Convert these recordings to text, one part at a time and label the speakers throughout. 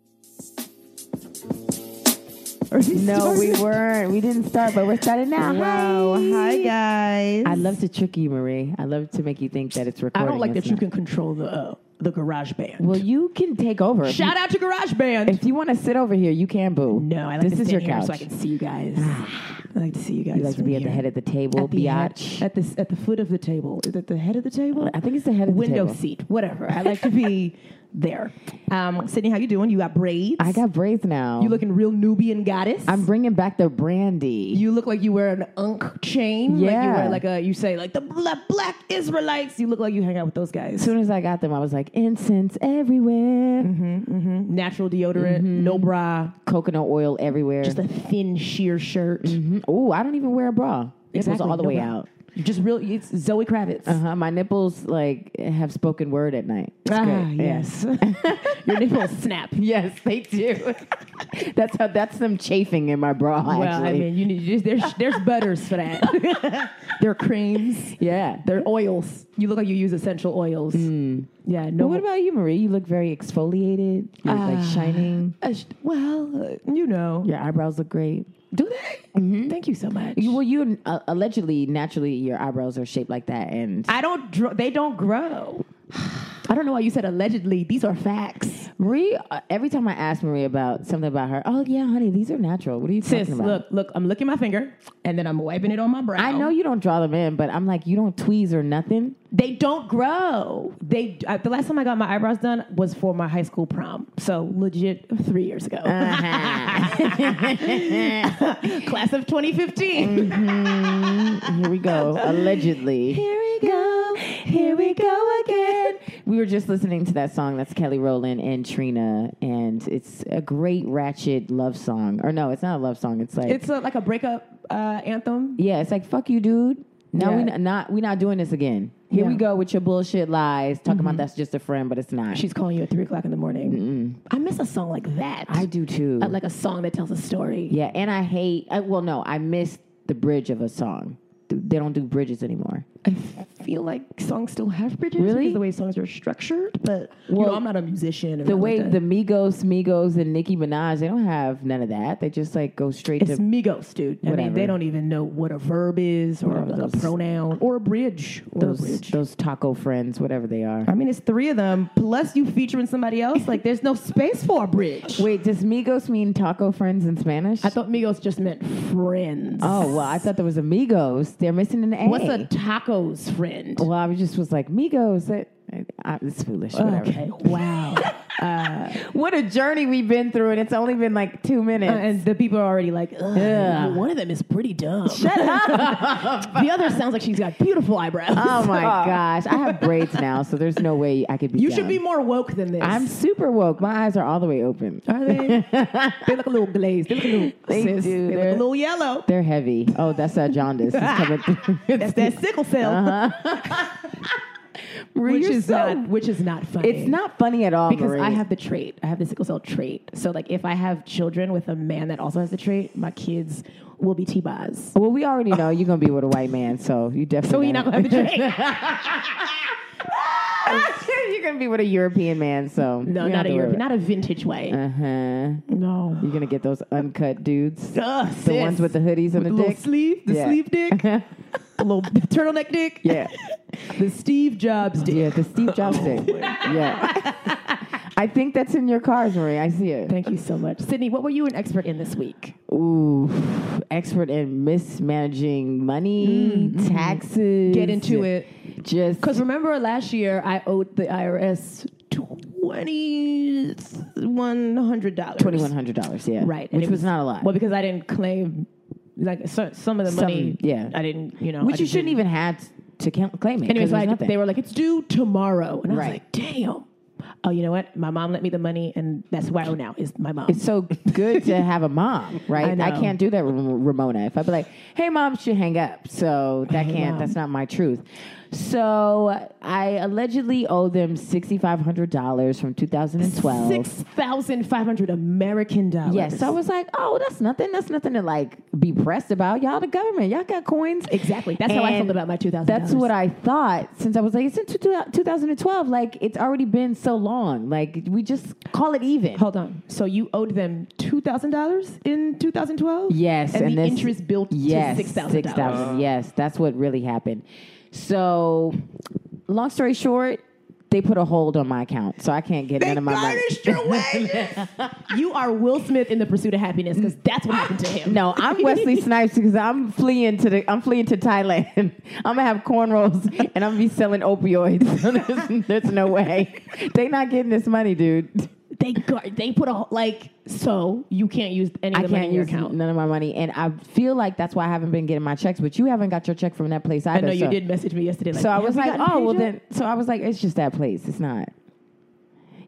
Speaker 1: No, we weren't. We didn't start, but we're starting now.
Speaker 2: Wow. Hi, guys.
Speaker 1: I love to trick you, Marie. I love to make you think that it's
Speaker 2: I
Speaker 1: recording.
Speaker 2: don't like
Speaker 1: It's
Speaker 2: that you
Speaker 1: not.
Speaker 2: can control the uh, the garage band.
Speaker 1: Well, you can take over. If
Speaker 2: Shout
Speaker 1: you,
Speaker 2: out to garage band.
Speaker 1: If you want to sit over here, you can boo.
Speaker 2: no, I like
Speaker 1: this
Speaker 2: to
Speaker 1: is
Speaker 2: stand
Speaker 1: your
Speaker 2: here
Speaker 1: couch.
Speaker 2: so I can see you guys. Ah, I like to see you guys.
Speaker 1: you like to
Speaker 2: from
Speaker 1: be at
Speaker 2: here.
Speaker 1: the head of the table,
Speaker 2: at the, head-
Speaker 1: biatch.
Speaker 2: at the s- at the foot of the table. Is it the head of the table?
Speaker 1: I think it's the head of the
Speaker 2: Window
Speaker 1: table.
Speaker 2: seat, whatever. I like to be there. Um, Sydney, how you doing? You got braids.
Speaker 1: I got braids now.
Speaker 2: You looking real Nubian goddess.
Speaker 1: I'm bringing back the brandy.
Speaker 2: You look like you wear an unk chain. Like you
Speaker 1: Yeah.
Speaker 2: wear like a you say like the bla- black Israelites. You look like you hang out with those guys.
Speaker 1: as soon as I got them, I was like incense everywhere,
Speaker 2: Mm-hmm. Natural deodorant,
Speaker 1: Mm-hmm.
Speaker 2: no bra,
Speaker 1: coconut oil everywhere.
Speaker 2: just a thin sheer shirt.
Speaker 1: oh, I don't even wear a bra. Nipples
Speaker 2: Exactly,
Speaker 1: all the
Speaker 2: no
Speaker 1: way
Speaker 2: bra.
Speaker 1: out.
Speaker 2: Just real. It's Zoe Kravitz.
Speaker 1: Uh-huh. My nipples like have spoken word at night. It's
Speaker 2: Ah,
Speaker 1: great. Yeah.
Speaker 2: yes. Your nipples snap.
Speaker 1: Yes, they do. that's how. That's them chafing in my bra.
Speaker 2: Well,
Speaker 1: actually.
Speaker 2: I mean, you need you just, there's there's butters for that. there are creams.
Speaker 1: yeah.
Speaker 2: There are oils. You look like you use essential oils. Yeah. No.
Speaker 1: But what about you, Marie? You look very exfoliated. You look like shining.
Speaker 2: Uh, sh- well, uh, you know.
Speaker 1: Your eyebrows look great.
Speaker 2: Do they? Thank you so much.
Speaker 1: You, well, you uh, allegedly, naturally, your eyebrows are shaped like that, and
Speaker 2: I don't. Dr- they don't grow. I don't know why you said allegedly. These are facts.
Speaker 1: Marie. Uh, every time I ask Marie about something about her, oh yeah, honey, these are natural. What are you
Speaker 2: Sis,
Speaker 1: talking about?
Speaker 2: look, look. I'm licking my finger, and then I'm wiping it on my brow.
Speaker 1: I know you don't draw them in, but I'm like, you don't tweeze or nothing.
Speaker 2: They don't grow. They I, the last time I got my eyebrows done was for my high school prom. So legit three years ago.
Speaker 1: Uh-huh.
Speaker 2: Class of 2015.
Speaker 1: Mm-hmm. Mm, Here we go. Allegedly. Here we go. Here we go again. We were just listening to that song. That's Kelly Rowland and Trina, and it's a great ratchet love song. Or no, it's not a love song. It's like
Speaker 2: It's a, like a breakup uh, anthem.
Speaker 1: yeah, it's like fuck you, dude. Now we
Speaker 2: Yeah.
Speaker 1: n- not we not doing this again. Here we
Speaker 2: Yeah. Mm-hmm.
Speaker 1: go with your bullshit lies, talking about that's just a friend, but it's not.
Speaker 2: She's calling you at three o'clock in the morning. I miss a song like that.
Speaker 1: I do too.
Speaker 2: I like a song that tells a story.
Speaker 1: yeah, and I hate. I, well, no, I miss the bridge of a song. Th- They don't do bridges anymore.
Speaker 2: I feel like songs still have bridges.
Speaker 1: Really?
Speaker 2: Because the way songs are structured, but you
Speaker 1: Well,
Speaker 2: know, I'm not a musician. or
Speaker 1: The
Speaker 2: nothing
Speaker 1: way
Speaker 2: like
Speaker 1: the
Speaker 2: that.
Speaker 1: Migos, Migos, and Nicki Minaj, they don't have none of that. They just like go straight
Speaker 2: It's
Speaker 1: to.
Speaker 2: Migos, dude. I
Speaker 1: Whatever.
Speaker 2: mean, they don't even know what a verb is or
Speaker 1: Whatever
Speaker 2: like a
Speaker 1: those-
Speaker 2: pronoun or a bridge. Or a
Speaker 1: Those,
Speaker 2: bridge.
Speaker 1: those taco friends, whatever they are.
Speaker 2: I mean, it's three of them plus you featuring somebody else. Like, there's no space for a bridge.
Speaker 1: Wait, does Migos mean taco friends in Spanish?
Speaker 2: I thought Migos just meant friends.
Speaker 1: oh well, I thought there was a Migos. They're missing an A.
Speaker 2: what's a tacos friend?
Speaker 1: Well, I was just was like Migos. That I, it's foolish. Whatever.
Speaker 2: Okay, wow.
Speaker 1: What a journey we've been through, and it's only been like two minutes.
Speaker 2: Uh, and the people are already like, Ugh, one of them is pretty dumb. Shut up. the other sounds like she's got beautiful eyebrows.
Speaker 1: oh my gosh, I have braids now, so there's no way I could be.
Speaker 2: You
Speaker 1: dumb.
Speaker 2: should be more woke than this.
Speaker 1: I'm super woke. My eyes are all the way open.
Speaker 2: Are they? they look a little glazed. They look a little.
Speaker 1: They
Speaker 2: sis,
Speaker 1: do.
Speaker 2: They look
Speaker 1: They're-
Speaker 2: a little yellow.
Speaker 1: They're heavy. Oh, that's that jaundice. It's coming through.
Speaker 2: That's that sickle cell, Uh-huh. which
Speaker 1: You're
Speaker 2: is
Speaker 1: so-
Speaker 2: not which is not funny.
Speaker 1: It's not funny at all,
Speaker 2: because
Speaker 1: Marie.
Speaker 2: I have the trait. I have the sickle cell trait. So like if I have children with a man that also has the trait, my kids will be T-Boz.
Speaker 1: Well, we already know you're gonna be with a white man, so you definitely.
Speaker 2: So you're not gonna have the trait.
Speaker 1: you're gonna be with a European man, so
Speaker 2: No, not a European, not a vintage way.
Speaker 1: Uh huh.
Speaker 2: no.
Speaker 1: You're gonna get those uncut dudes, the
Speaker 2: Ugh, sis.
Speaker 1: ones with the hoodies and the,
Speaker 2: little
Speaker 1: dick.
Speaker 2: sleeve, the
Speaker 1: Yeah.
Speaker 2: sleeve dick, the little turtleneck dick,
Speaker 1: Yeah,
Speaker 2: the Steve Jobs dick.
Speaker 1: yeah, the Steve Jobs
Speaker 2: Oh
Speaker 1: dick. Yeah. I think that's in your cars, Marie. I see it.
Speaker 2: Thank you so much, Sydney. What were you an expert in this week?
Speaker 1: Ooh, expert in mismanaging money, taxes.
Speaker 2: Mm-hmm. Get into it.
Speaker 1: Just
Speaker 2: Because remember last year, I owed the IRS twenty one hundred dollars.
Speaker 1: twenty one hundred dollars. Yeah,
Speaker 2: Right, and
Speaker 1: Which
Speaker 2: it
Speaker 1: was,
Speaker 2: was-
Speaker 1: not a lot.
Speaker 2: Well, because I didn't claim like so, some of the
Speaker 1: Some-
Speaker 2: money.
Speaker 1: yeah.
Speaker 2: I didn't. You know,
Speaker 1: which
Speaker 2: I
Speaker 1: you
Speaker 2: just
Speaker 1: shouldn't
Speaker 2: didn't-
Speaker 1: even have to count, claim it. 'cause
Speaker 2: Anyway,
Speaker 1: it
Speaker 2: so
Speaker 1: was
Speaker 2: I,
Speaker 1: nothing.
Speaker 2: they were like, "It's due tomorrow," and I
Speaker 1: Right.
Speaker 2: was like, "Damn." Oh, you know what? My mom lent me the money, and that's why I owe now. Is my mom?
Speaker 1: It's so good to have a mom, right?
Speaker 2: I
Speaker 1: I,
Speaker 2: know.
Speaker 1: can't do that with Ramona. If I be like, hey, mom, she hang up. So that can't, that's not my truth. So I allegedly owe them $6,500 from 2012.
Speaker 2: six thousand five hundred American dollars.
Speaker 1: Yes, so I was like, "Oh, that's nothing. That's nothing to like be pressed about. Y'all, the government, y'all got coins.
Speaker 2: Exactly. That's how I felt
Speaker 1: And
Speaker 2: about my $2,000.
Speaker 1: That's what I thought since I was like, it's in two- two- 2012. Like it's already been so long. Like we just call it even.
Speaker 2: Hold on. So you owed them two thousand dollars in two thousand twelve?
Speaker 1: Yes,
Speaker 2: And, the
Speaker 1: this-
Speaker 2: interest built
Speaker 1: yes,
Speaker 2: to six thousand dollars.
Speaker 1: $6,000. Yes, that's what really happened. So, long story short, they put a hold on my account, so I can't get none of my money.
Speaker 2: You are Will Smith in the pursuit of happiness because that's what happened to him.
Speaker 1: No, I'm Wesley Snipes because I'm fleeing to the I'm fleeing to Thailand. I'm gonna have cornrows and I'm gonna be selling opioids. there's, there's no way they not getting this money, dude.
Speaker 2: They got, they put a like so you can't use any of
Speaker 1: I
Speaker 2: the money
Speaker 1: can't
Speaker 2: in your
Speaker 1: use
Speaker 2: account.
Speaker 1: none of my money, and I feel like that's why I haven't been getting my checks. But you haven't got your check from that place
Speaker 2: I
Speaker 1: either.
Speaker 2: know you
Speaker 1: so-
Speaker 2: did message me yesterday. Like,
Speaker 1: So I
Speaker 2: "Have
Speaker 1: was
Speaker 2: we
Speaker 1: like,
Speaker 2: gotten
Speaker 1: oh
Speaker 2: paid
Speaker 1: well,
Speaker 2: yet?"
Speaker 1: then. So I was like, it's just that place. It's not.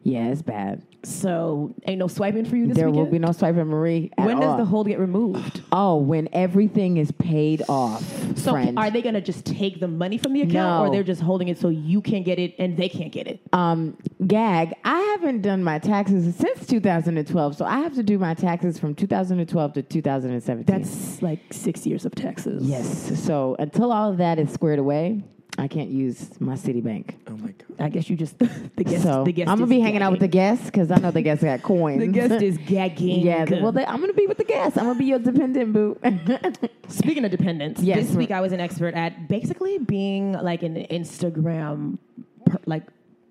Speaker 1: Yeah, it's bad.
Speaker 2: So ain't no swiping for you this
Speaker 1: there
Speaker 2: weekend.
Speaker 1: will be no swiping Marie. At
Speaker 2: when
Speaker 1: all.
Speaker 2: does the hold get removed?
Speaker 1: oh when everything is paid off?
Speaker 2: So
Speaker 1: friend.
Speaker 2: are they going to just take the money from the account, or
Speaker 1: No.
Speaker 2: they're just holding it so you can get it and they can't get it?
Speaker 1: um, gag. I haven't done my taxes since 2012, so I have to do my taxes from 2012 to 2017.
Speaker 2: That's like six years of taxes.
Speaker 1: yes. So until all of that is squared away, I can't use my Citibank.
Speaker 3: Oh my god.
Speaker 2: I guess you just the guest.
Speaker 1: so
Speaker 2: the guest
Speaker 1: I'm gonna
Speaker 2: is
Speaker 1: be hanging out with the
Speaker 2: gagging.
Speaker 1: guests because I know the guests got coins.
Speaker 2: The guest is gagging.
Speaker 1: Yeah, well, they, I'm gonna be with the guests. I'm gonna be your dependent, boo.
Speaker 2: speaking of dependence,
Speaker 1: Yes.
Speaker 2: this week I was an expert at basically being like an Instagram per, like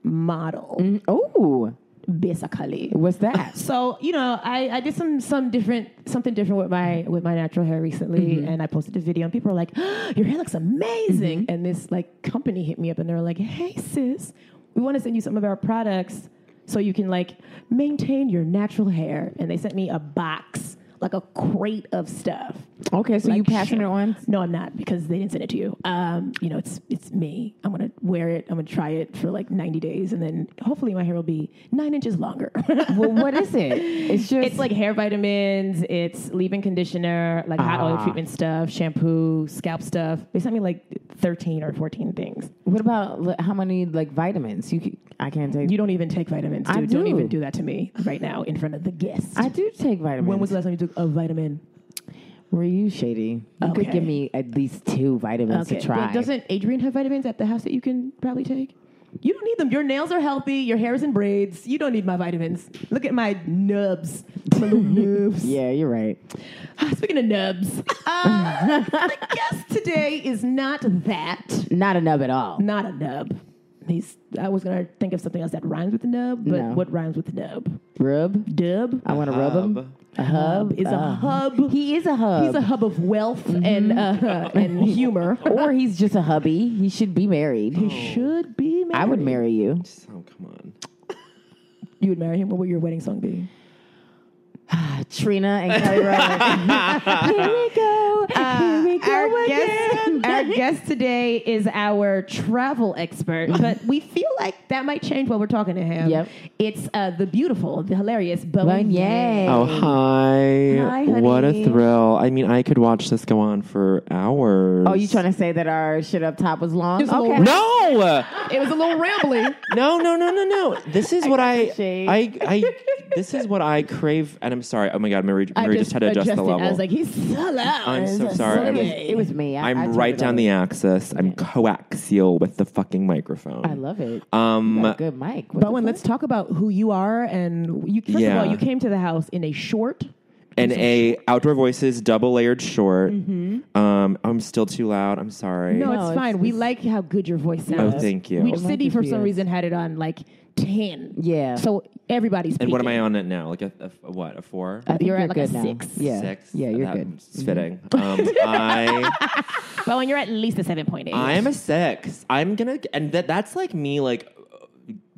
Speaker 2: model,
Speaker 1: oh,
Speaker 2: basically.
Speaker 1: what's that?
Speaker 2: So you know, I, I did some some different something different with my with my natural hair recently, and I posted a video, and people were like, "Oh, "Your hair looks amazing!" And this like company hit me up, and they were like, "Hey sis, we want to send you some of our products so you can like maintain your natural hair." And they sent me a box, like a crate of stuff.
Speaker 1: Okay, so you
Speaker 2: Oh, Like,
Speaker 1: passing it on?
Speaker 2: No, I'm not because they didn't send it to you. Um, you know, it's it's me. I'm gonna wear it. I'm gonna try it for like 90 days, and then hopefully my hair will be nine inches longer.
Speaker 1: Well, what is it? It's just
Speaker 2: It's like hair vitamins, it's leave-in conditioner, like hot
Speaker 1: Ah.
Speaker 2: oil treatment stuff, shampoo, scalp stuff. They sent me like 13 or 14 things.
Speaker 1: what about li- how many like vitamins? You c- I can't take.
Speaker 2: You don't even take vitamins, dude.
Speaker 1: I
Speaker 2: not
Speaker 1: do.
Speaker 2: even do that to me right now in front of the guests.
Speaker 1: I do take vitamins.
Speaker 2: when was the last time you took a vitamin?
Speaker 1: Were you shady? You could
Speaker 2: Okay.
Speaker 1: give me at least two vitamins to try.
Speaker 2: Well, doesn't Adrian have vitamins at the house that you can probably take? You don't need them. Your nails are healthy. Your hair is in braids. You don't need my vitamins. Look at my nubs. My little nubs. Ah,
Speaker 1: yeah, you're right.
Speaker 2: Speaking of nubs, uh, the guest today is not that.
Speaker 1: Not enough at all.
Speaker 2: not a nub. He's. I was gonna think of something else that rhymes with nub, but
Speaker 1: No.
Speaker 2: what rhymes with nub?
Speaker 1: Rub.
Speaker 2: Dub.
Speaker 1: I want to rub him.
Speaker 3: Hub.
Speaker 1: A hub
Speaker 2: is a hub.
Speaker 1: Oh, uh, He is a hub. Mm-hmm.
Speaker 2: He's a hub of wealth and uh, and humor.
Speaker 1: or he's just a hubby. He should be married.
Speaker 2: Oh, should be. Married.
Speaker 1: I would marry you.
Speaker 3: Oh come on.
Speaker 2: You would marry him. What would your wedding song be?
Speaker 1: Trina and Kelly Rowland. Here we go. Here we go
Speaker 2: Uh, our guest,
Speaker 1: again.
Speaker 2: our guest today is our travel expert, but we feel like that might change while we're talking to him.
Speaker 1: Yep.
Speaker 2: It's uh, the beautiful, the hilarious Bowen
Speaker 1: Bunye.
Speaker 2: Yang.
Speaker 3: Oh hi.
Speaker 1: Hi,
Speaker 3: What a
Speaker 1: honey.
Speaker 3: thrill. I mean, I could watch this go on for hours.
Speaker 1: Oh, you trying to say that our shit up top was long?
Speaker 2: Just a little-
Speaker 3: No!
Speaker 2: It was a little rambling.
Speaker 3: No, no, no, no, no. This is what I,
Speaker 1: appreciate.
Speaker 3: I, I, this is what I crave. And I'm sorry. Oh my God, Marie, Marie just, had to adjust the
Speaker 2: adjusted.
Speaker 3: level.
Speaker 2: I was like, he's so loud.
Speaker 1: Uh,
Speaker 3: I'm so sorry.
Speaker 1: It
Speaker 3: It
Speaker 1: was,
Speaker 3: was-
Speaker 1: it was me. I,
Speaker 3: I'm
Speaker 1: I took
Speaker 3: right
Speaker 1: it
Speaker 3: down
Speaker 1: over.
Speaker 3: the axis. I'm coaxial with the fucking microphone.
Speaker 1: I love it. You got
Speaker 3: Um,
Speaker 1: a good mic. What
Speaker 2: Bowen,
Speaker 1: the
Speaker 2: let's talk about who you are. And you, first
Speaker 3: Yeah.
Speaker 2: of all, you came to the house in a short.
Speaker 3: and a outdoor voices double layered short. Um, I'm still too loud. I'm sorry.
Speaker 2: No,
Speaker 1: it's-
Speaker 2: it's fine. we like how good your voice
Speaker 3: oh,
Speaker 2: sounds.
Speaker 3: thank you.
Speaker 2: We,
Speaker 1: I'm
Speaker 2: Sydney, for
Speaker 1: confused.
Speaker 2: some reason, had it on like ten.
Speaker 1: Yeah.
Speaker 2: So everybody's.
Speaker 3: And what am
Speaker 2: peaking.
Speaker 3: I on it now? Like a, a, a what? A four?
Speaker 1: I think
Speaker 2: You're at like a
Speaker 1: good now.
Speaker 2: six.
Speaker 1: Yeah.
Speaker 3: Six?
Speaker 1: Yeah, you're
Speaker 3: That-
Speaker 1: good.
Speaker 2: Mm-hmm.
Speaker 3: It's fitting. Um, I
Speaker 2: But when you're at least a seven point eight,
Speaker 3: I am a six. I'm gonna and that that's like me like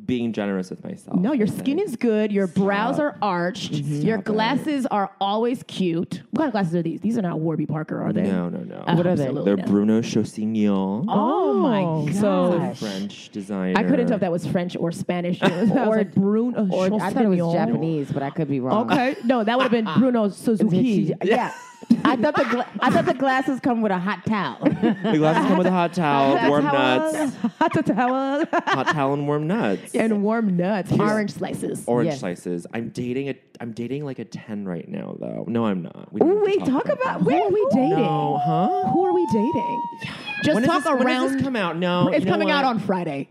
Speaker 3: being generous with myself.
Speaker 2: No, your
Speaker 3: I think.
Speaker 2: skin is good. Your brows are arched. Your glasses are always cute. What kind of glasses are these? These are not Warby Parker, are they?
Speaker 3: No, no, no.
Speaker 2: What are they?
Speaker 3: They're Bruno Chaussignon.
Speaker 2: Oh, my god!
Speaker 3: It's a French designer.
Speaker 2: I couldn't tell if that was French or Spanish. or oh,
Speaker 1: Or-
Speaker 2: Bruno.
Speaker 1: Or I thought it was Japanese, but I could be wrong.
Speaker 2: Okay, no, that would have been Bruno Suzuki.
Speaker 1: She- yeah. I thought the gla- I thought the glasses come with a hot towel.
Speaker 3: The glasses come with a hot towel, warm nuts,
Speaker 2: hot towel,
Speaker 3: hot towel and warm nuts,
Speaker 2: and warm nuts, orange slices.
Speaker 3: orange
Speaker 1: Yes.
Speaker 3: slices. I'm dating a. I'm dating like a ten right now though. No, I'm not. We don't have to that.
Speaker 2: who are we dating?
Speaker 3: No, huh?
Speaker 2: Who are we dating? Just
Speaker 3: When does
Speaker 2: talk
Speaker 3: this-
Speaker 2: around.
Speaker 3: When does this come out? No,
Speaker 2: It's
Speaker 3: you know
Speaker 2: coming out
Speaker 3: what?
Speaker 2: on Friday.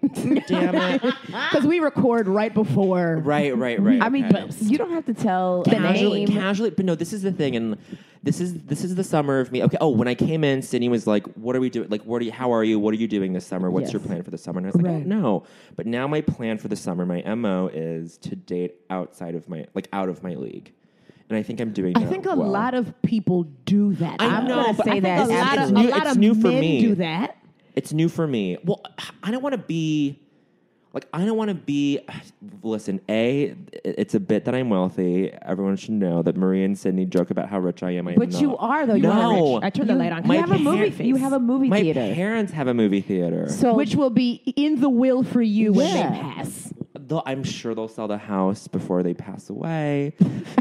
Speaker 3: Damn it!
Speaker 2: Because we record right before.
Speaker 3: Right, right, right.
Speaker 1: I mean,
Speaker 3: okay.
Speaker 1: you don't have to tell the
Speaker 3: casually,
Speaker 1: name.
Speaker 3: casually, but no, this is the thing, and this is this is the summer of me. Okay, oh, when I came in, Sydney was like, "What are we doing? Like, what are you? How are you? What are you doing this summer? What's your plan for the summer?" And I was like, "I don't know." But now my plan for the summer, my mo is to date outside of my like out of my league, and I think I'm doing.
Speaker 2: I think a lot of people do that.
Speaker 3: I
Speaker 2: though.
Speaker 3: know,
Speaker 2: gonna
Speaker 3: but I
Speaker 2: say
Speaker 3: think
Speaker 2: that.
Speaker 3: it's
Speaker 2: A lot of, a
Speaker 3: new-
Speaker 2: lot
Speaker 3: it's
Speaker 2: of
Speaker 3: new for
Speaker 2: men
Speaker 3: me.
Speaker 2: do that.
Speaker 3: It's new for me. Well, I don't want to be like I don't want to be. Listen, a it's a bit that I'm wealthy. Everyone should know that Marie and Sydney joke about how rich I am. I am
Speaker 1: But
Speaker 3: not.
Speaker 1: you are though. You
Speaker 3: No.
Speaker 1: are rich.
Speaker 2: I turned the light on.
Speaker 3: my
Speaker 1: You have a movie.
Speaker 3: parents-
Speaker 1: You have a movie
Speaker 3: My
Speaker 1: theater.
Speaker 3: parents have a movie theater.
Speaker 1: so
Speaker 2: Which will be in the will for you when
Speaker 1: Yeah.
Speaker 2: they pass.
Speaker 3: They'll- I'm sure they'll sell the house before they pass away.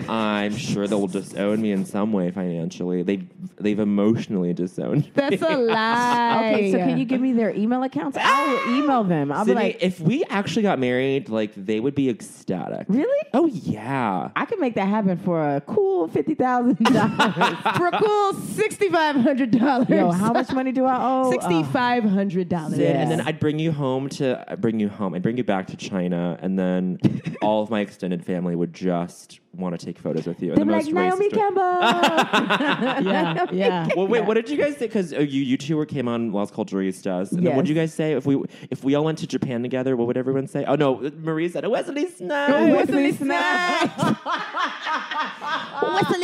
Speaker 3: I'm sure they'll disown me in some way financially. They they've emotionally disowned. me.
Speaker 2: That's a lie.
Speaker 1: okay, so can you give me their email accounts? I will email them. I'll
Speaker 3: Sydney,
Speaker 1: be like,
Speaker 3: if we actually got married, like they would be ecstatic.
Speaker 1: Really?
Speaker 3: Oh yeah.
Speaker 1: I can make that happen for a cool fifty thousand dollars.
Speaker 2: for a cool sixty five hundred dollars?
Speaker 1: Yo, how much money do I owe?
Speaker 2: Sixty
Speaker 1: Uh,
Speaker 2: five hundred dollars.
Speaker 3: Sid,
Speaker 1: Yeah.
Speaker 3: And then I'd bring you home to I'd bring you home. I'd bring you back to China, and then all of my extended family would just want to take photos with you. in
Speaker 1: they'd
Speaker 3: the
Speaker 1: be like
Speaker 3: most
Speaker 1: Naomi
Speaker 3: racist way.
Speaker 1: Campbell.
Speaker 2: Yeah, yeah.
Speaker 3: Well, wait. What did you guys say? Because you, you two were came on Las Culturistas. And then
Speaker 1: Yes.
Speaker 3: what did you guys say? If we if we all went to Japan together, what would everyone say? Oh no, Marie said it wasn't a
Speaker 1: Oh, Wesley
Speaker 3: snow.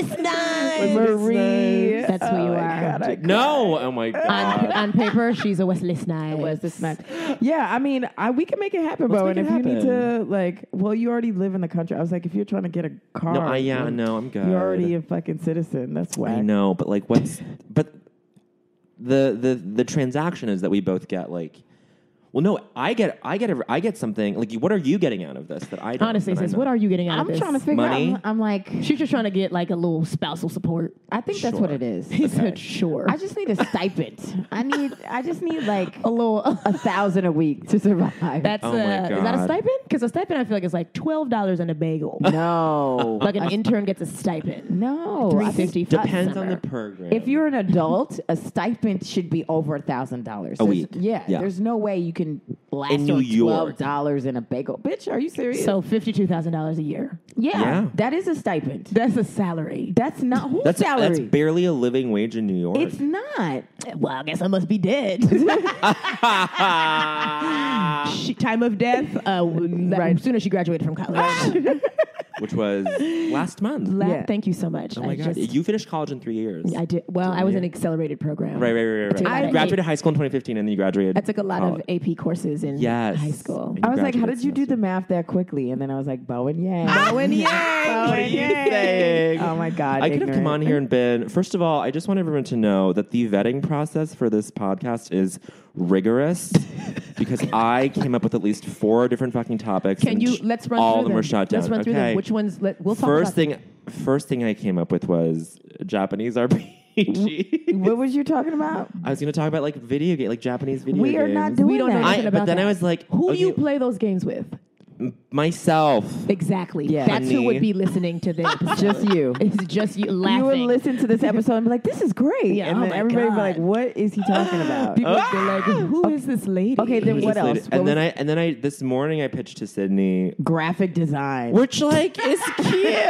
Speaker 1: Snipes. Marie.
Speaker 2: That's who you are.
Speaker 3: No. Oh my
Speaker 2: On,
Speaker 3: god.
Speaker 2: Oh on paper, she's a Wesley Snipes.
Speaker 1: Wesley Snipes.
Speaker 4: Yeah, I mean, I, we can make it happen, bro.
Speaker 3: make
Speaker 4: and
Speaker 3: it
Speaker 4: if you need
Speaker 3: happen.
Speaker 4: to, like, well, you already live in the country. I was like, if you're trying to get a car,
Speaker 3: No, I yeah. No, I'm good.
Speaker 4: you're already a fucking citizen. That's
Speaker 3: I
Speaker 4: why.
Speaker 3: know, but like, what's but the the the transaction is that we both get like. Well, no, I get I get a, I get something like. What are you getting out of this that I don't,
Speaker 2: Honestly,
Speaker 3: that I
Speaker 2: sis,
Speaker 3: don't?
Speaker 2: what are you getting out
Speaker 1: I'm
Speaker 2: of this?
Speaker 1: trying to figure
Speaker 3: Money?
Speaker 1: out. I'm like,
Speaker 2: She's just trying to get like a little spousal support.
Speaker 1: I think that's
Speaker 3: Sure.
Speaker 1: what it is.
Speaker 2: He said, "Sure."
Speaker 1: I just need a stipend. I need. I just need like a little a thousand a week to survive.
Speaker 2: That's a,
Speaker 3: Oh my
Speaker 2: is that
Speaker 3: God.
Speaker 2: a stipend? Because a stipend I feel like is like twelve dollars and a bagel.
Speaker 1: no,
Speaker 2: like an intern gets a stipend.
Speaker 1: no.
Speaker 2: Three
Speaker 1: I think
Speaker 2: fifty
Speaker 3: depends on the program.
Speaker 1: If you're an adult, a stipend should be over a thousand dollars
Speaker 3: A week.
Speaker 1: Yeah,
Speaker 3: Yeah.
Speaker 1: there's no way you can last
Speaker 3: In New
Speaker 1: on
Speaker 3: York.
Speaker 1: twelve dollars in a bagel. Bitch, are you serious?
Speaker 2: so fifty two thousand dollars a year.
Speaker 1: yeah,
Speaker 3: Yeah.
Speaker 1: that is a stipend.
Speaker 2: That's a salary.
Speaker 1: That's not whose
Speaker 3: that's
Speaker 1: salary.
Speaker 3: that's barely a living wage in New York.
Speaker 1: it's not.
Speaker 2: Well, I guess I must be dead.
Speaker 3: Ah!
Speaker 2: she, time of death. Uh, right. Soon as she graduated from college.
Speaker 3: which was last month.
Speaker 2: La-
Speaker 4: Yeah.
Speaker 2: Thank you so much.
Speaker 3: Oh my
Speaker 2: I
Speaker 3: god!
Speaker 2: just-
Speaker 3: you finished college in three years.
Speaker 2: I did well. I was an accelerated program.
Speaker 3: Right, right, right, right. right.
Speaker 2: I-
Speaker 3: you graduated high school in 2015, and then you graduated.
Speaker 2: I took a lot
Speaker 3: college.
Speaker 2: of AP courses in
Speaker 3: Oh. Yes.
Speaker 2: high school.
Speaker 3: And
Speaker 4: I was like, how did you do
Speaker 3: graduated
Speaker 4: the math that quickly? And then I was like, Bowen, yeah.
Speaker 3: semester.
Speaker 1: Oh
Speaker 3: What are you saying?
Speaker 4: Oh my God.
Speaker 3: I could have come on
Speaker 4: ignorant.
Speaker 3: here and been. First of all, I just want everyone to know that the vetting process for this podcast is rigorous because I came up with at least four different fucking topics.
Speaker 2: Can
Speaker 3: and
Speaker 2: you
Speaker 3: sh-
Speaker 2: let's run
Speaker 3: all
Speaker 2: through
Speaker 3: of them. were shot down.
Speaker 2: Let's run
Speaker 3: okay.
Speaker 2: through them. Which ones? Let, we'll talk
Speaker 3: first
Speaker 2: about
Speaker 3: thing, first thing I came up with was Japanese RPG.
Speaker 4: What was you talking about?
Speaker 3: I was going to talk about like video game, like Japanese video
Speaker 4: We
Speaker 3: games.
Speaker 4: are not doing
Speaker 2: We don't know
Speaker 4: that.
Speaker 3: I-
Speaker 2: nothing
Speaker 3: but
Speaker 2: about
Speaker 3: then
Speaker 2: that.
Speaker 3: I was like,
Speaker 2: Who do you
Speaker 3: okay.
Speaker 2: play those games with?
Speaker 3: myself.
Speaker 2: Exactly. That's who
Speaker 3: Me.
Speaker 2: would be listening to the episode.
Speaker 4: Just you.
Speaker 2: It's just you laughing.
Speaker 4: You would listen to this episode and be like, this is great.
Speaker 2: Yeah,
Speaker 4: and
Speaker 2: oh
Speaker 4: then
Speaker 2: my
Speaker 4: everybody would be
Speaker 2: God.
Speaker 4: like, what is he talking about?
Speaker 2: People
Speaker 3: Oh.
Speaker 2: would be like,
Speaker 3: Ah!
Speaker 2: "Who is this lady?"
Speaker 4: Okay, then what
Speaker 3: This lady-
Speaker 4: else? What
Speaker 3: And
Speaker 4: was-
Speaker 3: then I and then I this morning I pitched to Sydney,
Speaker 4: graphic design.
Speaker 3: which like is cute.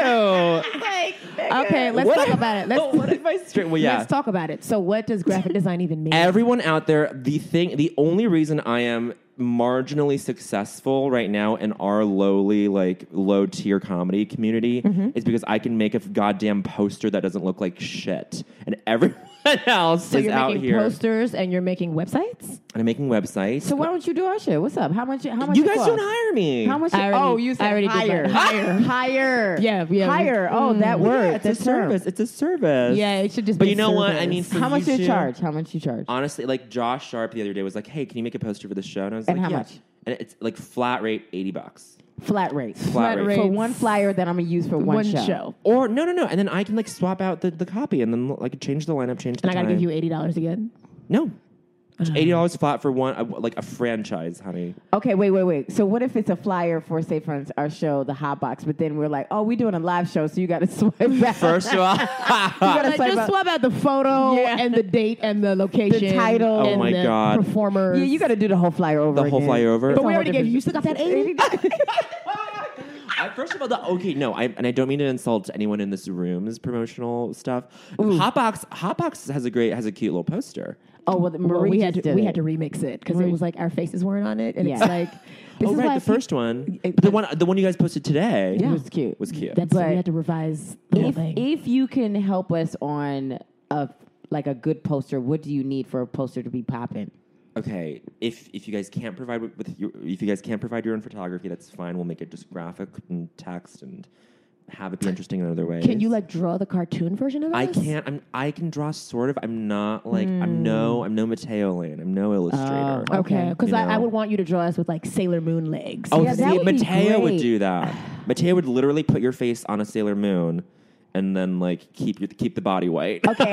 Speaker 2: Okay, let's
Speaker 3: What Oh,
Speaker 2: talk
Speaker 3: if-
Speaker 2: about it. Let's,
Speaker 3: but what if I straight? Well, yeah.
Speaker 2: let's talk about it. So, what does graphic design even mean?
Speaker 3: Everyone out there, the thing, the only reason I am marginally successful right now in our lowly, like low tier comedy community is because I can make a goddamn poster that doesn't look like shit, and everyone else
Speaker 2: So
Speaker 3: is
Speaker 2: you're
Speaker 3: out
Speaker 2: making
Speaker 3: here.
Speaker 2: posters and you're making websites.
Speaker 3: and I'm making websites.
Speaker 1: So why don't you do our shit? What's up? How much? How much?
Speaker 3: you
Speaker 1: it
Speaker 3: guys
Speaker 1: cost?
Speaker 3: don't hire me.
Speaker 1: How much?
Speaker 2: I already-
Speaker 1: oh, you said
Speaker 2: I already did
Speaker 1: higher,
Speaker 2: mine.
Speaker 1: higher, higher.
Speaker 2: Yeah, yeah, we-
Speaker 1: higher. Oh, that word.
Speaker 3: Yeah, it's
Speaker 1: that
Speaker 3: a service. It's a service.
Speaker 2: Yeah, it should just.
Speaker 3: But
Speaker 2: be
Speaker 3: you know what? I
Speaker 2: service.
Speaker 3: mean, for
Speaker 1: term. How much do you
Speaker 3: two-
Speaker 1: charge? How much do you charge?
Speaker 3: Honestly, like Josh Sharp the other day was like, "Hey, can you make a poster for the show?" And I was
Speaker 1: And
Speaker 3: like,
Speaker 1: how
Speaker 3: yeah.
Speaker 1: much?
Speaker 3: And it's like flat rate, eighty bucks.
Speaker 1: Flat rate.
Speaker 3: Flat rate.
Speaker 1: for
Speaker 2: rates.
Speaker 1: one flyer that I'm gonna use for one,
Speaker 2: one show,
Speaker 3: Or no, no, no, and then I can like swap out the, the copy and then like change the lineup, change the
Speaker 2: and I gotta
Speaker 3: time.
Speaker 2: give you eighty dollars again.
Speaker 3: no. It's Eighty dollars flat for one, uh, like a franchise, honey.
Speaker 1: Okay, wait, wait, wait. So what if it's a flyer for, say, for instance, our show, The Hot Box, but then we're like, oh, we're doing a live show, so you got to swipe back.
Speaker 3: First of all,
Speaker 1: you got to
Speaker 2: Like,
Speaker 1: swipe
Speaker 2: Uh, just
Speaker 1: up.
Speaker 2: swap out the photo
Speaker 1: Yeah.
Speaker 2: and the date and the location,
Speaker 1: title.
Speaker 3: Oh
Speaker 2: and
Speaker 3: my
Speaker 2: the
Speaker 3: God.
Speaker 2: performers.
Speaker 1: Yeah, you got to do the whole flyer over.
Speaker 3: the whole
Speaker 1: again.
Speaker 3: flyover.
Speaker 2: But
Speaker 1: a
Speaker 2: we
Speaker 1: whole
Speaker 2: already
Speaker 1: different-
Speaker 2: gave you. You still got that eighty.
Speaker 3: I, first of all, the okay, no, I, and I don't mean to insult anyone in this room's promotional stuff. Hotbox, Hotbox has a great, has a cute little poster.
Speaker 1: Oh, well, Marie
Speaker 2: Well, we
Speaker 1: just
Speaker 2: had to
Speaker 1: did
Speaker 2: we
Speaker 1: it.
Speaker 2: had to remix it because it was like our faces weren't on it, and
Speaker 1: Yeah.
Speaker 2: it's like this
Speaker 3: oh
Speaker 2: is
Speaker 3: right,
Speaker 2: why
Speaker 3: the
Speaker 2: people-
Speaker 3: first one, the one, the one you guys posted today.
Speaker 1: It was cute.
Speaker 3: was cute.
Speaker 2: That's
Speaker 1: But
Speaker 2: we had to revise the whole
Speaker 1: if,
Speaker 2: thing.
Speaker 1: if you can help us on a like a good poster, what do you need for a poster to be popping?
Speaker 3: okay, if if you guys can't provide with, with your, if you guys can't provide your own photography, that's fine. We'll make it just graphic and text and have it be interesting in other ways.
Speaker 2: Can you like draw the cartoon version of
Speaker 3: I
Speaker 2: us?
Speaker 3: can't. I'm. I can draw sort of. I'm not like. I'm no. I'm no Mateo Lane. I'm no illustrator.
Speaker 2: Hmm. Oh, Okay, because
Speaker 3: You
Speaker 2: I, I
Speaker 3: know.
Speaker 2: would want you to draw us with like Sailor Moon legs.
Speaker 3: Oh,
Speaker 1: Yeah,
Speaker 3: see,
Speaker 1: that would be
Speaker 3: Mateo would
Speaker 1: great.
Speaker 3: do that. Mateo would literally put your face on a Sailor Moon, and then like keep your keep the body white.
Speaker 1: Okay.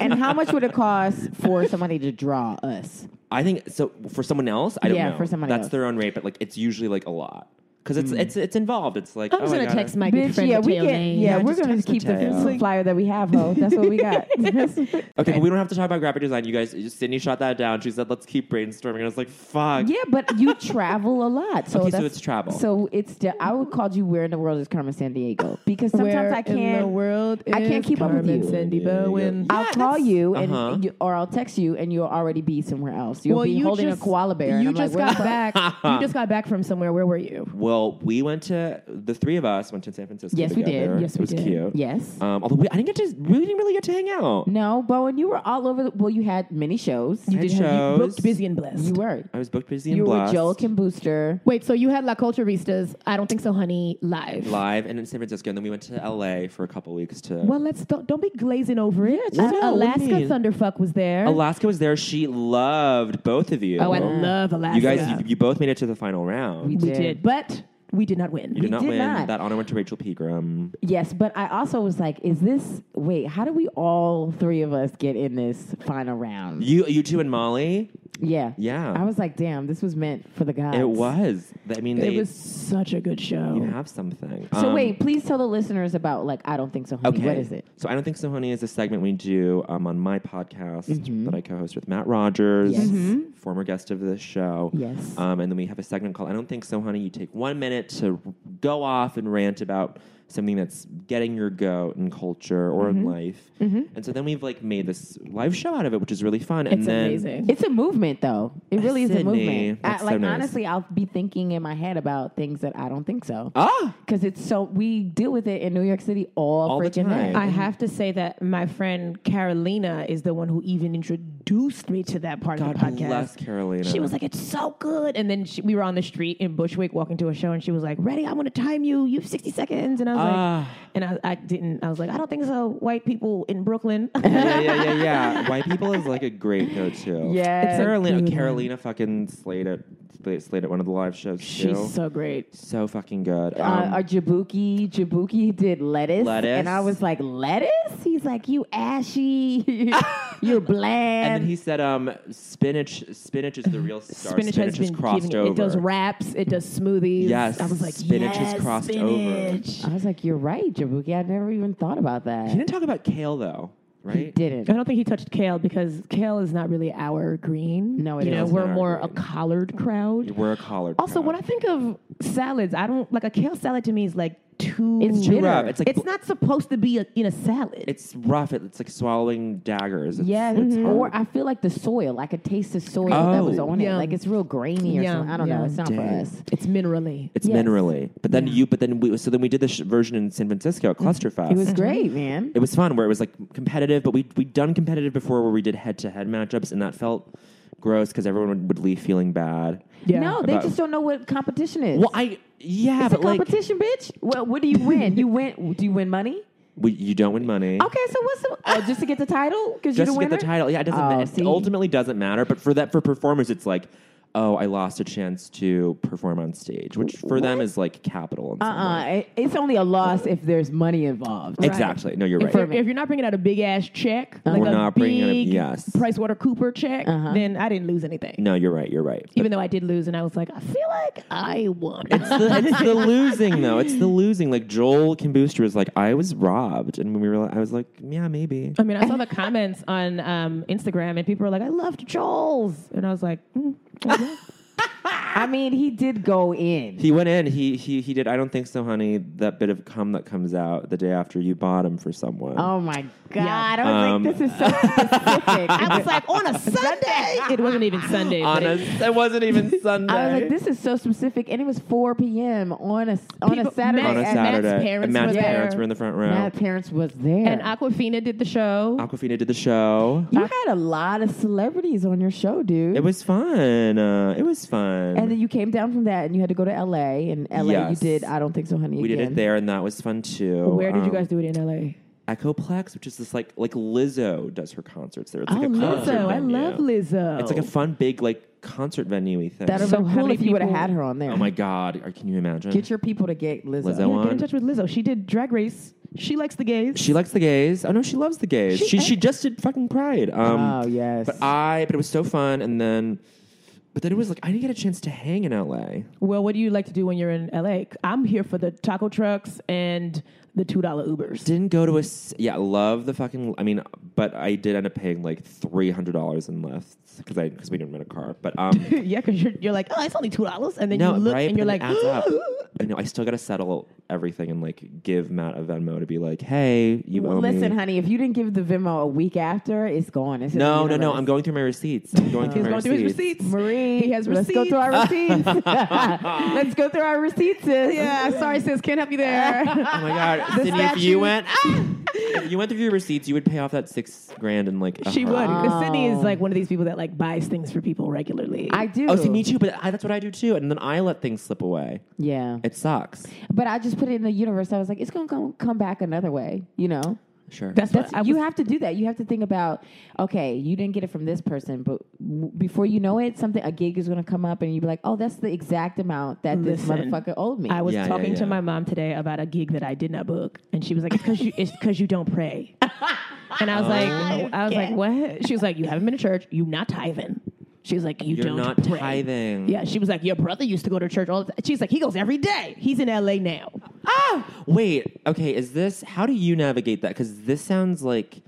Speaker 1: and how much would it cost for somebody to draw us?
Speaker 3: I think so. For someone else, I don't
Speaker 1: Yeah,
Speaker 3: know.
Speaker 1: for somebody
Speaker 3: That's
Speaker 1: else. Hmm.
Speaker 3: their own rate, but like it's usually like a lot because it's it's it's involved. It's like
Speaker 2: I'm
Speaker 3: oh,
Speaker 2: just
Speaker 3: I
Speaker 2: gonna
Speaker 3: gotta-
Speaker 2: text my good friend
Speaker 1: yeah, we
Speaker 2: Mateo
Speaker 1: can,
Speaker 2: Lane.
Speaker 1: yeah,
Speaker 3: Yeah,
Speaker 1: we're
Speaker 3: just
Speaker 1: gonna
Speaker 3: text
Speaker 1: keep the
Speaker 3: Mateo.
Speaker 1: free flyer that we have, ho. That's what we got.
Speaker 3: Okay, but we don't have to talk about graphic design. You guys, Sydney shot that down. She said, "Let's keep brainstorming." And I was like, "Fuck."
Speaker 1: Yeah, but you travel a lot. So
Speaker 3: Okay, so
Speaker 1: that's-
Speaker 3: it's travel.
Speaker 1: So it's the, I would call you where in the world is Carmen San Diego because sometimes
Speaker 2: Where
Speaker 1: I
Speaker 2: in
Speaker 1: can't.
Speaker 2: the world
Speaker 1: I can't
Speaker 2: is
Speaker 1: keep up with
Speaker 2: Carmen
Speaker 1: you.
Speaker 2: Sandy Bowen.
Speaker 1: I'll call you, and
Speaker 3: uh-huh.
Speaker 1: you, or I'll text you, and you'll already be somewhere else. You'll be holding a koala bear. and
Speaker 2: You
Speaker 1: I'm
Speaker 2: just
Speaker 1: like,
Speaker 2: got back. you just got back from somewhere. Where were you?
Speaker 3: Well, we went to the three of us went to San Francisco.
Speaker 1: Yes, we did.
Speaker 3: together.
Speaker 2: Yes,
Speaker 3: it
Speaker 2: we
Speaker 3: was
Speaker 2: did.
Speaker 3: cute.
Speaker 1: Yes.
Speaker 3: Um, although we, I didn't get to, we didn't really get to hang out.
Speaker 1: No, Bowen, you were all over. The, well, you had many shows. You,
Speaker 3: did
Speaker 2: you
Speaker 3: shows.
Speaker 2: booked busy and blessed.
Speaker 1: were.
Speaker 3: I was booked busy and
Speaker 1: You were with
Speaker 3: blessed.
Speaker 1: Joel Kim Booster.
Speaker 2: Wait, so you had La Culture Vistas? I don't think so, honey. Live.
Speaker 3: live and in San Francisco, and then we went to LA for a couple weeks to.
Speaker 2: Well, let's don't, don't be glazing over it.
Speaker 3: just-
Speaker 2: Uh,
Speaker 3: No, what
Speaker 2: Alaska
Speaker 3: do you mean? Oh,
Speaker 2: Thunderfuck was there.
Speaker 3: Alaska was there. She loved both of you.
Speaker 2: Oh, I love Alaska.
Speaker 3: You guys, you, you both made it to the final round.
Speaker 2: we
Speaker 1: did.
Speaker 2: did. but we did not win.
Speaker 3: you did not
Speaker 1: did
Speaker 3: win.
Speaker 1: not.
Speaker 3: That honor went to Rachel Pegram.
Speaker 1: Yes, but I also was like, is this wait? How do we all three of us get in this final round?
Speaker 3: You, you two, and Molly.
Speaker 1: yeah,
Speaker 3: Yeah.
Speaker 1: I was like, damn, this was meant for the guys.
Speaker 3: It was. I mean, they
Speaker 2: it was such a good show.
Speaker 3: you have something.
Speaker 1: So
Speaker 3: Um,
Speaker 1: wait, please tell the listeners about like I don't think so. Honey.
Speaker 3: Okay.
Speaker 1: What is it?
Speaker 3: So I don't think so, honey, is a segment we do um, on my podcast that I co-host with Matt Rogers,
Speaker 1: Mm-hmm. Yes.
Speaker 3: former guest of this show.
Speaker 1: Yes.
Speaker 3: Um, and then we have a segment called "I Don't Think So, Honey." You take one minute to go off and rant about something that's getting your go in culture or
Speaker 1: Mm-hmm.
Speaker 3: in life. And so then we've like made this live show out of it, which is really fun. and
Speaker 2: it's
Speaker 3: then
Speaker 2: amazing.
Speaker 1: It's a movement, though. It really is a
Speaker 3: Sydney,
Speaker 1: movement. I,
Speaker 3: that's so
Speaker 1: like
Speaker 3: nice.
Speaker 1: honestly, I'll be thinking in my head about things that I don't think so.
Speaker 3: ah,
Speaker 1: Because it's so we deal with it in New York City all,
Speaker 3: All the
Speaker 1: freaking
Speaker 3: time.
Speaker 1: day.
Speaker 2: I have to say that my friend Carolina is the one who even introduced me to that part
Speaker 3: God
Speaker 2: of the podcast.
Speaker 3: bless Carolina.
Speaker 2: She was like, "It's so good," and then she, we were on the street in Bushwick walking to a show, and she was like, "Ready? I want to time you. You have sixty seconds." And I was
Speaker 3: Ah.
Speaker 2: like, "And I, I didn't. I was like, I don't think so. White people in Brooklyn."
Speaker 3: yeah, yeah, yeah, yeah. White people is like a great go-to.
Speaker 1: Yes. It's a
Speaker 3: Carolina, Carolina fucking slayed it. Slayed, slayed at one of the live shows. too.
Speaker 2: She's so great.
Speaker 3: So fucking good.
Speaker 1: uh,
Speaker 3: Um,
Speaker 1: our Jabuki, Jabuki did lettuce,
Speaker 3: Lettuce.
Speaker 1: and I was like, lettuce? He's like, you ashy, you're bland.
Speaker 3: and then he said, um, spinach, spinach is the real star.
Speaker 2: Spinach, has
Speaker 3: is
Speaker 2: been
Speaker 3: crossed
Speaker 2: giving,
Speaker 3: over.
Speaker 2: It does wraps. It does smoothies.
Speaker 3: Yes,
Speaker 2: I was like,
Speaker 3: spinach has
Speaker 2: yes,
Speaker 3: crossed over.
Speaker 2: spinach.
Speaker 1: I was like, you're right, Jabuki. I never even thought about that.
Speaker 3: He didn't talk about kale though, right?
Speaker 1: Didn't.
Speaker 2: I don't think he touched kale because kale is not really our green.
Speaker 1: No, it
Speaker 2: you know,
Speaker 1: is
Speaker 2: we're
Speaker 3: not our
Speaker 2: more a
Speaker 3: green.
Speaker 2: collard crowd.
Speaker 3: We're a collard.
Speaker 2: Also,
Speaker 3: crowd.
Speaker 2: when I think of salads, I don't like a kale salad. To me, is like too.
Speaker 3: It's too
Speaker 2: bitter.
Speaker 3: rough. It's like bl-
Speaker 2: not supposed to be a, in a salad.
Speaker 3: It's rough. It, it's like swallowing daggers. It's,
Speaker 1: Yes,
Speaker 3: it's hard.
Speaker 1: or I feel like the soil. I could taste the soil that was
Speaker 3: Mm-hmm. Oh.
Speaker 1: on
Speaker 2: Yeah.
Speaker 1: it. Like it's real grainy or
Speaker 2: Yeah,
Speaker 1: something. I don't
Speaker 2: yeah.
Speaker 1: know. It's not for
Speaker 3: Dang.
Speaker 1: us.
Speaker 2: it's minerally.
Speaker 3: It's minerally. But then you, but then we, so then we did this sh- version in San Francisco at
Speaker 2: Mm-hmm.
Speaker 3: Clusterfest.
Speaker 1: It was great, man.
Speaker 3: It was fun where it was like competitive, but we we'd done competitive before where we did head to head matchups, and that felt gross because everyone would, would leave feeling bad.
Speaker 2: Yeah.
Speaker 1: No, they
Speaker 3: About-
Speaker 1: just don't know what competition is.
Speaker 3: Well, I yeah,
Speaker 1: it's a
Speaker 3: but like
Speaker 1: competition, bitch. Well, what do you win? you win. Do you win money?
Speaker 3: we, you don't win money.
Speaker 1: Okay, so what's the, oh, just to get the title? Because you're
Speaker 3: Just
Speaker 1: the
Speaker 3: to get
Speaker 1: winner.
Speaker 3: the title, yeah, it doesn't.
Speaker 1: Oh,
Speaker 3: ma- it
Speaker 1: see?
Speaker 3: ultimately doesn't matter, but for that for performers, it's like, oh, I lost a chance to perform on stage, which for them is like capital. in
Speaker 1: Uh
Speaker 3: some
Speaker 1: uh
Speaker 3: way.
Speaker 1: It's only a loss if there's money involved.
Speaker 3: Exactly. No, you're right.
Speaker 2: If, if you're not bringing out a big ass check, like
Speaker 3: We're
Speaker 2: a
Speaker 3: not
Speaker 2: big
Speaker 3: bringing out a- yes.
Speaker 2: Price Water Cooper check, then I didn't lose anything.
Speaker 3: no, you're right. You're right.
Speaker 2: Even though I did lose, and I was like, I feel like I won.
Speaker 3: It's the, it's the losing though. It's the losing. Like Joel Kimbooster was like, I was robbed, and when we were, like- I was like, yeah, maybe.
Speaker 2: I mean, I saw the comments on um, Instagram, and people were like, I loved Joel's. And I was like, mm, okay.
Speaker 1: I mean, he did go in.
Speaker 3: He went in. He he he did. I don't think so, honey. That bit of cum that comes out the day after you bought him for someone.
Speaker 1: Oh my God. I was
Speaker 3: Um,
Speaker 1: like, this is so specific.
Speaker 2: I was like, on a Sunday? it wasn't even Sunday. but
Speaker 3: On a,
Speaker 2: it-
Speaker 3: it wasn't even Sunday.
Speaker 1: I was like, this is so specific. And it was 4 p.m. on a, s- on
Speaker 2: People-
Speaker 1: a Saturday.
Speaker 3: on a
Speaker 2: Matt's
Speaker 1: at-
Speaker 3: Saturday.
Speaker 2: parents
Speaker 3: and Matt's
Speaker 2: were
Speaker 3: parents
Speaker 2: there.
Speaker 3: were in the front row.
Speaker 1: My parents was there.
Speaker 2: and Aquafina did the show.
Speaker 3: Aquafina did the show.
Speaker 1: uh, you had a lot of celebrities on your show, dude.
Speaker 3: It was fun. Uh, it was fun.
Speaker 1: and then you came down from that and you had to go to L.A. And L.A.
Speaker 3: Yes.
Speaker 1: you did I Don't Think So, Honey.
Speaker 3: we did
Speaker 1: again.
Speaker 3: it there, and that was fun too.
Speaker 2: Where did you
Speaker 3: Um,
Speaker 2: guys do it in LA?
Speaker 3: Echoplex, which is this like like Lizzo does her concerts there. It's like
Speaker 2: oh,
Speaker 3: a concert
Speaker 2: Lizzo. I
Speaker 3: venue.
Speaker 2: love Lizzo.
Speaker 3: It's like a fun big like concert venue thing.
Speaker 1: That would
Speaker 2: So
Speaker 1: have been
Speaker 2: how
Speaker 1: cool
Speaker 2: many
Speaker 1: if you would have
Speaker 2: people-
Speaker 1: had her on there.
Speaker 3: oh my god, Are- can you imagine?
Speaker 1: Get your people to get Lizzo.
Speaker 3: Lizzo
Speaker 2: Get in
Speaker 3: on.
Speaker 2: touch with Lizzo. She did Drag Race. She likes the gays.
Speaker 3: She likes the gays. Oh no, she loves the gays. She she,
Speaker 2: eh.
Speaker 3: just did fucking Pride. Um,
Speaker 1: Oh, yes.
Speaker 3: But I but it was so fun, and then but then it was like I didn't get a chance to hang in L.A.
Speaker 2: Well, what do you like to do when you're in LA? I'm here for the taco trucks and the two dollar Ubers.
Speaker 3: Didn't go to a s- yeah. Love the fucking. I mean, but I did end up paying like three hundred dollars and left because I because we didn't rent a car. But um.
Speaker 2: yeah, because you're, you're like, oh, it's only two dollars, and then
Speaker 3: No,
Speaker 2: you look
Speaker 3: right?
Speaker 2: and you're like,
Speaker 3: But then it adds up. I know. I still got to settle everything and like give Matt a Venmo to be like, "Hey, you owe me."
Speaker 1: Listen, honey, if you didn't give the Venmo a week after, it's gone. It's in
Speaker 3: No,
Speaker 1: the
Speaker 3: no, no.
Speaker 1: universe.
Speaker 3: I'm going through my receipts. I'm going through my
Speaker 2: going through
Speaker 3: receipts.
Speaker 2: his receipts.
Speaker 1: Marie,
Speaker 2: He has
Speaker 1: let's go
Speaker 2: receipts.
Speaker 1: through our receipts. let's go through our receipts. sis.
Speaker 2: Yeah, sorry, sis, can't help you there.
Speaker 3: Oh my god, Sydney! If you went, ah! if you went through your receipts, you would pay off that six grand in like. a
Speaker 2: she would,
Speaker 3: hurry.
Speaker 2: because Sydney is like one of these people that like buys things for people regularly.
Speaker 1: I do.
Speaker 3: Oh, see, me too. But I, that's what I do too, and then I let things slip away.
Speaker 1: Yeah,
Speaker 3: It sucks.
Speaker 1: but I just put it in the universe. I was like, it's gonna come come back another way. You know,
Speaker 3: Sure.
Speaker 2: that's,
Speaker 1: that's
Speaker 2: what I
Speaker 1: you
Speaker 2: was-
Speaker 1: have to do that. You have to think about, okay, you didn't get it from this person, but w- before you know it, something a gig is gonna come up, and you'd be like, oh, that's the exact amount that this
Speaker 2: Listen,
Speaker 1: motherfucker owed me.
Speaker 2: I was
Speaker 3: Yeah, yeah,
Speaker 2: talking
Speaker 3: yeah.
Speaker 2: to my mom today about a gig that I did not book, and she was like, "It's because you, it's because you don't pray." And I was
Speaker 3: Oh.
Speaker 2: like, "I was like, what?" She was like, "You haven't been to church. You not tithing." She was like, "You
Speaker 3: You're
Speaker 2: don't
Speaker 3: not
Speaker 2: pray."
Speaker 3: tithing.
Speaker 2: Yeah, she was like, "Your brother used to go to church all the time." She's like, "He goes every day. He's in L.A. now."
Speaker 3: Ah, wait. Okay, is this how do you navigate that? Because this sounds like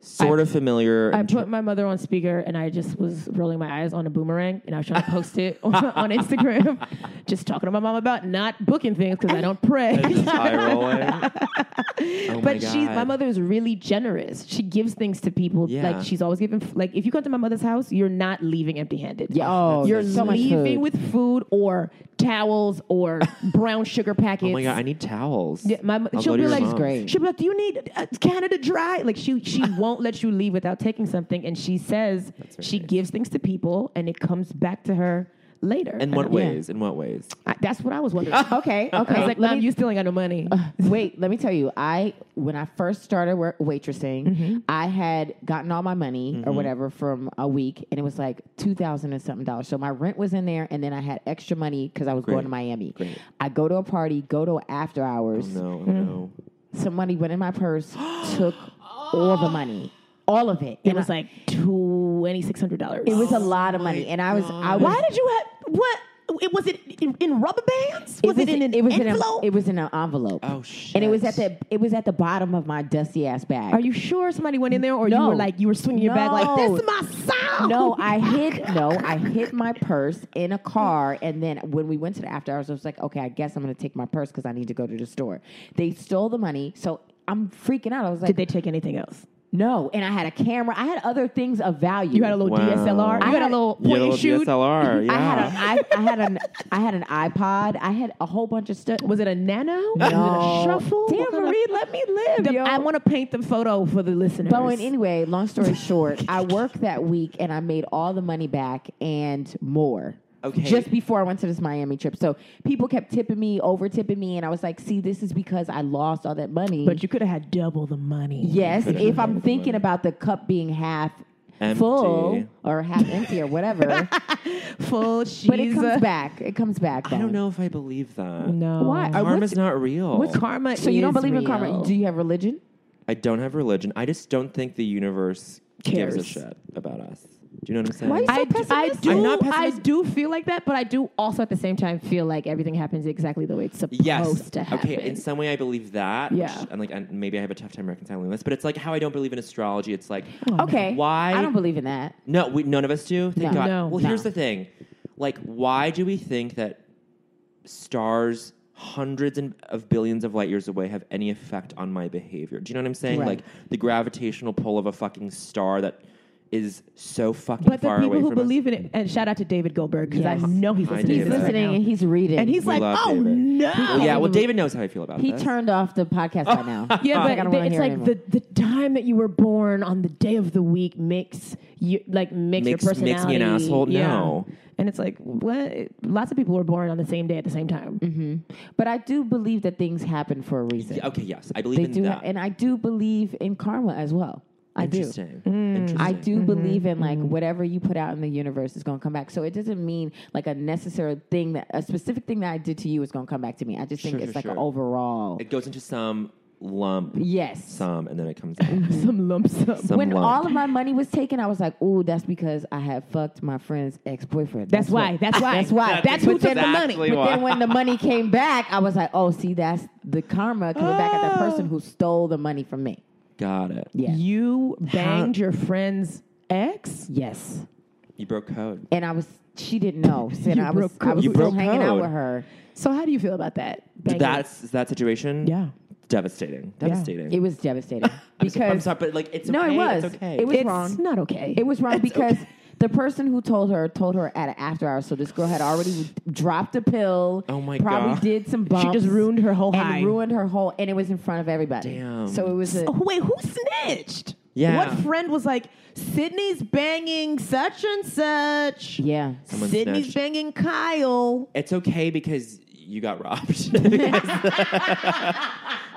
Speaker 3: sort of familiar.
Speaker 2: I
Speaker 3: in ter-
Speaker 2: put my mother on speaker, and I just was rolling my eyes on a boomerang, and I was trying to post it on, on Instagram, just talking to my mom about not booking things because I don't pray.
Speaker 3: Just eye rolling. Oh my
Speaker 2: But she's my
Speaker 3: God.
Speaker 2: mother is really generous. She gives things to people.
Speaker 3: Yeah.
Speaker 2: Like she's always giving. Like if you come to my mother's house, you're not leaving empty-handed.
Speaker 1: Yeah, oh,
Speaker 2: you're
Speaker 1: there's so much
Speaker 2: leaving
Speaker 1: food.
Speaker 2: with food or towels or brown sugar packets.
Speaker 3: Oh my god, I need towels.
Speaker 2: Yeah, my mo-
Speaker 3: I'll
Speaker 2: she'll be
Speaker 3: go to your
Speaker 2: like,
Speaker 3: mom's.
Speaker 1: She's great.
Speaker 2: she'll be like, "Do you need uh, Canada Dry?" Like she she won't let you leave without taking something, and she says
Speaker 3: very
Speaker 2: she
Speaker 3: nice.
Speaker 2: gives things to people, and it comes back to her later.
Speaker 3: In
Speaker 2: And
Speaker 3: what
Speaker 2: I-
Speaker 3: ways? In what ways?
Speaker 2: I- that's what I was wondering. I
Speaker 1: okay, okay.
Speaker 2: was like,
Speaker 1: Let
Speaker 2: "Mom,
Speaker 1: me-
Speaker 2: you still ain't got no money."
Speaker 1: Wait, let me tell you. I when I first started wor- waitressing, I had gotten all my money or whatever from a week, and it was like two thousand and something dollars. So my rent was in there, and then I had extra money because I was going to Miami.
Speaker 3: Great.
Speaker 1: I go to a party, go to after hours.
Speaker 2: Mm.
Speaker 3: No, oh no.
Speaker 1: Some money went in my purse, took all the money, all of it.
Speaker 2: it was like oh twenty six hundred dollars.
Speaker 1: it was a lot of money, and I was I was
Speaker 2: Why did you have what? it was it in, in rubber bands? Was it, in an
Speaker 1: it was
Speaker 2: envelope?
Speaker 1: In a, it was in an envelope.
Speaker 3: Oh, shit.
Speaker 1: And it was at the it was at the bottom of my dusty ass bag.
Speaker 2: Are you sure somebody went in there, or you
Speaker 1: No.
Speaker 2: were like you were swinging your bag like
Speaker 1: No.
Speaker 2: this is my sound?
Speaker 1: No, I hid. No, I hid my purse in a car, and then when we went to the after hours, I was like, okay, I guess I'm gonna take my purse because I need to go to the store. They stole the money, so I'm freaking out. I was like,
Speaker 2: Did they take anything else?
Speaker 1: no, and I had a camera. I had other things of value.
Speaker 2: You had a little
Speaker 3: Wow.
Speaker 2: DSLR. You
Speaker 3: I
Speaker 2: had a
Speaker 1: had-
Speaker 2: little point
Speaker 3: You had
Speaker 2: and
Speaker 3: a little
Speaker 2: shoot.
Speaker 3: DSLR. Yeah.
Speaker 1: I had an I, I had an I had an iPod. I had a whole bunch of stuff.
Speaker 2: Was it a nano?
Speaker 1: No.
Speaker 2: Was it a shuffle?
Speaker 1: Damn,
Speaker 2: What kind of-
Speaker 1: Marie, let me live,
Speaker 2: The-
Speaker 1: yo.
Speaker 2: I want to paint the photo for the listeners.
Speaker 1: Bowen, anyway, long story short, I worked that week and I made all the money back and more.
Speaker 3: Okay.
Speaker 1: Just before I went to this Miami trip. So people kept tipping me, over tipping me, and I was like, see, this is because I lost all that money.
Speaker 2: but you could have had double the money.
Speaker 1: yes, if I'm thinking about the cup being half full
Speaker 3: Empty.
Speaker 1: or half empty or whatever.
Speaker 2: full. She's
Speaker 1: but it
Speaker 2: a-
Speaker 1: comes back. It comes back.
Speaker 3: I don't
Speaker 1: Bowen.
Speaker 3: know if I believe that.
Speaker 2: No.
Speaker 1: Why? Uh,
Speaker 3: Karma's
Speaker 1: what's-
Speaker 3: not real.
Speaker 2: What's karma?
Speaker 1: So you don't
Speaker 2: is
Speaker 1: believe in karma.
Speaker 2: real.
Speaker 1: Do you have religion?
Speaker 3: I don't have religion. I just don't think the universe gives a
Speaker 2: Cares.
Speaker 3: shit about us. Do you know what I'm saying?
Speaker 1: Why are you so
Speaker 2: I, d- I
Speaker 1: pessimistic?
Speaker 2: do.
Speaker 3: I'm not
Speaker 2: I
Speaker 3: pessimistic.
Speaker 2: do feel like that, but I do also at the same time feel like everything happens exactly the way it's supposed
Speaker 3: yes.
Speaker 2: to happen.
Speaker 3: Okay. In some way, I believe that.
Speaker 2: Yeah.
Speaker 3: Which, and like, and maybe I have a tough time reconciling this, but it's like how I don't believe in astrology. It's like,
Speaker 1: Okay.
Speaker 3: Why?
Speaker 1: I don't believe in that.
Speaker 3: No, we, none of us do. Thank
Speaker 1: No.
Speaker 3: God.
Speaker 2: No.
Speaker 3: well,
Speaker 2: No.
Speaker 3: here's the thing. Like, why do we think that stars hundreds and of billions of light years away have any effect on my behavior? Do you know what I'm saying?
Speaker 1: Right.
Speaker 3: Like the gravitational pull of a fucking star that is so fucking
Speaker 2: But the
Speaker 3: far
Speaker 2: people
Speaker 3: away
Speaker 2: who
Speaker 3: from us.
Speaker 2: believe in it, and shout out to David Goldberg because
Speaker 1: Yes.
Speaker 2: I know he's
Speaker 3: Hi,
Speaker 2: listening.
Speaker 3: David.
Speaker 1: He's
Speaker 3: Right
Speaker 1: listening
Speaker 2: now.
Speaker 1: and he's reading.
Speaker 2: and he's
Speaker 3: We
Speaker 2: like,
Speaker 3: love
Speaker 2: "Oh
Speaker 3: David."
Speaker 2: no!"
Speaker 3: Well, yeah, well, David knows how I feel about
Speaker 1: He
Speaker 3: this.
Speaker 1: turned off the podcast by now.
Speaker 2: Yeah,
Speaker 1: He's
Speaker 2: but
Speaker 1: like, I don't
Speaker 2: the-
Speaker 1: wanna
Speaker 2: it's
Speaker 1: hear it
Speaker 2: like
Speaker 1: anymore.
Speaker 2: the, the time that you were born on the day of the week makes you like makes,
Speaker 3: Makes-
Speaker 2: your
Speaker 3: makes me an
Speaker 2: personality.
Speaker 3: asshole?
Speaker 2: Yeah.
Speaker 3: No.
Speaker 2: and it's like what? Lots of people were born on the same day at the same time.
Speaker 1: Mm-hmm. But I do believe that things happen for a reason.
Speaker 3: Okay, yes, I believe
Speaker 1: they
Speaker 3: in
Speaker 1: do,
Speaker 3: that.
Speaker 1: ha- and I do believe in karma as well. I do. Mm,
Speaker 3: Interesting. Interesting.
Speaker 1: I do believe in like whatever you put out in the universe is going to come back. So it doesn't mean like a necessary thing that a specific thing that I did to you is going to come back to me. I just think
Speaker 3: Sure,
Speaker 1: it's
Speaker 3: sure,
Speaker 1: like an
Speaker 3: sure.
Speaker 1: overall.
Speaker 3: It goes into some lump,
Speaker 1: yes. Mm-hmm.
Speaker 3: some, and then it comes out.
Speaker 2: Some lump sum.
Speaker 3: Some
Speaker 1: when
Speaker 3: lump.
Speaker 1: all of my money was taken, I was like, "Ooh, that's because I had fucked my friend's ex boyfriend."
Speaker 2: That's why. That's why.
Speaker 1: That's why.
Speaker 3: That's
Speaker 1: But then-
Speaker 3: exactly
Speaker 1: But
Speaker 3: why.
Speaker 1: then when the money came back, I was like, "Oh, see, that's the karma coming back at the person who stole the money from me."
Speaker 3: Got it.
Speaker 1: Yeah.
Speaker 2: Ah. You banged your friend's ex.
Speaker 1: Yes.
Speaker 3: You broke code.
Speaker 1: And I was. She didn't know. So then
Speaker 2: You
Speaker 1: I was.
Speaker 2: broke
Speaker 1: I was
Speaker 3: You
Speaker 1: still
Speaker 3: broke
Speaker 1: hanging out
Speaker 3: code.
Speaker 1: with her.
Speaker 2: So how do you feel about that? Banging-
Speaker 3: That's that situation.
Speaker 2: Yeah.
Speaker 3: Devastating. Devastating.
Speaker 1: It was devastating
Speaker 3: I'm so-
Speaker 1: because
Speaker 3: I'm sorry, but like it's
Speaker 1: No, it
Speaker 3: okay,
Speaker 1: was.
Speaker 3: It's okay.
Speaker 1: It was
Speaker 2: it's
Speaker 1: wrong.
Speaker 2: not okay.
Speaker 1: It was wrong because the person who told her told her at an after hour. So this girl had already dropped a pill.
Speaker 3: Oh my
Speaker 1: probably
Speaker 3: God.
Speaker 1: did some bumps.
Speaker 2: just ruined her whole
Speaker 1: and
Speaker 2: high.
Speaker 1: ruined her whole, and it was in front of everybody.
Speaker 3: Damn.
Speaker 1: So it was a.
Speaker 2: Wait, who snitched?
Speaker 3: Yeah.
Speaker 2: What friend was like, Sydney's banging such and such.
Speaker 1: Yeah.
Speaker 3: Someone
Speaker 2: Sydney's
Speaker 3: snitched.
Speaker 2: banging Kyle.
Speaker 3: It's okay because you got robbed.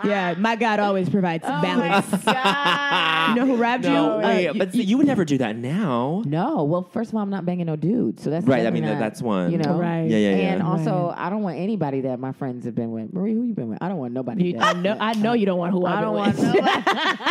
Speaker 2: Yeah, my God always provides
Speaker 1: Oh
Speaker 2: balance. Oh You know who robbed
Speaker 3: no,
Speaker 2: you?
Speaker 3: wait,
Speaker 2: Uh,
Speaker 3: but you, would never do that now.
Speaker 1: No, well, first of all, I'm not banging no dude, so that's
Speaker 3: Right, I
Speaker 1: definitely
Speaker 3: mean, that-
Speaker 1: not-
Speaker 3: that's one.
Speaker 1: You know,
Speaker 2: Right.
Speaker 3: Yeah, yeah, yeah.
Speaker 1: And also, I don't want anybody that my friends have been with. Marie, who you been with? I don't want nobody.
Speaker 2: you-
Speaker 1: that-
Speaker 2: I know, I know you don't want who
Speaker 1: I
Speaker 2: I've
Speaker 1: don't
Speaker 2: been
Speaker 1: want. nobody-
Speaker 2: with.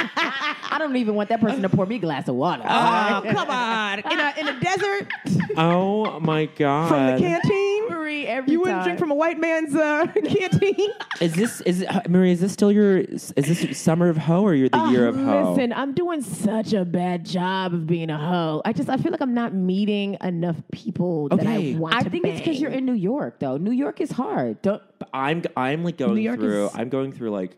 Speaker 1: I don't even want that person to pour me a glass of water.
Speaker 3: Ah.
Speaker 2: Oh, come on. In a, in a desert,
Speaker 3: oh my god.
Speaker 2: from the canteen. Marie, every You wouldn't
Speaker 1: time.
Speaker 2: drink from a white man's uh, canteen.
Speaker 3: Is this is it, uh, Marie? Is this still your? Is this summer of hoe or your the year of
Speaker 2: Uh,
Speaker 3: hoe?
Speaker 2: Listen, I'm doing such a bad job of being a hoe. I just, I feel like I'm not meeting enough people that I
Speaker 3: Okay.
Speaker 2: want
Speaker 1: I
Speaker 2: to
Speaker 1: think it's because you're
Speaker 2: bang.
Speaker 1: in New York, though. New York is hard. Don't.
Speaker 3: I'm I'm like going
Speaker 2: New York
Speaker 3: through.
Speaker 2: is-
Speaker 3: I'm going through like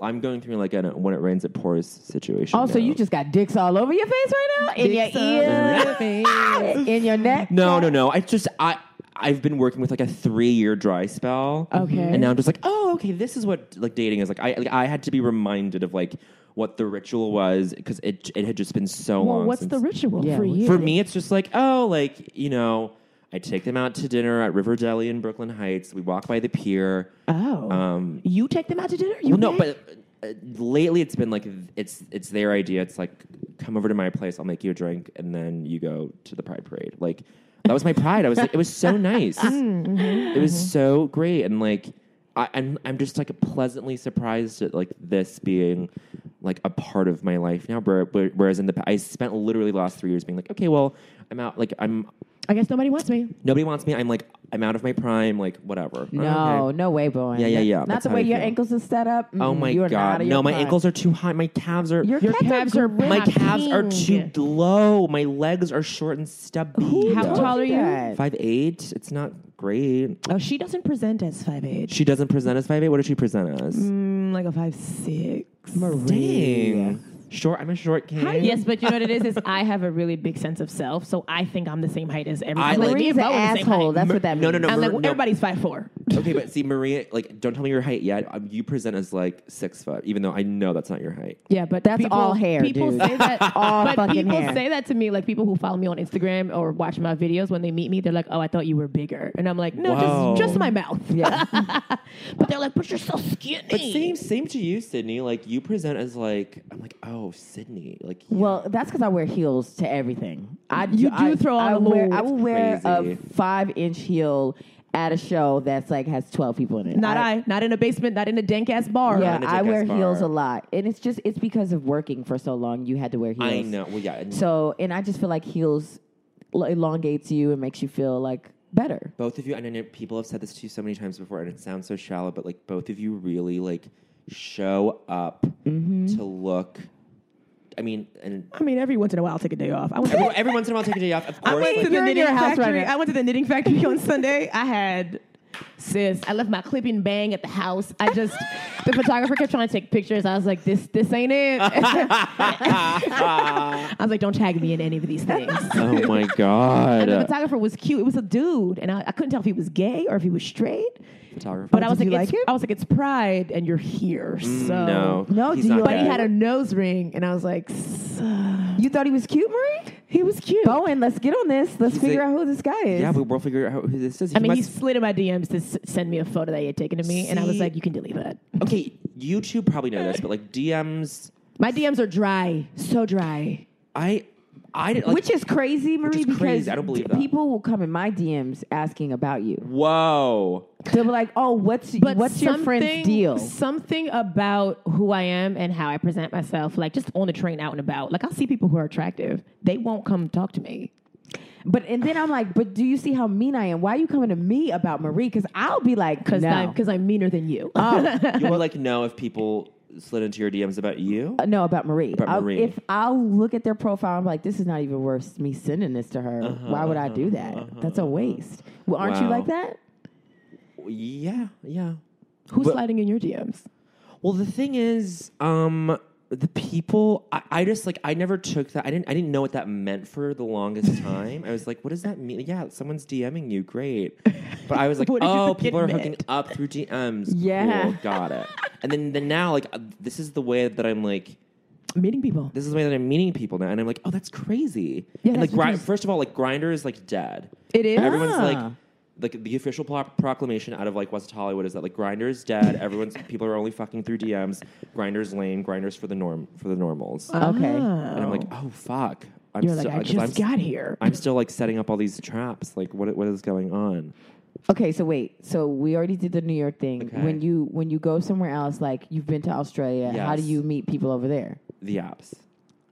Speaker 3: I'm going through like an when it rains it pours situation.
Speaker 1: Oh, so
Speaker 3: now.
Speaker 1: you just got dicks all over your face right now, in
Speaker 2: Dicks
Speaker 1: your
Speaker 2: all over
Speaker 1: ear, Ah! in your neck.
Speaker 3: No, no, no. I just I I've been working with like a three year dry spell.
Speaker 2: Okay.
Speaker 3: And now I'm just like, oh, okay, this is what like dating is like. I like, I had to be reminded of like what the ritual was because it it had just been so
Speaker 2: Well,
Speaker 3: long.
Speaker 2: what's the
Speaker 3: since-
Speaker 2: ritual
Speaker 1: Yeah,
Speaker 2: for
Speaker 1: what's-
Speaker 2: you?
Speaker 3: For me, it's just like, oh, like you know, I take them out to dinner at River Deli in Brooklyn Heights. We walk by the pier.
Speaker 2: Oh.
Speaker 3: Um,
Speaker 2: you take them out to dinner? You
Speaker 3: well, no,
Speaker 2: gay?
Speaker 3: but uh, lately it's been like it's it's their idea. It's like come over to my place, I'll make you a drink, and then you go to the Pride Parade. Like that was my pride. I was like, it was so nice. It was so great, and like I, I'm I'm just like pleasantly surprised at like this being like a part of my life now. where- where- Whereas in the pa- I spent literally the last three years being like, okay, well I'm out. Like I'm
Speaker 2: I guess nobody wants me.
Speaker 3: Nobody wants me. I'm like, I'm out of my prime. Like, whatever.
Speaker 1: No,
Speaker 3: Okay.
Speaker 1: no way, Bowen.
Speaker 3: Yeah, yeah, yeah.
Speaker 1: Not
Speaker 3: That's
Speaker 1: the
Speaker 3: how
Speaker 1: way
Speaker 3: I
Speaker 1: your
Speaker 3: feel.
Speaker 1: ankles are set up.
Speaker 3: Oh
Speaker 1: Mm,
Speaker 3: my
Speaker 1: you are not out
Speaker 3: god.
Speaker 1: of
Speaker 3: No,
Speaker 1: your
Speaker 3: my
Speaker 1: mind.
Speaker 3: ankles are too high. My calves are.
Speaker 2: Your calves are
Speaker 3: my
Speaker 2: ripped.
Speaker 3: calves are too
Speaker 2: Pink.
Speaker 3: low. My legs are short and stubby.
Speaker 2: How
Speaker 1: Don't
Speaker 2: tall
Speaker 1: do
Speaker 2: are you?
Speaker 1: that.
Speaker 3: Five eight. It's not great.
Speaker 2: Oh, she doesn't present as five eight.
Speaker 3: She doesn't present as five eight. What does she present as?
Speaker 1: Mm,
Speaker 2: like a five six.
Speaker 3: Dang. Short. I'm a short king.
Speaker 2: Yes, but you know what it is? Is I have a really big sense of self, so I think I'm the same height as everyone.
Speaker 3: I
Speaker 2: I'm like,
Speaker 3: like-
Speaker 2: me and
Speaker 1: Marie's an
Speaker 2: Bo are the same
Speaker 1: asshole.
Speaker 2: height.
Speaker 1: That's what that
Speaker 3: No, no, no.
Speaker 2: I'm
Speaker 3: Mar-
Speaker 2: like, well,
Speaker 3: no.
Speaker 2: everybody's five four.
Speaker 3: okay, but see, Maria, like, don't tell me your height yet. Um, you present as like six five, even though I know that's not your height.
Speaker 2: Yeah, but
Speaker 1: That's
Speaker 2: people-
Speaker 1: all hair,
Speaker 2: People
Speaker 1: dude.
Speaker 2: say that.
Speaker 1: All
Speaker 2: but
Speaker 1: fucking
Speaker 2: people
Speaker 1: hair.
Speaker 2: say that to me, like people who follow me on Instagram or watch my videos when they meet me, they're like, "Oh, I thought you were bigger," and I'm like, "No,
Speaker 3: Wow.
Speaker 2: just just my mouth."
Speaker 1: Yeah.
Speaker 2: but they're like, "But you're so skinny."
Speaker 3: But same, same to you, Sydney. Like you present as like, I'm like, oh, Sydney. Like,
Speaker 1: Well, that's because I wear heels to everything. I
Speaker 2: You do
Speaker 1: I-
Speaker 2: throw on
Speaker 1: I
Speaker 2: a
Speaker 1: wear,
Speaker 2: little-
Speaker 1: I will wear a
Speaker 3: Crazy.
Speaker 1: five inch heel at a show that's like has twelve people in it.
Speaker 2: Not I, Not in a basement. Not in a dank ass bar.
Speaker 1: Yeah,
Speaker 3: in a
Speaker 1: I wear
Speaker 3: dick-ass
Speaker 1: heels
Speaker 3: bar.
Speaker 1: a lot, and it's just it's because of working for so long. You had to wear heels.
Speaker 3: I know. Well, yeah. and
Speaker 1: So, and I just feel like heels l- elongates you and makes you feel like better.
Speaker 3: both of you, and I know people have said this to you so many times before, and it sounds so shallow, but like both of you really like show up to look. I mean, and
Speaker 2: I mean, every once in a while, I'll take a day off. I went to,
Speaker 3: every, every once in a while, take a day off. Of
Speaker 2: I
Speaker 3: course,
Speaker 2: went to
Speaker 3: like,
Speaker 2: the
Speaker 4: in
Speaker 2: knitting
Speaker 4: your house right
Speaker 2: factory.
Speaker 4: now.
Speaker 2: I went to the knitting factory on Sunday. I had. Sis, I left my clip and bang at the house. I just the photographer kept trying to take pictures. I was like, this this ain't it. I was like, don't tag me in any of these things.
Speaker 3: oh my
Speaker 2: And the
Speaker 3: god,
Speaker 2: photographer was cute. It was a dude, and I, I couldn't tell if he was gay or if he was straight.
Speaker 3: photographer.
Speaker 2: But I was
Speaker 4: did
Speaker 2: like,
Speaker 4: you
Speaker 2: it's,
Speaker 4: like it?
Speaker 2: I was Oh, like, it's Pride, and you're here. So
Speaker 3: Mm, no,
Speaker 4: No,
Speaker 3: he's
Speaker 4: do
Speaker 3: not
Speaker 4: you-
Speaker 2: but he
Speaker 3: gay.
Speaker 2: had a nose ring, and I was like, "Suh."
Speaker 4: You thought he was cute, Marie?
Speaker 2: he was cute.
Speaker 4: Bowen, let's get on this. Let's figure
Speaker 3: a-
Speaker 4: out who this guy is.
Speaker 3: Yeah, but we'll figure out who this is.
Speaker 2: I mean, he
Speaker 3: must-
Speaker 2: slid in my DMs to s- send me a photo that he had taken of me, and I was
Speaker 3: See?
Speaker 2: like, you can delete that.
Speaker 3: okay. You two probably know this, but like DMs,
Speaker 2: My DMs are dry, so dry.
Speaker 3: I, I didn't. Like,
Speaker 1: Which is crazy, Marie,
Speaker 3: is
Speaker 1: because
Speaker 3: crazy. I don't believe
Speaker 1: d-
Speaker 3: that.
Speaker 1: people will come in my DMs asking about you.
Speaker 3: whoa.
Speaker 1: They'll be like, "Oh, what's
Speaker 2: But
Speaker 1: what's your
Speaker 2: something-
Speaker 1: friend's deal?"
Speaker 2: Something about who I am and how I present myself, like just on the train, out and about. Like I'll see people who are attractive, they won't come talk to me.
Speaker 1: But and then I'm like, "But do you see how mean I am? Why are you coming to me about Marie?" Because I'll be like,
Speaker 2: because
Speaker 1: "No."
Speaker 2: I'm because I'm meaner than you.
Speaker 3: You would like know if people slid into your DMs about you.
Speaker 1: Uh, no, about Marie.
Speaker 3: About
Speaker 1: I'll-
Speaker 3: Marie.
Speaker 1: If I'll look at their profile, I'm like, this is not even worth me sending this to her. Why would I do that? That's a waste. Well, aren't you
Speaker 3: Uh-huh, Wow.
Speaker 1: like that?
Speaker 3: Yeah, yeah.
Speaker 2: Who's sliding in your DMs?
Speaker 3: Well, the thing is, um, the people. I, I just like. I never took that. I didn't. I didn't know what that meant for the longest time. I was like, what does that mean? Yeah, someone's DMing you. Great. But I was like,
Speaker 2: What did you
Speaker 3: oh,
Speaker 2: think it
Speaker 3: people are hooking
Speaker 2: meant?
Speaker 3: up through DMs.
Speaker 1: Yeah.
Speaker 3: Cool, got it. And then, then now, like, uh, this is the way that I'm like.
Speaker 2: Meeting people.
Speaker 3: This is the way that I'm meeting people now, and I'm like, oh, that's crazy.
Speaker 2: Yeah,
Speaker 3: and like,
Speaker 2: that's what
Speaker 3: gri-
Speaker 2: it is.
Speaker 3: first of all, like, Grinder is like dead.
Speaker 2: It is.
Speaker 3: Everyone's like,
Speaker 1: Ah.
Speaker 3: like the official pro- proclamation out of like West Hollywood is that like Grinder's dead. Everyone's people are only fucking through DMs. Grinder's lame. Grinder's for the norm for the normals.
Speaker 1: Okay.
Speaker 2: Ah.
Speaker 3: and I'm like, oh fuck. I'm
Speaker 2: Oh. You're like, I
Speaker 3: 'cause
Speaker 2: just
Speaker 3: I'm, s-
Speaker 2: got here.
Speaker 3: I'm still like setting up all these traps. Like, what what is going on?
Speaker 1: Okay, so wait. So we already did the New York thing.
Speaker 3: Okay.
Speaker 1: When you when you go somewhere else, like you've been to Australia, how do
Speaker 3: Yes.
Speaker 1: you meet people over there?
Speaker 3: The apps.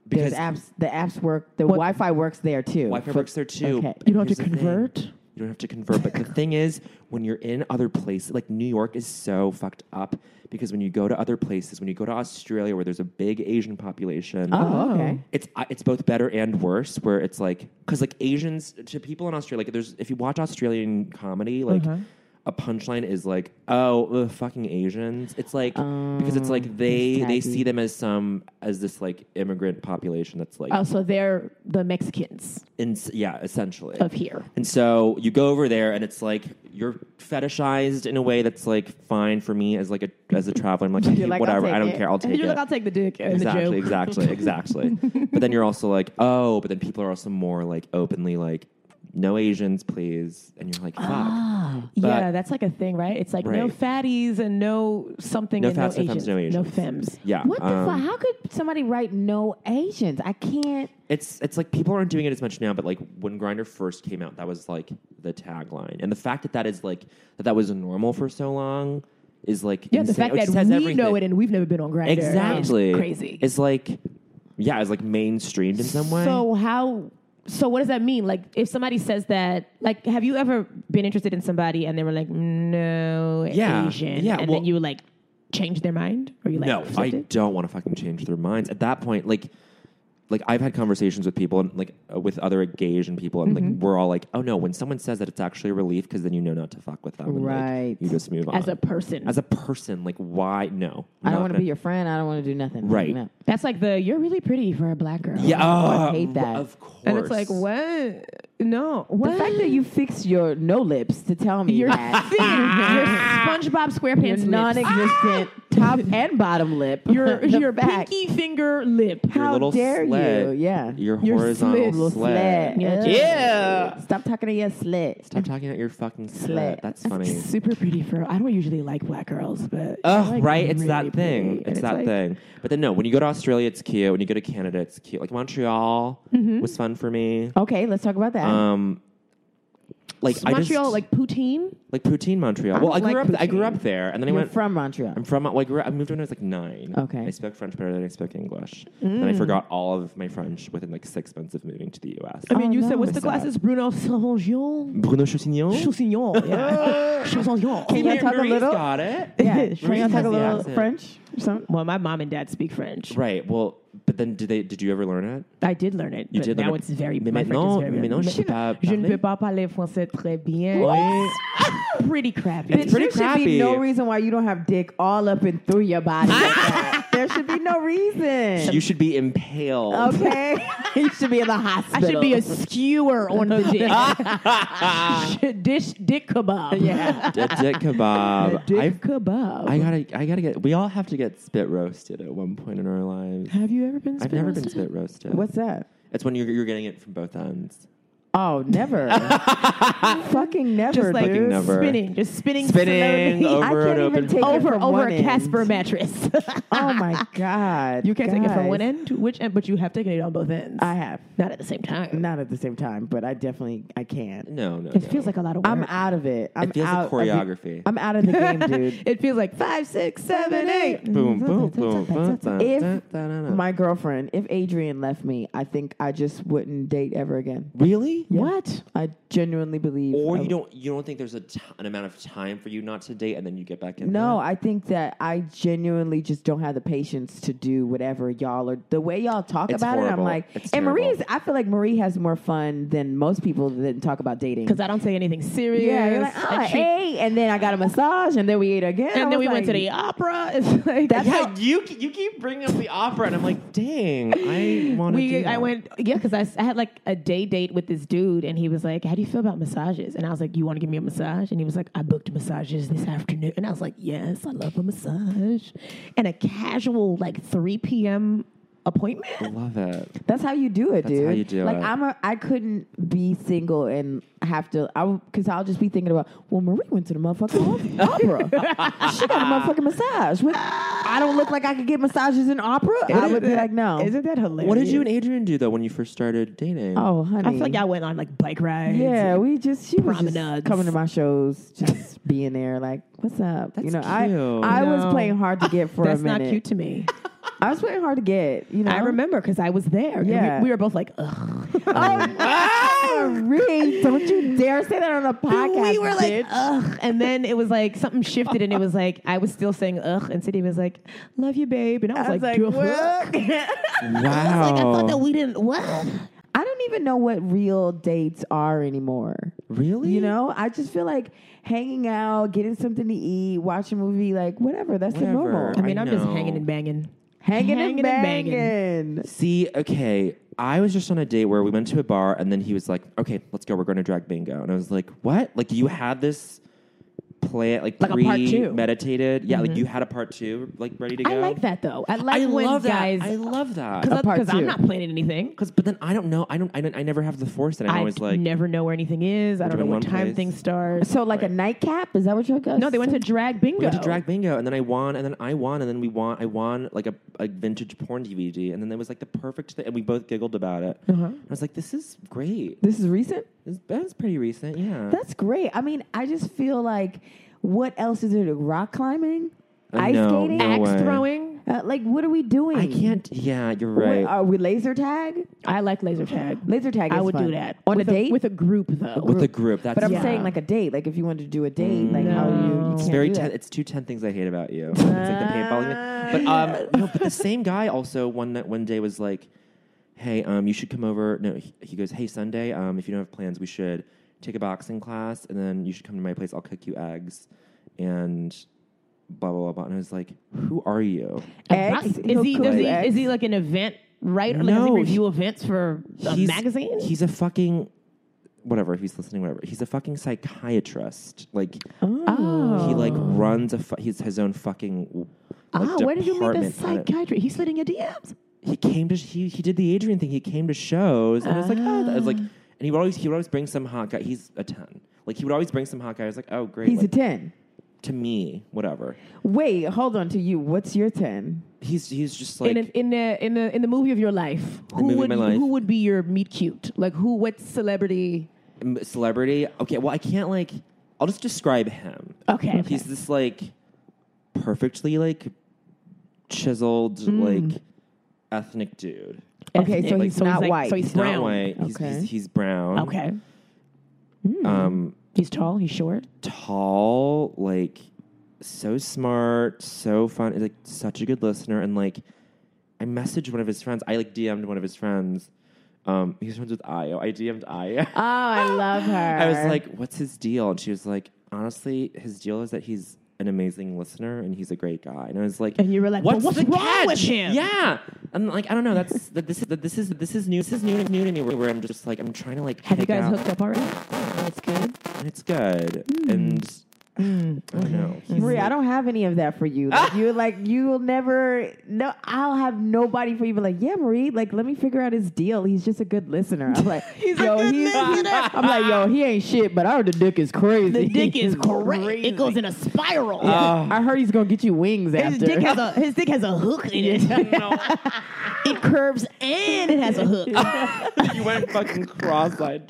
Speaker 1: There's
Speaker 3: Because
Speaker 1: apps. The apps work. The Wi-Fi works there too.
Speaker 3: Wi-Fi
Speaker 1: For-
Speaker 3: works there too.
Speaker 1: Okay.
Speaker 3: but
Speaker 2: You don't have
Speaker 3: here's
Speaker 2: to
Speaker 3: the thing.
Speaker 2: convert?
Speaker 3: You don't have to convert. But the thing is, when you're in other places, like New York is so fucked up because when you go to other places, when you go to Australia where there's a big Asian population,
Speaker 1: Oh, okay.
Speaker 3: it's I- it's both better and worse. Where it's like because like Asians to people in Australia, like there's if you watch Australian comedy, like
Speaker 2: Mm-hmm.
Speaker 3: a punchline is like, oh, the fucking Asians. It's like because it's
Speaker 2: Um,
Speaker 3: like they they
Speaker 1: tacky.
Speaker 3: see them as some as this like immigrant population that's like
Speaker 2: Oh, so they're the Mexicans
Speaker 3: in, yeah essentially
Speaker 2: of here.
Speaker 3: and so you go over there, and it's like you're fetishized in a way that's like fine for me as like a as a traveler. I'm like, "Okay,
Speaker 1: like, I'll
Speaker 3: whatever,
Speaker 1: take
Speaker 3: I don't
Speaker 1: it."
Speaker 3: care. I'll take
Speaker 2: You're
Speaker 3: it.
Speaker 2: like, I'll take the dick and the
Speaker 3: exactly,
Speaker 2: joke.
Speaker 3: exactly, exactly. but then you're also like, oh, but then people are also more like openly like, no Asians, please. And you're like, fuck,
Speaker 2: Ah. yeah, that's like a thing, right? It's like no
Speaker 3: Right.
Speaker 2: fatties and no something
Speaker 3: no
Speaker 2: and
Speaker 3: fats,
Speaker 2: no
Speaker 3: no femmes,
Speaker 2: Asians.
Speaker 3: no Asians,
Speaker 2: femmes.
Speaker 3: Yeah,
Speaker 1: What the
Speaker 3: um,
Speaker 1: fuck? How could somebody write no Asians? I can't.
Speaker 3: It's it's like people aren't doing it as much now, but like when Grinder first came out, that was like the tagline, and the fact that that is like that that was normal for so long is like
Speaker 2: Yeah, the
Speaker 3: insane.
Speaker 2: fact
Speaker 3: It
Speaker 2: that
Speaker 3: just
Speaker 2: we
Speaker 3: says everything.
Speaker 2: know it and we've never been on Grindr.
Speaker 3: Exactly.
Speaker 2: It's crazy.
Speaker 3: It's like, yeah, it's like mainstreamed in some way.
Speaker 2: So how so what does that mean? Like, if somebody says that, like, have you ever been interested in somebody and they were like, no,
Speaker 3: Yeah,
Speaker 2: Asian,
Speaker 3: yeah,
Speaker 2: and
Speaker 3: well-
Speaker 2: then you like change their mind, or you like,
Speaker 3: no, I
Speaker 2: flipped it?
Speaker 3: don't want to fucking change their minds. At that point, like, like I've had conversations with people and like uh, with other gay Asian people, and
Speaker 1: Mm-hmm.
Speaker 3: like we're all like, oh no, when someone says that, it's actually a relief because then you know not to fuck with them. and, like,
Speaker 1: Right.
Speaker 3: you just move on
Speaker 2: as a person.
Speaker 3: As a person, like why no?
Speaker 1: I don't want to be your
Speaker 3: your.
Speaker 1: friend. I don't want to do nothing.
Speaker 3: Right.
Speaker 1: No.
Speaker 2: That's like the you're really pretty for a black girl.
Speaker 3: Yeah,
Speaker 1: I
Speaker 3: oh,
Speaker 1: hate that.
Speaker 3: Of course.
Speaker 2: and it's like what? No, what?
Speaker 1: The fact that you fixed your no lips to tell me
Speaker 2: your
Speaker 1: that
Speaker 2: thin, your SpongeBob
Speaker 1: your
Speaker 2: SquarePants lips.
Speaker 1: non-existent top and bottom lip,
Speaker 2: your
Speaker 1: the
Speaker 2: your
Speaker 1: back,
Speaker 2: Ah! pinky finger lip.
Speaker 3: Your
Speaker 1: How
Speaker 3: little
Speaker 1: dare
Speaker 3: sled.
Speaker 1: you? Yeah.
Speaker 3: Your,
Speaker 2: Your
Speaker 3: horizontal
Speaker 2: slit. Little
Speaker 3: sled.
Speaker 2: Yeah,
Speaker 1: Ugh.
Speaker 2: just-
Speaker 1: Stop talking to your slit.
Speaker 3: Stop talking about your fucking sled.
Speaker 1: Slit.
Speaker 3: That's funny.
Speaker 2: Super pretty for. I don't usually like black girls, but
Speaker 3: Oh,
Speaker 2: like
Speaker 3: right. It's
Speaker 2: really
Speaker 3: that thing.
Speaker 2: pretty,
Speaker 3: It's,
Speaker 2: and it's
Speaker 3: that
Speaker 2: like-
Speaker 3: thing. But then, no, when you go to Australia, it's cute. When you go to Canada, it's cute. Like Montreal was fun for me.
Speaker 1: Okay, let's talk about that.
Speaker 3: Um, like I just-
Speaker 2: Montreal, like poutine.
Speaker 3: like poutine Montreal. well, I
Speaker 2: don't
Speaker 3: grew
Speaker 2: like
Speaker 3: up. I grew
Speaker 2: poutine.
Speaker 3: up there, and then I
Speaker 1: You're
Speaker 3: went.
Speaker 1: from Montreal.
Speaker 3: I'm from. Well, I, grew, I moved when I was like nine.
Speaker 1: Okay.
Speaker 3: I spoke French better than I spoke English. And I forgot all of my French within like six months of moving to the U.S.
Speaker 2: I mean, you
Speaker 1: no.
Speaker 2: said what's the
Speaker 3: Messed up.
Speaker 2: glasses? Bruno Savagnon.
Speaker 3: Bruno Chaussignon.
Speaker 2: Chaussignon. Yeah.
Speaker 1: Can
Speaker 2: Chaussignon.
Speaker 1: you talk a
Speaker 3: Marie's
Speaker 1: little?
Speaker 3: Got it.
Speaker 1: Yeah,
Speaker 2: Sure,
Speaker 1: can you
Speaker 3: has
Speaker 1: talk
Speaker 3: the
Speaker 1: a little
Speaker 3: accent.
Speaker 1: French? Some,
Speaker 2: Well, my mom and dad speak French.
Speaker 3: Right. Well, but then did they? Did you ever learn it?
Speaker 2: I did learn it.
Speaker 3: You
Speaker 2: but
Speaker 3: did learn
Speaker 2: now
Speaker 3: it.
Speaker 2: it's very.
Speaker 3: Mais
Speaker 2: my French
Speaker 3: maintenant-
Speaker 2: is very
Speaker 3: mais maintenant, je sais pas
Speaker 2: Je ne
Speaker 3: parler.
Speaker 2: peux pas parler français très bien.
Speaker 3: Oui.
Speaker 2: It's pretty crappy.
Speaker 3: It's pretty
Speaker 1: there should be
Speaker 3: crappy.
Speaker 1: no reason why you don't have dick all up and through your body. like that. there should be no reason.
Speaker 3: You should be impaled.
Speaker 1: okay, you should be in the hospital.
Speaker 2: I should be a skewer on the dick. Shit, Dish dick kebab.
Speaker 1: yeah.
Speaker 3: A dick kebab.
Speaker 2: Dick
Speaker 3: I've-
Speaker 2: kebab.
Speaker 3: I gotta, I gotta get. We all have to get spit roasted at one point in our lives.
Speaker 2: Have you ever been?
Speaker 3: I've never been spit roasted.
Speaker 1: What's that?
Speaker 3: It's when you're, you're getting it from both ends.
Speaker 1: Oh, never. Fucking never,
Speaker 2: just like
Speaker 3: Fucking
Speaker 1: dude.
Speaker 3: never.
Speaker 2: spinning, just spinning,
Speaker 3: Spinning
Speaker 2: slowly.
Speaker 3: over
Speaker 1: I
Speaker 3: an
Speaker 1: can't
Speaker 3: open
Speaker 1: even take
Speaker 3: flame.
Speaker 1: it
Speaker 2: over
Speaker 1: from
Speaker 2: over
Speaker 1: one
Speaker 2: a
Speaker 1: end.
Speaker 2: Casper mattress.
Speaker 1: Oh my god.
Speaker 2: you can't take it from one
Speaker 1: Guys,
Speaker 2: end to which end, but you have taken it on both ends.
Speaker 1: I have.
Speaker 2: Not at the same time.
Speaker 1: Not at the same time, but I definitely I can.
Speaker 3: No, no.
Speaker 2: It
Speaker 3: no.
Speaker 2: feels like a lot of work.
Speaker 1: I'm out of it. I'm
Speaker 3: It feels
Speaker 1: out
Speaker 3: like
Speaker 1: of the-
Speaker 3: choreography.
Speaker 1: I'm out of the game, dude.
Speaker 2: it feels like five, six, seven, eight.
Speaker 3: boom, boom, boom. boom, dun,
Speaker 1: If
Speaker 3: dun, dun, dun, dun.
Speaker 1: my girlfriend, if Adrian left me, I think I just wouldn't date ever again.
Speaker 3: really?
Speaker 2: What?
Speaker 1: I genuinely believe. I
Speaker 2: Um,
Speaker 3: Or you
Speaker 1: would-
Speaker 3: don't, you don't think there's a t- an amount of time for you not to date, and then you get back in.
Speaker 1: No, I think that I genuinely just don't have the patience to do whatever y'all are. The way y'all talk
Speaker 3: It's
Speaker 1: about it, I'm
Speaker 3: horrible.
Speaker 1: like,
Speaker 3: It's
Speaker 1: and
Speaker 3: terrible.
Speaker 1: Marie's. I feel like Marie has more fun than most people that talk about dating.
Speaker 2: Because I don't say anything serious.
Speaker 1: yeah, you're like,
Speaker 2: I
Speaker 1: oh, I
Speaker 2: treat-
Speaker 1: ate, and then I got a massage, and then we ate again, I
Speaker 2: and then
Speaker 1: was
Speaker 2: we went to
Speaker 1: like,
Speaker 2: the opera. It's like
Speaker 1: That's
Speaker 3: that. Yeah, you you keep bringing up the opera, and I'm like, dang, I want to.
Speaker 2: We, I went, yeah, because I, s- I had like a day date with this dude, and he was like, "How do you feel about massages?" And I was like, "You want to give me a massage?" And he was like, "I booked massages this afternoon," and I was like, "Yes, I love a massage," and a casual like three p.m. appointment.
Speaker 3: Love it.
Speaker 1: That's how you do it,
Speaker 3: That's
Speaker 1: dude.
Speaker 3: how you do
Speaker 1: like,
Speaker 3: it.
Speaker 1: I'm a. I couldn't be single and have to. I because I'll just be thinking about. Well, Marie went to the motherfucking op- opera. she got a motherfucking massage. When I don't look like I could get massages in opera. I would be like, no.
Speaker 2: Isn't that hilarious?
Speaker 3: What did you and Adrian do though when you first started dating?
Speaker 1: Oh, honey.
Speaker 2: I feel like I went on like bike rides.
Speaker 1: Yeah, we just she was just
Speaker 2: Promenades.
Speaker 1: coming to my shows, just being there, like, "What's up?" you know,
Speaker 3: cute.
Speaker 1: I I was
Speaker 2: No.
Speaker 1: playing hard to get for
Speaker 2: That's
Speaker 1: a
Speaker 2: not
Speaker 1: minute.
Speaker 2: cute to me.
Speaker 1: I was playing hard to get. You know,
Speaker 2: I remember because I was there. and we-
Speaker 1: Yeah.
Speaker 2: we, were both like, ugh.
Speaker 1: Marie, don't you dare say that on a podcast.
Speaker 2: Ah, we were like,
Speaker 1: bitch.
Speaker 2: uh, ugh. And then it was like something shifted, and it was like I was still saying ugh, and City was like, "Love you, babe," and I was,
Speaker 1: I was
Speaker 2: like,
Speaker 1: like,
Speaker 2: "Duh."
Speaker 1: "What?"
Speaker 3: wow!
Speaker 2: I thought that we didn't. What?
Speaker 1: I don't even know what real dates are anymore.
Speaker 3: really?
Speaker 1: You know, I just feel like hanging out, getting something to eat, watch a movie, like whatever. That's the
Speaker 3: Whatever.
Speaker 1: normal.
Speaker 2: I mean, I'm just
Speaker 3: know.
Speaker 2: hanging and banging.
Speaker 1: Hanging,
Speaker 2: Hanging and
Speaker 1: and
Speaker 2: banging.
Speaker 1: banging.
Speaker 3: See, okay, I was just on a date where we went to a bar, and then he was like, "Okay, let's go. We're going to drag bingo." And I was like, "What? Like you had this play like,
Speaker 2: Like a part two. Mm-hmm.
Speaker 3: premeditated? Yeah, like you had a part two like ready to go."
Speaker 2: I like that though. I like
Speaker 3: I
Speaker 2: when
Speaker 3: love
Speaker 2: guys.
Speaker 3: that. I love that.
Speaker 1: A part
Speaker 2: because I'm
Speaker 1: two.
Speaker 2: not planning anything.
Speaker 3: Because, but then I don't know. I don't. I don't. I never have the force, and I'm
Speaker 2: I
Speaker 3: always like,
Speaker 2: never know where anything is. I don't know
Speaker 3: doing
Speaker 2: what
Speaker 3: one
Speaker 2: time
Speaker 3: place.
Speaker 2: things start.
Speaker 1: So, like a nightcap? Is that what you're going
Speaker 2: no, they went to drag bingo.
Speaker 3: We went to drag bingo, and then I won, and then I won, and then we won. I won like a, a vintage porn DVD, and then it was like the perfect thing, and we both giggled about it.
Speaker 2: Uh-huh.
Speaker 3: I was like, "This is great.
Speaker 1: This is recent?
Speaker 3: This, that was pretty recent, yeah."
Speaker 1: That's great. I mean, I just feel like what else is there to rock climbing?
Speaker 3: Uh,
Speaker 1: Ice
Speaker 3: no,
Speaker 1: skating?
Speaker 3: no
Speaker 2: axe
Speaker 3: way.
Speaker 2: throwing.
Speaker 1: Uh, like, what are we doing?
Speaker 3: I can't. Yeah, you're right.
Speaker 1: Wait, Hmm. are we laser tag?
Speaker 2: I like laser tag.
Speaker 1: Laser tag.
Speaker 2: I
Speaker 1: is
Speaker 2: would
Speaker 1: fun.
Speaker 2: do that
Speaker 1: on
Speaker 2: With
Speaker 1: a date
Speaker 2: with a group though.
Speaker 3: With a group, that's
Speaker 1: But I'm
Speaker 3: yeah.
Speaker 1: saying like a date. Like if you wanted to do a date, like how do you? you
Speaker 3: It's
Speaker 1: can't
Speaker 3: Mm. very
Speaker 1: do
Speaker 3: ten,
Speaker 1: that.
Speaker 3: it's two ten things I hate about you. It's like the paintballing. But
Speaker 1: Ah,
Speaker 3: um no, but the same guy also one that one day was like, Hey, um, you should come over. No, he, he goes, Hey Sunday, um, if you don't have plans, we should take a boxing class and then you should come to my place, I'll cook you eggs and blah blah blah blah. And I was like, Who are you?
Speaker 1: Eggs?
Speaker 2: Is
Speaker 1: He'll
Speaker 2: he,
Speaker 1: cook
Speaker 2: does he
Speaker 1: eggs.
Speaker 2: is he like an event writer? Like does he
Speaker 3: No,
Speaker 2: review events for a
Speaker 3: He's-
Speaker 2: magazine?
Speaker 3: He's a fucking whatever, if he's listening, whatever. He's a fucking psychiatrist. Like
Speaker 2: Oh.
Speaker 3: he like runs a fu- he's his own fucking like,
Speaker 2: ah, where did you meet a
Speaker 3: department. I don't-
Speaker 2: psychiatrist? He's slid in your DMs.
Speaker 3: he came to he he did the Adrian thing. He came to shows, and I was like, oh, that was
Speaker 2: Ah.
Speaker 3: like, and he would always he would always bring some hot guy. He's a ten. Like he would always bring some hot guy. I was like, oh great,
Speaker 1: He's a
Speaker 3: like,
Speaker 1: ten.
Speaker 3: to me, whatever.
Speaker 1: Wait, hold on to you. What's your ten?
Speaker 3: He's he's just like
Speaker 2: in, a, in the in the in the movie of your life, who
Speaker 3: movie of
Speaker 2: would
Speaker 3: my life.
Speaker 2: who would be your meet cute? Like who? What celebrity?
Speaker 3: m- celebrity. Okay, well I can't like I'll just describe him.
Speaker 2: Okay, okay.
Speaker 3: he's this like perfectly like chiseled
Speaker 2: Mm.
Speaker 3: like ethnic dude.
Speaker 1: Okay, so
Speaker 2: Like,
Speaker 1: he's not
Speaker 2: like-
Speaker 1: white.
Speaker 2: So he's
Speaker 3: He's not
Speaker 2: brown.
Speaker 3: white. He's,
Speaker 1: Okay.
Speaker 3: he's, he's brown.
Speaker 2: Okay,
Speaker 3: Um,
Speaker 2: he's tall. He's short.
Speaker 3: tall, like so smart, so fun, like such a good listener. And like, I messaged one of his friends. I like DM'd one of his friends. Um, he's friends with Io. I DM'd Io.
Speaker 1: Oh, I love her.
Speaker 3: I was like, "What's his deal?" And she was like, "Honestly, his deal is that he's an amazing listener and he's a great guy." And I was like,
Speaker 2: And you were like, "But what's
Speaker 3: the
Speaker 2: wrong
Speaker 3: catch?"
Speaker 2: with him?
Speaker 3: Yeah, and like, I don't know. That's that. This is that. This is this is new. This is new. New to me. Where I'm just like, I'm trying to like.
Speaker 2: Have you
Speaker 3: pick
Speaker 2: guys
Speaker 3: out-
Speaker 2: hooked up already? That's good.
Speaker 3: And it's good.
Speaker 2: Hmm.
Speaker 3: And I don't know. He's
Speaker 1: Marie, I don't have any of that for you. Like, You're like, you'll never. No, I'll have nobody for you. But like, yeah, Marie, like, let me figure out his deal. He's just a good listener. I'm like, he's yo, he's. I'm like, yo, he ain't shit, but I heard the dick is crazy.
Speaker 2: The dick is crazy. It goes in a spiral.
Speaker 1: I heard he's gonna get you wings
Speaker 2: his
Speaker 1: after.
Speaker 2: dick has a his dick has a hook in it. it curves and it has a hook.
Speaker 3: You went fucking cross-eyed.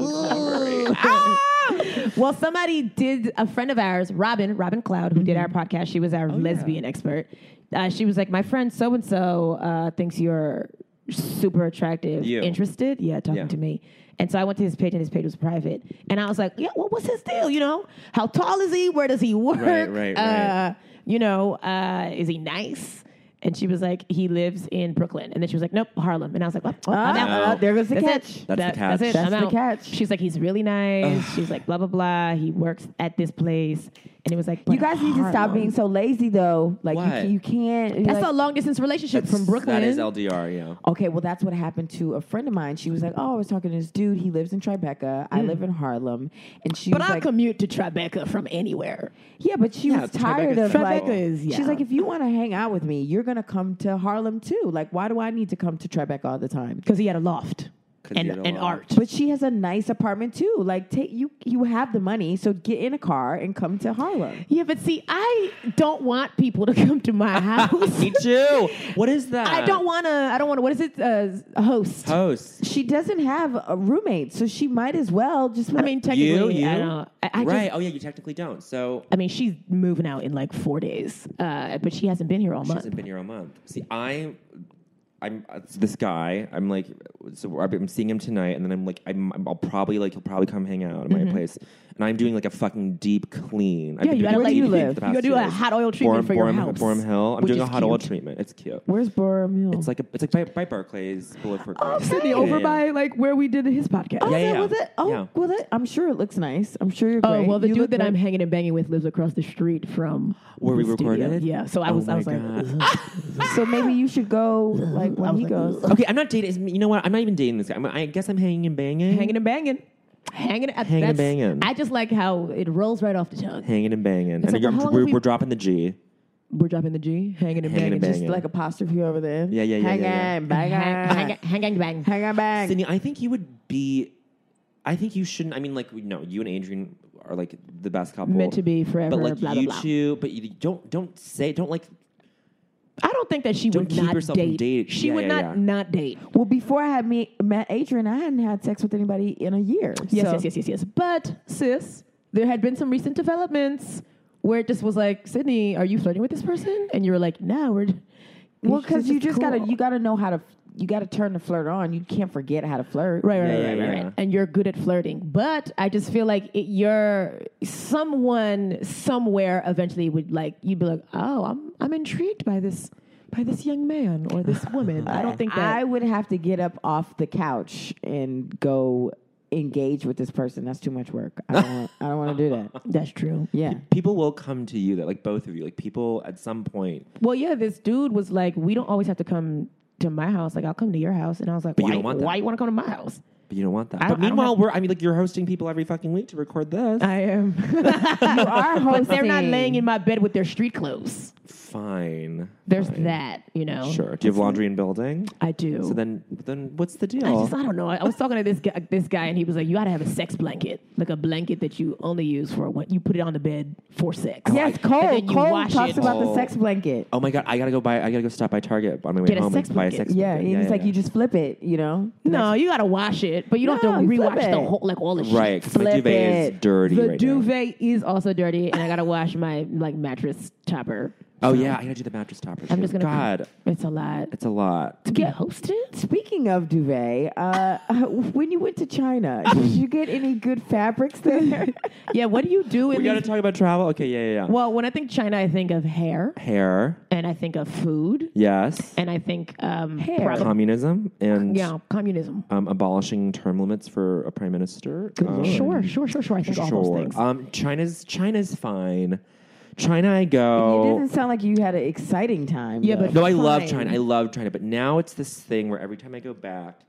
Speaker 2: Well, somebody did a friend of ours, Robin, Robin Cloud, who did our
Speaker 3: Mm-hmm.
Speaker 2: podcast. She was our
Speaker 3: Oh,
Speaker 2: lesbian expert. Uh, she was like, "My friend so and so thinks you're super attractive,
Speaker 3: You.
Speaker 2: interested." Yeah, talking
Speaker 3: Yeah.
Speaker 2: to me. And so I went to his page, and his page was private. And I was like, "Yeah, well, what's his deal? You know, how tall is he? Where does he work?
Speaker 3: Right, right, right.
Speaker 2: Uh, you know, uh, is he nice?" And she was like, "He lives in Brooklyn." And then she was like, "Nope, Harlem." And I was like, "Well, I'm out."
Speaker 3: Oh.
Speaker 1: Ah, there goes the
Speaker 2: That's
Speaker 1: catch.
Speaker 2: It.
Speaker 3: That's
Speaker 2: That-
Speaker 3: the catch.
Speaker 2: That's, it.
Speaker 1: That's
Speaker 2: I'm
Speaker 1: the
Speaker 2: out.
Speaker 1: catch.
Speaker 2: She's like, he's really nice. She's like, blah blah blah. He works at this place, and it was like,
Speaker 1: You guys need to stop being so lazy though. Like you,
Speaker 3: What?
Speaker 1: ca- you can't. you're
Speaker 2: That's
Speaker 1: like-
Speaker 2: a long distance relationship from Brooklyn.
Speaker 3: That is LDR, yeah.
Speaker 1: Okay, well, that's what happened to a friend of mine. She was like, "Oh, I was talking to this dude. He lives in Tribeca. I live in Harlem." And she
Speaker 2: Mm. but
Speaker 1: was
Speaker 2: I
Speaker 1: like,
Speaker 2: commute to Tribeca from anywhere.
Speaker 1: "Yeah, but she was
Speaker 3: Tribeca's
Speaker 1: tired of
Speaker 3: cool.
Speaker 1: like."
Speaker 2: Tribeca is- yeah.
Speaker 1: She's like, "If you want to hang out with me, you're gonna come to Harlem too. Like, why do I need to come to Tribeca all the time?"
Speaker 2: Because he had a loft
Speaker 3: 'Cause
Speaker 2: and,
Speaker 3: he had a
Speaker 2: and art.
Speaker 3: loft.
Speaker 1: But she has a nice apartment too. Like, take you you have the money, so get in a car and come to Harlem.
Speaker 2: yeah, but see, I don't want people to come to my house.
Speaker 3: Me too. What is that?
Speaker 2: I don't want to. I don't want to. What is it? Uh, host.
Speaker 3: Host.
Speaker 1: She doesn't have a roommate, so she might as well just.
Speaker 2: I mean, technically,
Speaker 3: You, you.
Speaker 2: I don't. I, I
Speaker 3: right.
Speaker 2: Just,
Speaker 3: oh, yeah, you technically don't. So
Speaker 2: I mean, she's moving out in like four days, uh, but she hasn't been here all
Speaker 3: she
Speaker 2: month.
Speaker 3: hasn't been here a month. See, I, I'm uh, this guy. I'm like, so I've been- I'm seeing him tonight, and then I'm like, I'm, I'm- I'll probably like he'll probably come hang out at my place, and I'm doing like a fucking deep clean.
Speaker 2: Mm-hmm. Yeah,
Speaker 3: I've been
Speaker 2: you
Speaker 3: doing
Speaker 2: gotta
Speaker 3: a
Speaker 2: like- Where
Speaker 3: deep
Speaker 2: do you
Speaker 3: clean
Speaker 2: live?
Speaker 3: for the past
Speaker 2: You gotta
Speaker 3: two
Speaker 2: do a
Speaker 3: years.
Speaker 2: hot oil treatment
Speaker 3: Boreham-
Speaker 2: for your
Speaker 3: Boreham-
Speaker 2: house,
Speaker 3: Boreham Hill. I'm
Speaker 2: which
Speaker 3: doing a
Speaker 2: is
Speaker 3: hot oil
Speaker 2: cute.
Speaker 3: treatment. It's cute.
Speaker 1: where's Boreham Hill?
Speaker 3: It's like a, it's like by, by Barclays Boulevard.
Speaker 2: Sydney, Oh, over by like where we did his podcast.
Speaker 1: Oh,
Speaker 3: Yeah,
Speaker 1: that
Speaker 3: yeah.
Speaker 1: was it. Oh,
Speaker 3: Yeah.
Speaker 1: well, that, I'm sure it looks nice. I'm sure you're.
Speaker 2: Oh
Speaker 1: great.
Speaker 2: well, the
Speaker 1: You look
Speaker 2: dude that
Speaker 1: great.
Speaker 2: I'm hanging and banging with lives across the street from
Speaker 3: Where we
Speaker 2: the studio.
Speaker 3: recorded?
Speaker 2: Yeah, so I
Speaker 3: Oh
Speaker 2: was, I
Speaker 3: my
Speaker 2: was like,
Speaker 3: God.
Speaker 2: "Ugh."
Speaker 1: So maybe you should go like when he goes.
Speaker 3: Okay, I'm not dating. You know what? I'm not even dating this guy. I'm, I guess I'm hanging and banging.
Speaker 2: hanging and banging, hanging, and
Speaker 3: Hanging and banging.
Speaker 2: I just like how it rolls right off the tongue.
Speaker 3: hanging and banging. and
Speaker 2: like, well,
Speaker 3: you're-
Speaker 2: how long
Speaker 3: we're,
Speaker 2: have we-
Speaker 3: we're dropping the G.
Speaker 2: We're dropping the G, hanging and
Speaker 3: Hanging
Speaker 2: banging.
Speaker 3: and
Speaker 1: Just
Speaker 3: banging.
Speaker 1: like apostrophe over there.
Speaker 3: Yeah, yeah, yeah,
Speaker 1: Hang
Speaker 3: yeah, yeah.
Speaker 1: on, bang on,
Speaker 2: Hang, hang, hang, bang.
Speaker 1: hang on, bang.
Speaker 3: Sydney, I think you would be. I think you shouldn't. I mean, like, we- no, you and Adrian are like the best couple.
Speaker 2: Meant to be forever,
Speaker 3: But like
Speaker 2: blah, blah,
Speaker 3: you
Speaker 2: blah.
Speaker 3: two, but you don't don't say don't like.
Speaker 2: I don't think that she
Speaker 3: Don't
Speaker 2: would
Speaker 3: keep
Speaker 2: not
Speaker 3: yourself from
Speaker 2: date.
Speaker 3: dating.
Speaker 2: She
Speaker 3: Yeah,
Speaker 2: would
Speaker 3: yeah,
Speaker 2: not
Speaker 3: yeah.
Speaker 2: not date.
Speaker 1: well, before I had me, met Adrian, I hadn't had sex with anybody in a year.
Speaker 2: Yes,
Speaker 1: so.
Speaker 2: yes, yes, yes, yes. But sis, there had been some recent developments where it just was like, Sydney, are you flirting with this person? And you were like, No, we're
Speaker 1: Well, because you just gotta you gotta know how to you gotta turn the flirt on. You can't forget how to flirt.
Speaker 2: Right, right,
Speaker 3: Yeah,
Speaker 2: right,
Speaker 3: yeah,
Speaker 2: right,
Speaker 3: yeah.
Speaker 2: right. And you're good at flirting, but I just feel like it, you're someone somewhere eventually would like you'd be like, oh, I'm I'm intrigued by this by this young man or this woman. I don't think that
Speaker 1: I would have to get up off the couch and go engage with this person. That's too much work. I don't. want, I don't want to do that.
Speaker 2: that's true.
Speaker 1: Yeah.
Speaker 3: People will come to you. That like both of you. Like people at some point.
Speaker 2: Well, yeah, this dude was like, we don't always have to come to my house. Like, I'll come to your house, and I was like,
Speaker 3: But you
Speaker 2: why?
Speaker 3: don't want that.
Speaker 2: why you want to come to my house?
Speaker 3: But you don't want that.
Speaker 2: I- I
Speaker 3: but
Speaker 2: don't
Speaker 3: meanwhile,
Speaker 2: have-
Speaker 3: we're. I mean, like you're hosting people every fucking week to record this.
Speaker 2: I am.
Speaker 1: You are hosting.
Speaker 2: but they're not laying in my bed with their street clothes.
Speaker 3: Fine.
Speaker 2: There's
Speaker 3: Fine.
Speaker 2: that, you know.
Speaker 3: Sure. Do you have laundry and building?
Speaker 2: Um, I do.
Speaker 3: So then, then what's the deal?
Speaker 2: I just, I don't know. I, I was talking to this guy, this guy, and he was like, "You got to have a sex blanket, like a blanket that you only use for when you put it on the bed for sex."
Speaker 1: Yes,
Speaker 2: And
Speaker 1: Cole.
Speaker 2: then you
Speaker 1: Cole
Speaker 2: wash
Speaker 1: talks
Speaker 2: it.
Speaker 1: about
Speaker 3: Oh.
Speaker 1: the sex blanket.
Speaker 3: Oh my god! I gotta go buy. I gotta go stop by Target on my way
Speaker 2: Get a
Speaker 3: home
Speaker 2: sex
Speaker 3: and buy a
Speaker 2: blanket.
Speaker 3: sex.
Speaker 1: Yeah,
Speaker 3: blanket.
Speaker 1: and it's like you just flip it. You know.
Speaker 2: No, you got to wash it, but you don't have to
Speaker 1: No, you flip
Speaker 2: rewatch the
Speaker 1: it.
Speaker 2: whole like all the shit.
Speaker 3: right. 'cause my
Speaker 1: flip
Speaker 3: duvet is
Speaker 1: it.
Speaker 3: dirty
Speaker 2: The
Speaker 3: right now.
Speaker 2: duvet is also dirty, and I gotta wash my like mattress topper.
Speaker 3: Oh yeah, I gotta do the mattress topper.
Speaker 2: I'm just gonna.
Speaker 3: God,
Speaker 2: it's a lot.
Speaker 3: it's a lot.
Speaker 2: To get hosted?
Speaker 1: Speaking of duvet, uh, when you went to China, did you get any good fabrics there?
Speaker 2: Yeah. What do you do? In
Speaker 3: We gotta
Speaker 2: these-
Speaker 3: talk about travel. Okay, yeah, yeah, yeah.
Speaker 2: well, when I think China, I think of hair,
Speaker 3: Hair,
Speaker 2: and I think of food,
Speaker 3: yes.
Speaker 2: and I think um, hair.
Speaker 3: Communism and
Speaker 2: yeah, communism.
Speaker 3: um, abolishing term limits for a prime minister. Um,
Speaker 2: Sure, sure, sure, sure. I think all those
Speaker 3: sure.
Speaker 2: things.
Speaker 3: Um, China's China's fine. China, I
Speaker 1: It
Speaker 3: go.
Speaker 1: doesn't sound like you had an exciting time.
Speaker 2: Yeah,
Speaker 1: though.
Speaker 2: but-
Speaker 3: No, I love
Speaker 2: Fine.
Speaker 3: China. I love China. But now it's this thing where every time I go back,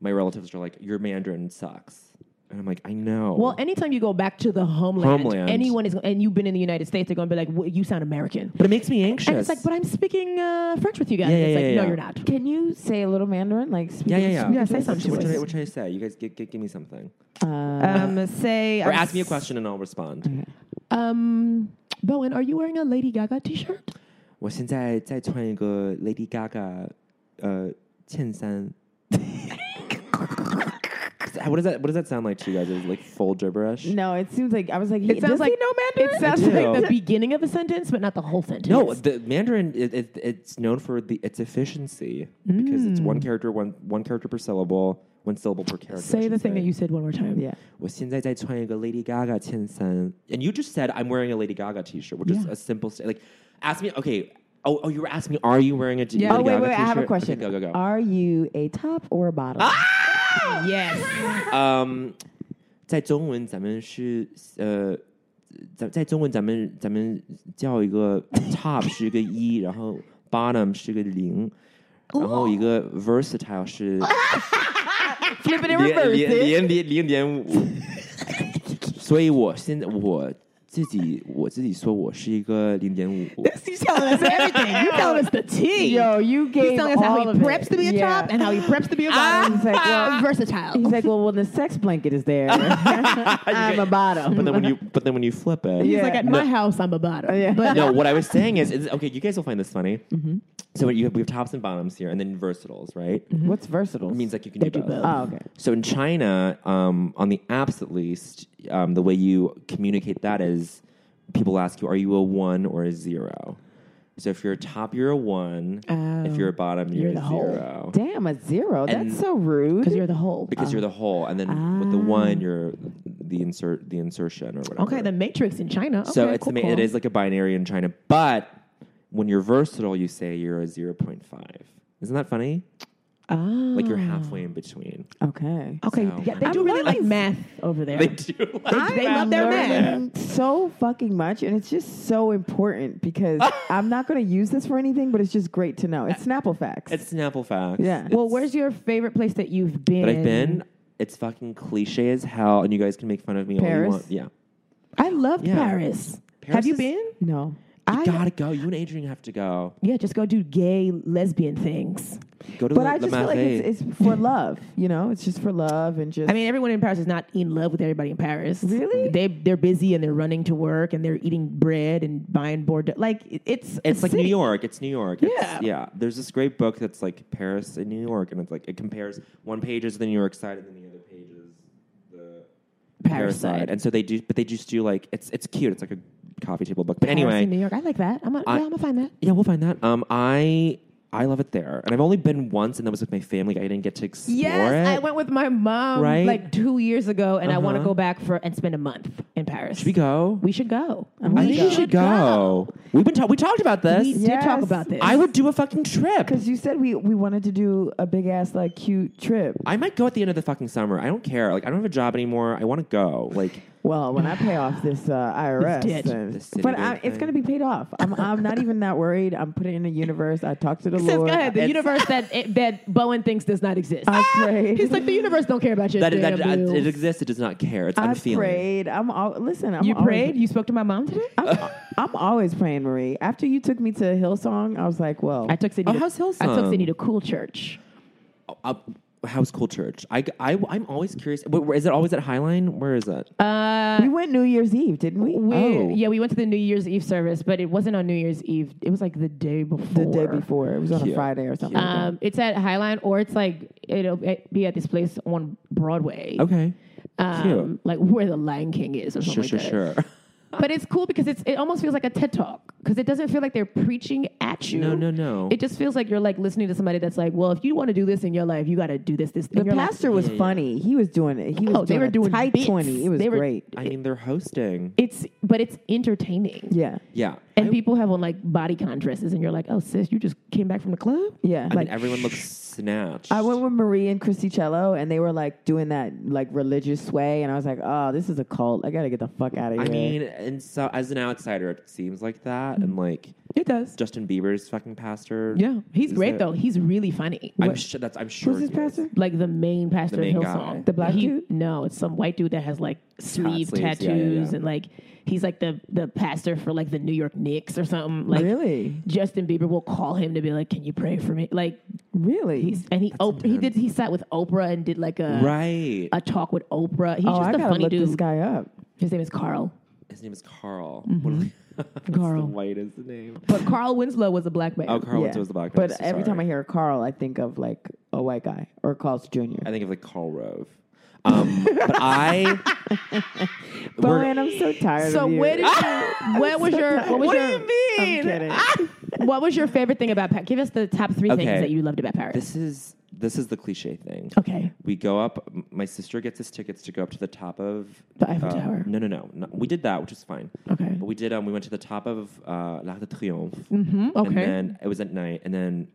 Speaker 3: my relatives are like, "Your Mandarin sucks," and I'm like, "I know."
Speaker 2: Well, anytime you go back to the homeland,
Speaker 3: Homeland.
Speaker 2: anyone is, and you've been in the United States, they're going to be like, "Wha- "You sound American,"
Speaker 3: but it makes me anxious.
Speaker 2: and it's like, "But I'm speaking uh, French with you guys."
Speaker 3: Yeah,
Speaker 2: And it's
Speaker 3: yeah,
Speaker 2: like,
Speaker 3: yeah,
Speaker 2: "No,
Speaker 3: yeah.
Speaker 2: you're not."
Speaker 1: Can you say a little Mandarin? Like, speak-
Speaker 3: yeah, yeah, yeah.
Speaker 2: Yeah, say something
Speaker 3: What
Speaker 2: to
Speaker 3: should, I,
Speaker 2: us.
Speaker 3: what should I say? You guys, give, give, give me something,
Speaker 1: Uh,
Speaker 2: Um, say,
Speaker 3: or ask me a question, and I'll respond.
Speaker 2: Um, Bowen, are you wearing a Lady Gaga T-shirt?
Speaker 3: 我现在在穿一个 Lady uh, Gaga，呃，衬衫。what does that What does that sound like to you guys? Is it like full gibberish?
Speaker 1: No, it seems like I was like, he,
Speaker 2: It sounds
Speaker 1: does
Speaker 2: like
Speaker 1: he know Mandarin?
Speaker 2: It sounds
Speaker 3: I do.
Speaker 2: like the beginning of a sentence, but not the whole sentence.
Speaker 3: No, the Mandarin it, it, it's known for the its efficiency because it's
Speaker 1: Mm.
Speaker 3: one character one one character per syllable, one syllable per character. I
Speaker 2: say
Speaker 3: should
Speaker 2: the thing
Speaker 3: say.
Speaker 2: that you said one more time.
Speaker 1: Yeah.
Speaker 3: 我现在在穿一个 Lady Gaga 衬衫 and you just said I'm wearing a Lady Gaga T-shirt, which is a simple sta- like. Ask me, okay. Oh, oh, you were asking me, are you wearing a G-
Speaker 1: Oh,
Speaker 3: Lady
Speaker 1: wait,
Speaker 3: Gaga
Speaker 1: wait, I
Speaker 3: T-shirt?
Speaker 1: have a
Speaker 3: Okay,
Speaker 1: question.
Speaker 3: go, go, go.
Speaker 1: Are you a top or a bottom?
Speaker 2: Yes.
Speaker 3: um, 在中文咱们是呃。咱在中文咱们咱们叫一个 top 是一个一，然后 bottom 是个零，然后一个 versatile 是
Speaker 2: Flip it in
Speaker 3: 连
Speaker 2: reverse.
Speaker 3: 连连连零点五。所以我现在我自己我自己说我是一个零点五。
Speaker 2: He's telling us everything. You're telling us the tea.
Speaker 1: Yo, you gave
Speaker 2: He's telling us how
Speaker 1: all
Speaker 2: he
Speaker 1: of it.
Speaker 2: preps to be a
Speaker 1: Yeah.
Speaker 2: top and how he preps to be a bottom.
Speaker 1: He's like, well-
Speaker 2: versatile.
Speaker 1: He's like, well, when the sex blanket is there, I'm a bottom.
Speaker 3: But then when you but then when you flip it,
Speaker 2: He's
Speaker 1: Yeah.
Speaker 2: like, at my house, I'm a bottom.
Speaker 1: yeah.
Speaker 2: But
Speaker 3: no, what I was saying is, is okay. You guys will find this funny.
Speaker 2: Mm-hmm.
Speaker 3: So you have, we have tops and bottoms here, and then versatiles, right?
Speaker 1: What's versatile?
Speaker 3: It means like you can do,
Speaker 2: Mm-hmm. do both.
Speaker 1: oh, okay.
Speaker 3: So in China, um, on the apps at least, um, the way you communicate that is people ask you, are you a one or a zero? So if you're a top, you're a one. if you're a bottom, you're,
Speaker 2: Oh, the
Speaker 3: a
Speaker 2: whole.
Speaker 3: zero.
Speaker 1: Damn, a zero.
Speaker 3: And-
Speaker 1: That's so rude.
Speaker 2: because you're the whole.
Speaker 3: Because you're the whole, and then with the one, you're the insert, the insertion, or whatever.
Speaker 2: Ah. Okay, the Matrix in China. Okay,
Speaker 3: so it's
Speaker 2: cool,
Speaker 3: ama-
Speaker 2: cool.
Speaker 3: it is like a binary in China, but when you're versatile, you say you're a zero point five. Isn't that funny? Like you're halfway
Speaker 1: Ah.
Speaker 3: in between.
Speaker 1: okay.
Speaker 2: Ah, Okay,
Speaker 3: So-
Speaker 2: yeah, they
Speaker 3: I'm
Speaker 2: do really like
Speaker 1: learning-
Speaker 2: math over there.
Speaker 3: They do.
Speaker 2: They love their math.
Speaker 1: learning so fucking much, and it's just so important because I'm not going to use this for anything, but it's just great to know. It's Snapple facts.
Speaker 3: It's Snapple facts.
Speaker 1: Yeah.
Speaker 2: Well, where's your favorite place that you've been?
Speaker 3: But I've been. It's fucking cliche as hell, and you guys can make fun of me all you
Speaker 1: Paris?
Speaker 3: want. Yeah.
Speaker 2: I loved
Speaker 3: Yeah.
Speaker 2: Paris.
Speaker 3: Paris
Speaker 2: Have you
Speaker 3: is-
Speaker 2: been?
Speaker 1: no.
Speaker 3: You gotta go. You and Adrian have to go.
Speaker 2: Yeah, just go do gay lesbian things.
Speaker 3: Go to
Speaker 1: But
Speaker 3: the,
Speaker 1: I
Speaker 3: the
Speaker 1: just feel like
Speaker 3: Marais.
Speaker 1: it's, it's for love, you know. It's just for love and just.
Speaker 2: I mean, everyone in Paris is not in love with everybody in Paris.
Speaker 1: Really?
Speaker 2: They they're busy and they're running to work and they're eating bread and buying Bordeaux. Like it- it's a
Speaker 3: It's like New
Speaker 2: city.
Speaker 3: York. It's New York. It's-
Speaker 2: Yeah.
Speaker 3: yeah. There's this great book that's like Paris and New York, and it's like it compares one page is the New York side, and then the other page is the
Speaker 2: Paris side.
Speaker 3: And so they do, but they just do like it's it's cute. It's like a coffee table book. But
Speaker 2: Paris
Speaker 3: anyway,
Speaker 2: and New York. I like that. I'm a, yeah, I'm gonna find that.
Speaker 3: yeah, we'll find that. Um, I I love it there. And I've only been once, and that was with my family. I didn't get to explore
Speaker 2: Yes,
Speaker 3: it.
Speaker 2: I went with my mom
Speaker 3: Right?
Speaker 2: like two years ago, and I want to
Speaker 3: Uh-huh.
Speaker 2: go back for and spend a month in Paris.
Speaker 3: should we go?
Speaker 2: We should go.
Speaker 3: I think we should go. We've been ta- we talked about this.
Speaker 2: We did talk about this.
Speaker 3: I would do a fucking trip.
Speaker 1: Because you said we, we wanted to do a big ass, like, cute trip.
Speaker 3: I might go at the end of the fucking summer. I don't care. Like I don't have a job anymore. I want to go. Like
Speaker 1: Well, when I pay off this uh, IRS,
Speaker 2: debt.
Speaker 1: then-
Speaker 3: The city
Speaker 1: but
Speaker 3: bank
Speaker 1: I, it's
Speaker 3: thing.
Speaker 1: going to be paid off. I'm, I'm not even that worried. I'm putting it in the universe. I talked to the
Speaker 2: Says, go
Speaker 1: Lord.
Speaker 2: ahead. The
Speaker 1: It's-
Speaker 2: universe that it, that Bowen thinks does not exist.
Speaker 1: I prayed.
Speaker 2: He's like the universe don't care about your
Speaker 3: that,
Speaker 2: damn
Speaker 3: that, that-
Speaker 2: bills."
Speaker 3: it exists. It does not care. It's,
Speaker 1: I
Speaker 3: I'm feeling.
Speaker 1: prayed. I'm all listen. I'm
Speaker 2: You
Speaker 1: always-
Speaker 2: prayed. You spoke to my mom today.
Speaker 3: Oh,
Speaker 1: I'm, I'm always praying, Marie. After you took me to Hillsong, I was like, well,
Speaker 2: I took Sydney.
Speaker 3: Oh,
Speaker 2: to,
Speaker 3: how's Hillsong?
Speaker 2: I took Sydney to Cool Church.
Speaker 3: Uh, how's Cool Church? I, I I'm always curious. Wait, where- is it always at Highline? Where is it?
Speaker 2: Uh,
Speaker 1: we went New Year's Eve, didn't we?
Speaker 2: We,
Speaker 3: Oh.
Speaker 2: Yeah, we went to the New Year's Eve service, but it wasn't on New Year's Eve. It was like the day before.
Speaker 1: the day before. It was on a Friday or something. like that.
Speaker 2: Um, it's at Highline, or it's like it'll be at this place on Broadway.
Speaker 3: okay.
Speaker 2: Um,
Speaker 3: Cute.
Speaker 2: like where the Lion King is, or something
Speaker 3: Sure,
Speaker 2: like
Speaker 3: sure,
Speaker 2: that.
Speaker 3: sure.
Speaker 2: But it's cool because it's it almost feels like a TED talk because it doesn't feel like they're preaching at you.
Speaker 3: No, no, no.
Speaker 2: It just feels like you're like listening to somebody that's like, well, if you want to do this in your life, you got to do this. This.
Speaker 1: the pastor was funny. He was doing it. He was
Speaker 2: Oh, they
Speaker 1: doing
Speaker 2: were
Speaker 1: a
Speaker 2: doing
Speaker 1: tight
Speaker 2: bits.
Speaker 1: twenty. It was
Speaker 2: They were-
Speaker 1: great.
Speaker 3: I mean, they're hosting.
Speaker 2: It's but it's entertaining.
Speaker 1: Yeah,
Speaker 3: Yeah.
Speaker 2: And people have on like bodycon dresses, and you're like, oh sis, you just came back from the club.
Speaker 1: yeah.
Speaker 3: I mean, everyone looks snatched.
Speaker 1: I went with Marie and Christy Cello, and they were like doing that like religious sway, and I was like, oh, this is a cult. I gotta get the fuck out of
Speaker 3: I
Speaker 1: here.
Speaker 3: mean, and so as an outsider, it seems like that, and like
Speaker 2: It does.
Speaker 3: Justin Bieber's fucking pastor.
Speaker 2: Yeah, he's
Speaker 3: Is
Speaker 2: great
Speaker 3: it-
Speaker 2: though. He's really funny.
Speaker 3: I'm sure that's. I'm sure.
Speaker 1: Who's his
Speaker 3: he is.
Speaker 1: pastor?
Speaker 2: like the main pastor
Speaker 3: The main
Speaker 2: of
Speaker 3: guy.
Speaker 2: Hillsong.
Speaker 3: The
Speaker 1: black
Speaker 2: He-
Speaker 1: dude?
Speaker 2: No, it's some white dude that has like sleeve
Speaker 3: sleeves, yeah, yeah,
Speaker 2: tattoos
Speaker 3: yeah.
Speaker 2: and like he's like the the pastor for like the New York Knicks or something. Like
Speaker 1: Really?
Speaker 2: Justin Bieber will call him to be like, "Can you pray for me?" Like
Speaker 1: Really?
Speaker 2: he's and he Op- he did he sat with Oprah and did like a
Speaker 3: Right.
Speaker 2: a talk with Oprah. He's
Speaker 1: oh,
Speaker 2: just
Speaker 1: I
Speaker 2: a
Speaker 1: gotta
Speaker 2: funny
Speaker 1: look
Speaker 2: dude.
Speaker 1: this guy up.
Speaker 2: His name is Carl.
Speaker 3: His name is Carl. What a-
Speaker 2: Carl.
Speaker 3: That's the whitest name.
Speaker 2: But Carl Winslow was a black man.
Speaker 3: Oh, Carl
Speaker 1: Yeah.
Speaker 3: Winslow was the black.
Speaker 1: But every time I hear Carl, I think of like a white guy or Carl's Jr.
Speaker 3: I think of like Carl Rove. Um, but I.
Speaker 1: But
Speaker 3: we're-
Speaker 1: man, I'm so tired
Speaker 2: So
Speaker 1: of you.
Speaker 2: where did you? Where was your? What, was your,
Speaker 1: I'm kidding.
Speaker 2: Ah! What was your favorite thing about Paris? Give us the top three
Speaker 3: Okay.
Speaker 2: things that you loved about Paris.
Speaker 3: This is this is the cliche thing.
Speaker 2: Okay.
Speaker 3: We go up. m- My sister gets us tickets to go up to the top of uh,
Speaker 2: The Eiffel Tower.
Speaker 3: No, no, no, no. We did that, which is fine.
Speaker 2: Okay.
Speaker 3: But we did. Um, we went to the top of uh, L'Arc de Triomphe.
Speaker 2: Mm-hmm, okay.
Speaker 3: And then it was at night, and then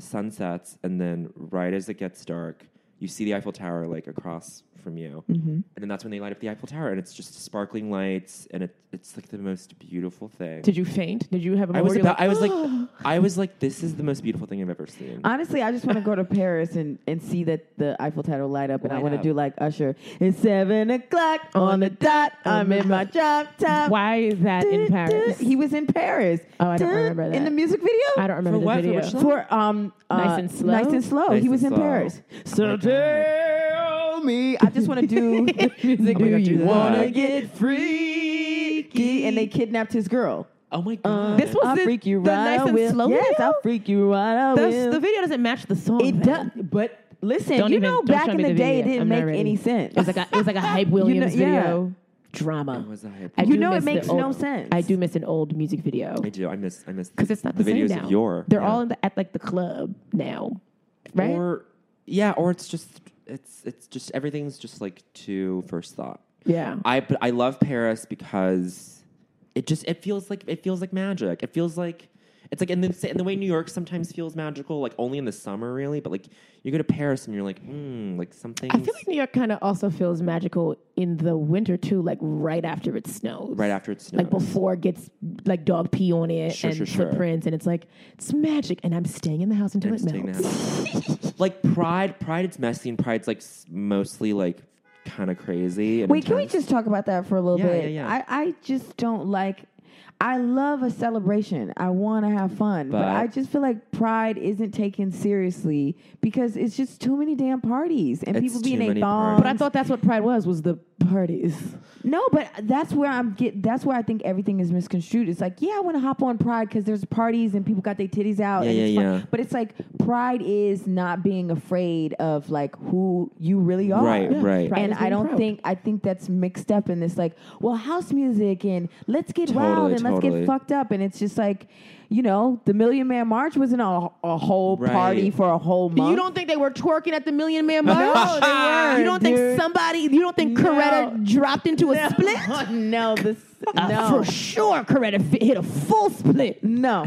Speaker 3: sunsets, and then right as it gets dark, you see the Eiffel Tower like across from you,
Speaker 2: Mm-hmm.
Speaker 3: and then that's when they light up the Eiffel Tower, and it's just sparkling lights, and it, it's like the most beautiful thing.
Speaker 2: Did you faint? Did you have a
Speaker 3: I
Speaker 2: moment where
Speaker 3: was
Speaker 2: you're
Speaker 3: about,
Speaker 2: like,
Speaker 3: I was like, I was like, this is the most beautiful thing I've ever seen.
Speaker 1: Honestly, I just want to go to Paris and, and see that the Eiffel Tower light up, and I
Speaker 3: Light
Speaker 1: want to
Speaker 3: up.
Speaker 1: do like Usher. It's seven o'clock on the dot. I'm in my job top.
Speaker 2: why is that in Paris?
Speaker 1: He was in Paris.
Speaker 2: Oh, I don't
Speaker 1: Duh,
Speaker 2: remember that.
Speaker 1: In the music video.
Speaker 2: I don't remember
Speaker 3: For
Speaker 2: the
Speaker 3: what? For
Speaker 2: video.
Speaker 3: which song?
Speaker 1: For um, uh,
Speaker 2: Nice and slow?
Speaker 1: Nice and slow.
Speaker 3: Nice
Speaker 1: he was
Speaker 3: and
Speaker 1: in
Speaker 3: slow.
Speaker 1: Paris.
Speaker 3: Oh my
Speaker 1: So
Speaker 3: God.
Speaker 1: tell me, I just want to do music.
Speaker 3: Oh my
Speaker 1: do
Speaker 3: God, do
Speaker 1: you
Speaker 3: that.
Speaker 1: wanna get freaky? And they kidnapped his girl.
Speaker 3: Oh my god!
Speaker 2: Uh, this was
Speaker 1: I'll
Speaker 2: the-
Speaker 1: freak you
Speaker 2: the
Speaker 1: right
Speaker 2: nice
Speaker 1: I
Speaker 2: and
Speaker 1: will.
Speaker 2: slow
Speaker 1: Yes,
Speaker 2: video?
Speaker 1: I'll freak you right. I
Speaker 2: the,
Speaker 1: will.
Speaker 2: the video doesn't match the song.
Speaker 1: It does,
Speaker 2: man.
Speaker 1: but listen,
Speaker 2: Don't
Speaker 1: you
Speaker 2: even-
Speaker 1: know,
Speaker 2: don't
Speaker 1: back
Speaker 2: show
Speaker 1: in
Speaker 2: me
Speaker 1: the
Speaker 2: the
Speaker 1: day,
Speaker 2: video.
Speaker 1: it didn't
Speaker 2: I'm not
Speaker 1: make
Speaker 2: ready.
Speaker 1: any sense.
Speaker 2: It was like a, it was like a Hype Williams
Speaker 1: yeah.
Speaker 2: video drama.
Speaker 3: It was a hype.
Speaker 2: I
Speaker 1: You
Speaker 2: do
Speaker 1: know it
Speaker 2: miss the
Speaker 1: makes
Speaker 2: old-
Speaker 1: no sense.
Speaker 2: I do miss an old music video
Speaker 3: I do. I miss. I miss
Speaker 2: because it's not the,
Speaker 3: videos
Speaker 2: same now.
Speaker 3: of yore.
Speaker 2: They're
Speaker 3: Yeah.
Speaker 2: all in the, at like the club now, right?
Speaker 3: Or yeah, or it's just it's it's just everything's just like too first thought.
Speaker 2: yeah.
Speaker 3: I but I love Paris because it just it feels like it feels like magic. It feels like it's like in the sa- in the way New York sometimes feels magical, like only in the summer really. But like you go to Paris and you're like, hmm, like something.
Speaker 2: I feel like New York kind of also feels magical in the winter too, like right after it snows.
Speaker 3: right after it snows.
Speaker 2: like before it gets like dog pee on it
Speaker 3: Sure,
Speaker 2: and
Speaker 3: sure, sure.
Speaker 2: footprints, and it's like it's magic. And I'm staying in the house until
Speaker 3: I'm
Speaker 2: it
Speaker 3: just taking
Speaker 2: melts.
Speaker 3: that. like Pride, Pride it's messy and Pride's like s- mostly like kind of crazy. and
Speaker 1: Wait, can we
Speaker 3: intense.
Speaker 1: just talk about that for a little
Speaker 3: Yeah,
Speaker 1: bit?
Speaker 3: yeah, yeah.
Speaker 1: I, I just don't like. I love a celebration. I want to have fun, but,
Speaker 3: But-
Speaker 1: I just feel like pride isn't taken seriously because it's just too many damn parties and
Speaker 3: It's
Speaker 1: people being
Speaker 3: too
Speaker 1: a
Speaker 3: many
Speaker 1: thongs.
Speaker 3: parties.
Speaker 2: But I thought that's what Pride was was the parties.
Speaker 1: No, but that's where I'm get. That's where I think everything is misconstrued. It's like, yeah, I want to hop on Pride because there's parties and people got their titties out.
Speaker 3: Yeah,
Speaker 1: and
Speaker 3: yeah,
Speaker 1: it's fun.
Speaker 3: yeah.
Speaker 1: But it's like Pride is not being afraid of like who you really are.
Speaker 3: Right, Yeah, right.
Speaker 2: Pride
Speaker 1: And
Speaker 2: is
Speaker 1: I
Speaker 2: being
Speaker 1: don't
Speaker 2: proud.
Speaker 1: think I think that's mixed up in this like, well, house music and let's get
Speaker 3: Totally,
Speaker 1: wild and let's
Speaker 3: Totally.
Speaker 1: get fucked up. And it's just like, you know, the Million Man March wasn't a, a whole
Speaker 3: Right.
Speaker 1: party for a whole month.
Speaker 2: You don't think they were twerking at the Million Man March?
Speaker 1: No, they weren't,
Speaker 2: You don't
Speaker 1: dude.
Speaker 2: think somebody? You don't think Coretta dropped into a split?
Speaker 1: no this
Speaker 2: Uh,
Speaker 1: no
Speaker 2: For sure, Coretta fi- hit a full split.
Speaker 1: no.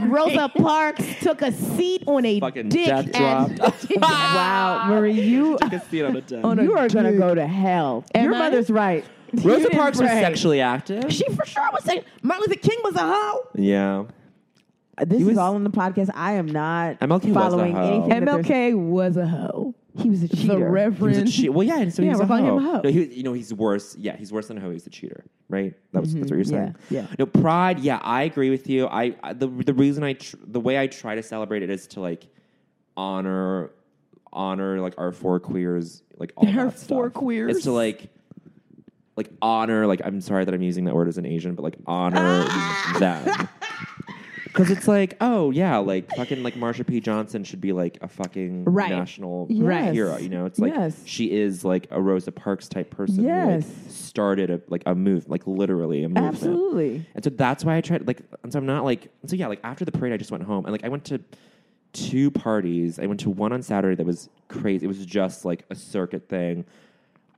Speaker 2: Rosa Parks took a seat on a
Speaker 3: Fucking
Speaker 2: dick
Speaker 3: death
Speaker 2: at-
Speaker 3: dropped.
Speaker 1: wow, Marie, you
Speaker 3: Just see it on a deck.
Speaker 1: you are gonna
Speaker 5: dude.
Speaker 1: go to hell. Your
Speaker 2: I?
Speaker 1: mother's right. You
Speaker 3: Rosa
Speaker 1: didn't
Speaker 3: Parks was
Speaker 1: pray.
Speaker 3: sexually active.
Speaker 2: She for sure was saying Martin Luther King was a hoe.
Speaker 3: yeah.
Speaker 1: This
Speaker 3: was-
Speaker 1: is all on the podcast. I am not
Speaker 3: MLK was a
Speaker 1: following
Speaker 3: hoe.
Speaker 1: anything. that they're
Speaker 2: MLK was a hoe.
Speaker 1: saying. he was a cheater.
Speaker 2: The
Speaker 3: He was a
Speaker 2: Reverend.
Speaker 3: che- well, yeah, and so
Speaker 2: Yeah,
Speaker 3: he's
Speaker 2: we're
Speaker 3: a
Speaker 2: calling
Speaker 3: hoe.
Speaker 2: him a hoe.
Speaker 3: No, he, you know, he's worse. Yeah, he's worse than a hoe. He's a cheater, right? That was, That's what you're
Speaker 2: Mm-hmm.
Speaker 3: saying.
Speaker 1: yeah, yeah.
Speaker 3: No, pride. Yeah, I agree with you. I, I the the reason I tr- the way I try to celebrate it is to like honor honor like our four queers like all
Speaker 2: Our
Speaker 3: that
Speaker 2: four
Speaker 3: stuff.
Speaker 2: queers.
Speaker 3: It's to like like honor like I'm sorry that I'm using that word as an Asian, but like honor them. Because it's like, oh yeah, like fucking like Marsha P. Johnson should be like a fucking
Speaker 2: Right.
Speaker 3: national
Speaker 1: Yes.
Speaker 3: hero. You know, it's like
Speaker 1: Yes.
Speaker 3: she is like a Rosa Parks type person.
Speaker 1: Yes.
Speaker 3: who, like, started a like a move, like literally a movement.
Speaker 1: Absolutely.
Speaker 3: And so that's why I tried like and so I'm not like so yeah, like after the parade I just went home and like I went to two parties. I went to one on Saturday that was crazy. It was just like a circuit thing.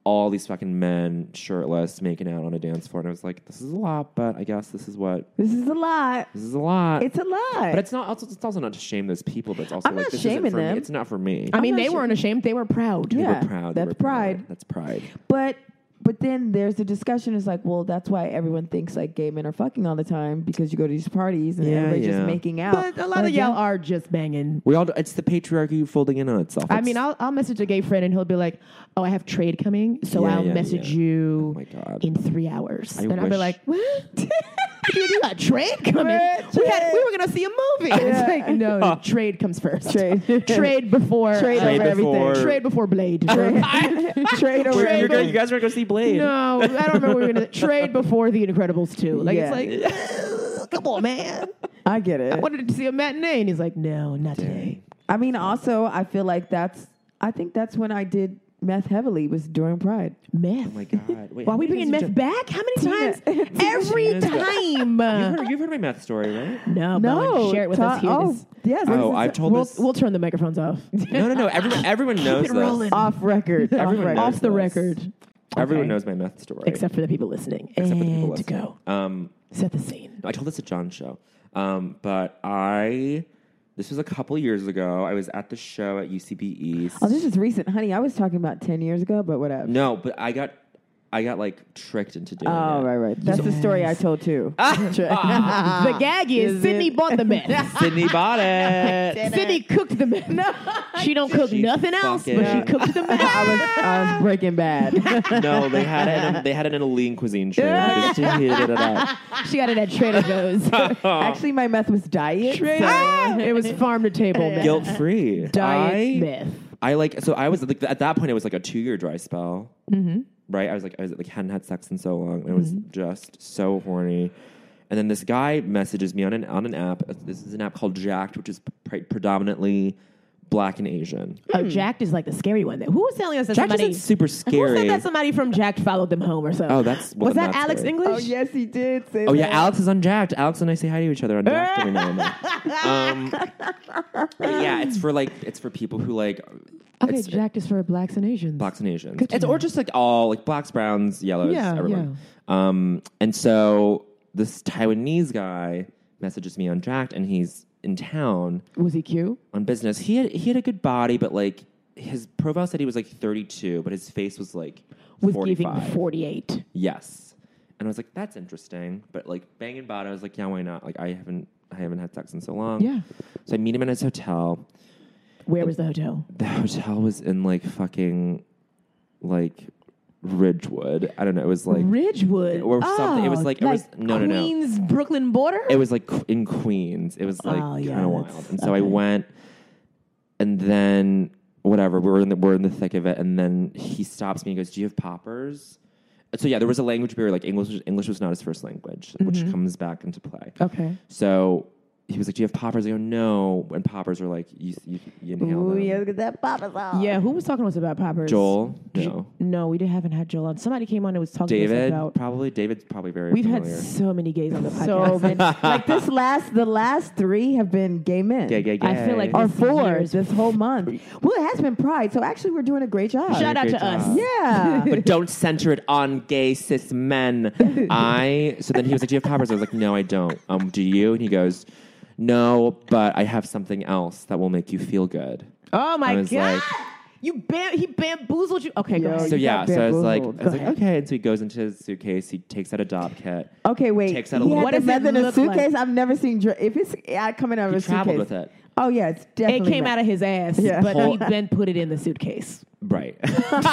Speaker 3: All these fucking men shirtless making out on a dance floor and I was like, This is a lot, but I guess this is what
Speaker 1: This is a lot.
Speaker 3: this is a lot.
Speaker 1: It's a lot.
Speaker 3: but it's not also it's also not to shame those people, but it's also
Speaker 1: I'm
Speaker 3: like
Speaker 1: not
Speaker 3: this
Speaker 1: shaming
Speaker 3: isn't for
Speaker 1: them.
Speaker 3: me. It's not for me.
Speaker 2: I mean, they weren't ashamed; they were proud.
Speaker 3: They were
Speaker 1: Yeah,
Speaker 3: proud. They
Speaker 1: that's
Speaker 3: were proud.
Speaker 1: pride.
Speaker 3: That's pride.
Speaker 1: But but then there's the discussion. It's like, well, that's why everyone thinks like gay men are fucking all the time because you go to these parties and
Speaker 3: Yeah,
Speaker 1: everybody's
Speaker 3: yeah.
Speaker 1: just making out.
Speaker 2: But a lot of
Speaker 1: Like,
Speaker 2: y'all are just banging.
Speaker 3: We all. It's the patriarchy folding in on itself.
Speaker 2: I
Speaker 3: It's-
Speaker 2: mean, I'll, I'll message a gay friend and he'll be like, "Oh, I have trade coming, so
Speaker 3: Yeah,
Speaker 2: I'll
Speaker 3: yeah,
Speaker 2: message
Speaker 3: yeah.
Speaker 2: you
Speaker 3: Oh my God.
Speaker 2: in three hours."
Speaker 3: I
Speaker 2: and I'll be
Speaker 3: wish-
Speaker 2: like, "What? Dude, you got trade coming? We, had, we were gonna see a movie. It's like, no, no, trade comes first. Trade, before uh,
Speaker 1: Trade
Speaker 3: Trade
Speaker 1: over everything.
Speaker 3: before-
Speaker 2: trade before Blade.
Speaker 1: Trade over everything.
Speaker 3: We're- uh, you're gonna- you guys are going to see Blade. Oh
Speaker 2: no, I don't remember. We were gonna trade before The Incredibles two. Like
Speaker 1: Yeah.
Speaker 2: it's like, come on, man.
Speaker 1: I get it.
Speaker 2: I wanted to see a matinee, and he's like, no, not today.
Speaker 1: I mean, also, I feel like that's. I think that's when I did meth heavily was during Pride.
Speaker 2: Meth.
Speaker 3: Oh my God. Wait,
Speaker 2: Why
Speaker 3: how
Speaker 2: are we bringing
Speaker 3: many
Speaker 2: meth
Speaker 3: guys have
Speaker 2: back? How many
Speaker 1: Tina-
Speaker 2: times? Every
Speaker 3: Tina's got-
Speaker 2: time.
Speaker 3: done- You've heard, you've heard my math story, right?
Speaker 2: no,
Speaker 1: No,
Speaker 2: Bowen, share it with
Speaker 1: Ta-
Speaker 2: us here.
Speaker 1: Oh,
Speaker 2: This-
Speaker 1: yes.
Speaker 3: Oh,
Speaker 1: this is
Speaker 3: I've told
Speaker 2: we'll,
Speaker 3: this.
Speaker 2: we'll turn the microphones off.
Speaker 3: no, no, no. Everyone, everyone knows
Speaker 2: it
Speaker 3: this.
Speaker 2: rolling.
Speaker 1: off record. off
Speaker 3: Everyone
Speaker 1: record.
Speaker 3: knows
Speaker 2: Off the
Speaker 3: this.
Speaker 2: record,
Speaker 3: Everyone
Speaker 2: Okay.
Speaker 3: knows my math story.
Speaker 2: except for the people listening. and
Speaker 3: Except for the people
Speaker 2: to
Speaker 3: listening.
Speaker 2: go
Speaker 3: Um,
Speaker 2: set the scene.
Speaker 3: I told this at John's show, um, but I. This was a couple years ago. I was at the show at UCB East.
Speaker 1: Oh, this is recent, honey. I was talking about ten years ago, but whatever.
Speaker 3: no, but I got, I got like tricked into doing
Speaker 1: Oh,
Speaker 3: it.
Speaker 1: right, right. That's the story I told too.
Speaker 3: Ah,
Speaker 2: the gag is, Sydney bought the meth.
Speaker 3: Sydney bought it.
Speaker 2: Sydney cooked the meth. she don't cook
Speaker 3: She
Speaker 2: nothing else,
Speaker 3: fucking-
Speaker 2: but she cooked the meth.
Speaker 1: I was I was Breaking Bad.
Speaker 3: no, they had it. In, they had it in a lean cuisine show. Just to heat it up.
Speaker 2: she got it at Trader Joe's.
Speaker 1: Actually, my meth was diet.
Speaker 2: Ah! it was farm to table meth.
Speaker 3: guilt free.
Speaker 2: Diet
Speaker 3: I,
Speaker 2: meth.
Speaker 3: I like so I was like at that point it was like a two year dry spell. Mm-hmm. Right, I was like I was like hadn't had sex in so long. And it
Speaker 2: Mm-hmm.
Speaker 3: was just so horny. And then this guy messages me on an on an app. This is an app called Jacked, which is pre- predominantly black and Asian.
Speaker 2: Oh, Jacked is like the scary one. Who was telling us that
Speaker 3: Jacked
Speaker 2: somebody
Speaker 3: isn't super
Speaker 2: Who
Speaker 3: scary.
Speaker 2: said that somebody from Jacked followed them home or something?
Speaker 3: Oh, that's- well,
Speaker 2: was
Speaker 3: then
Speaker 2: that
Speaker 3: that's
Speaker 2: Alex
Speaker 3: scary.
Speaker 2: English?
Speaker 1: Oh yes, he did. Say
Speaker 3: Oh yeah,
Speaker 1: that.
Speaker 3: Alex is on Jacked. Alex and I say hi to each other on Jacked every now and then. Um, but yeah, it's for like it's for people who like
Speaker 2: Okay, Jacked is for blacks and Asians.
Speaker 3: blacks and Asians. It's or just like all like blacks, browns, yellows,
Speaker 2: Yeah,
Speaker 3: everyone. Um, and so this Taiwanese guy messages me on Jacked, and he's in town
Speaker 2: Was he cute?
Speaker 3: on business. He had he had a good body, but like his profile said he was like 32, but his face was like
Speaker 2: Was
Speaker 3: 45.
Speaker 2: giving forty eight.
Speaker 3: Yes. And I was like, that's interesting. But like banging bada, I was like, yeah, why not? Like I haven't I haven't had sex in so long.
Speaker 2: Yeah.
Speaker 3: So I meet him at his hotel.
Speaker 2: Where was the hotel?
Speaker 3: The hotel was in like fucking like Ridgewood. I don't know. It was like
Speaker 2: Ridgewood
Speaker 3: Or something. It was
Speaker 2: Oh,
Speaker 3: like- it was- no, no, no.
Speaker 2: Queens Brooklyn border.
Speaker 3: it was like qu- in Queens. It was like
Speaker 2: Oh, yeah,
Speaker 3: kind of
Speaker 2: that's-
Speaker 3: wild. And so I went, and then whatever. We were in the we're in the thick of it, and then he stops me and goes, "Do you have poppers?" So yeah, there was a
Speaker 2: Mm-hmm.
Speaker 3: language barrier. Like English, English was not his first language, which comes back into play.
Speaker 2: okay.
Speaker 3: So he was like, "Do you have poppers?" I go, "No." And poppers are like, "You you, you inhale
Speaker 4: Ooh,
Speaker 3: them."
Speaker 4: yeah, look at that papa's off.
Speaker 2: Yeah, who was talking to us about poppers?
Speaker 3: Joel, no.
Speaker 2: No, we didn't, haven't had Joel on. Somebody came on and was talking to us
Speaker 3: David,
Speaker 2: about.
Speaker 3: probably. David's probably very.
Speaker 2: We've
Speaker 3: familiar.
Speaker 2: had so many gays on the
Speaker 4: So
Speaker 2: podcast.
Speaker 4: many- like this last, the last three have been gay men.
Speaker 3: Gay, gay, gay.
Speaker 2: I feel like
Speaker 4: Or
Speaker 2: this
Speaker 4: four
Speaker 2: year's-
Speaker 4: this whole month. Well, it has been Pride, so actually we're doing a great job.
Speaker 2: Shout out
Speaker 3: Great
Speaker 2: to us.
Speaker 3: job.
Speaker 4: Yeah.
Speaker 3: but don't center it on gay cis men. I so then he was like, "Do you have poppers?" I was like, "No, I don't." Um, do you? And he goes, "No, but I have something else that will make you feel good."
Speaker 2: Oh
Speaker 3: I
Speaker 2: my
Speaker 3: was
Speaker 2: god!
Speaker 3: like-
Speaker 2: you bam- he bamboozled you. Okay, go
Speaker 4: Yo,
Speaker 2: ahead.
Speaker 3: So
Speaker 4: you
Speaker 3: yeah,
Speaker 4: got
Speaker 3: so I was like,
Speaker 4: bamboozled.
Speaker 3: I was
Speaker 4: Go
Speaker 3: like,
Speaker 4: ahead.
Speaker 3: okay. And so he goes into his suitcase. He takes out a dob kit.
Speaker 4: Okay, wait.
Speaker 3: Takes out a
Speaker 4: he
Speaker 3: little-
Speaker 4: had
Speaker 3: What
Speaker 2: does
Speaker 4: this
Speaker 2: it
Speaker 4: method in a
Speaker 2: look like?
Speaker 4: suitcase. I've never seen. Dr- if it's I come in out of
Speaker 3: He
Speaker 4: a
Speaker 3: traveled
Speaker 4: suitcase.
Speaker 3: with it,
Speaker 4: Oh yeah, it's
Speaker 2: It
Speaker 4: definitely.
Speaker 2: came
Speaker 4: meth.
Speaker 2: out of his ass,
Speaker 4: Yeah.
Speaker 2: but
Speaker 3: Whole-
Speaker 2: he then put it in the suitcase.
Speaker 3: right?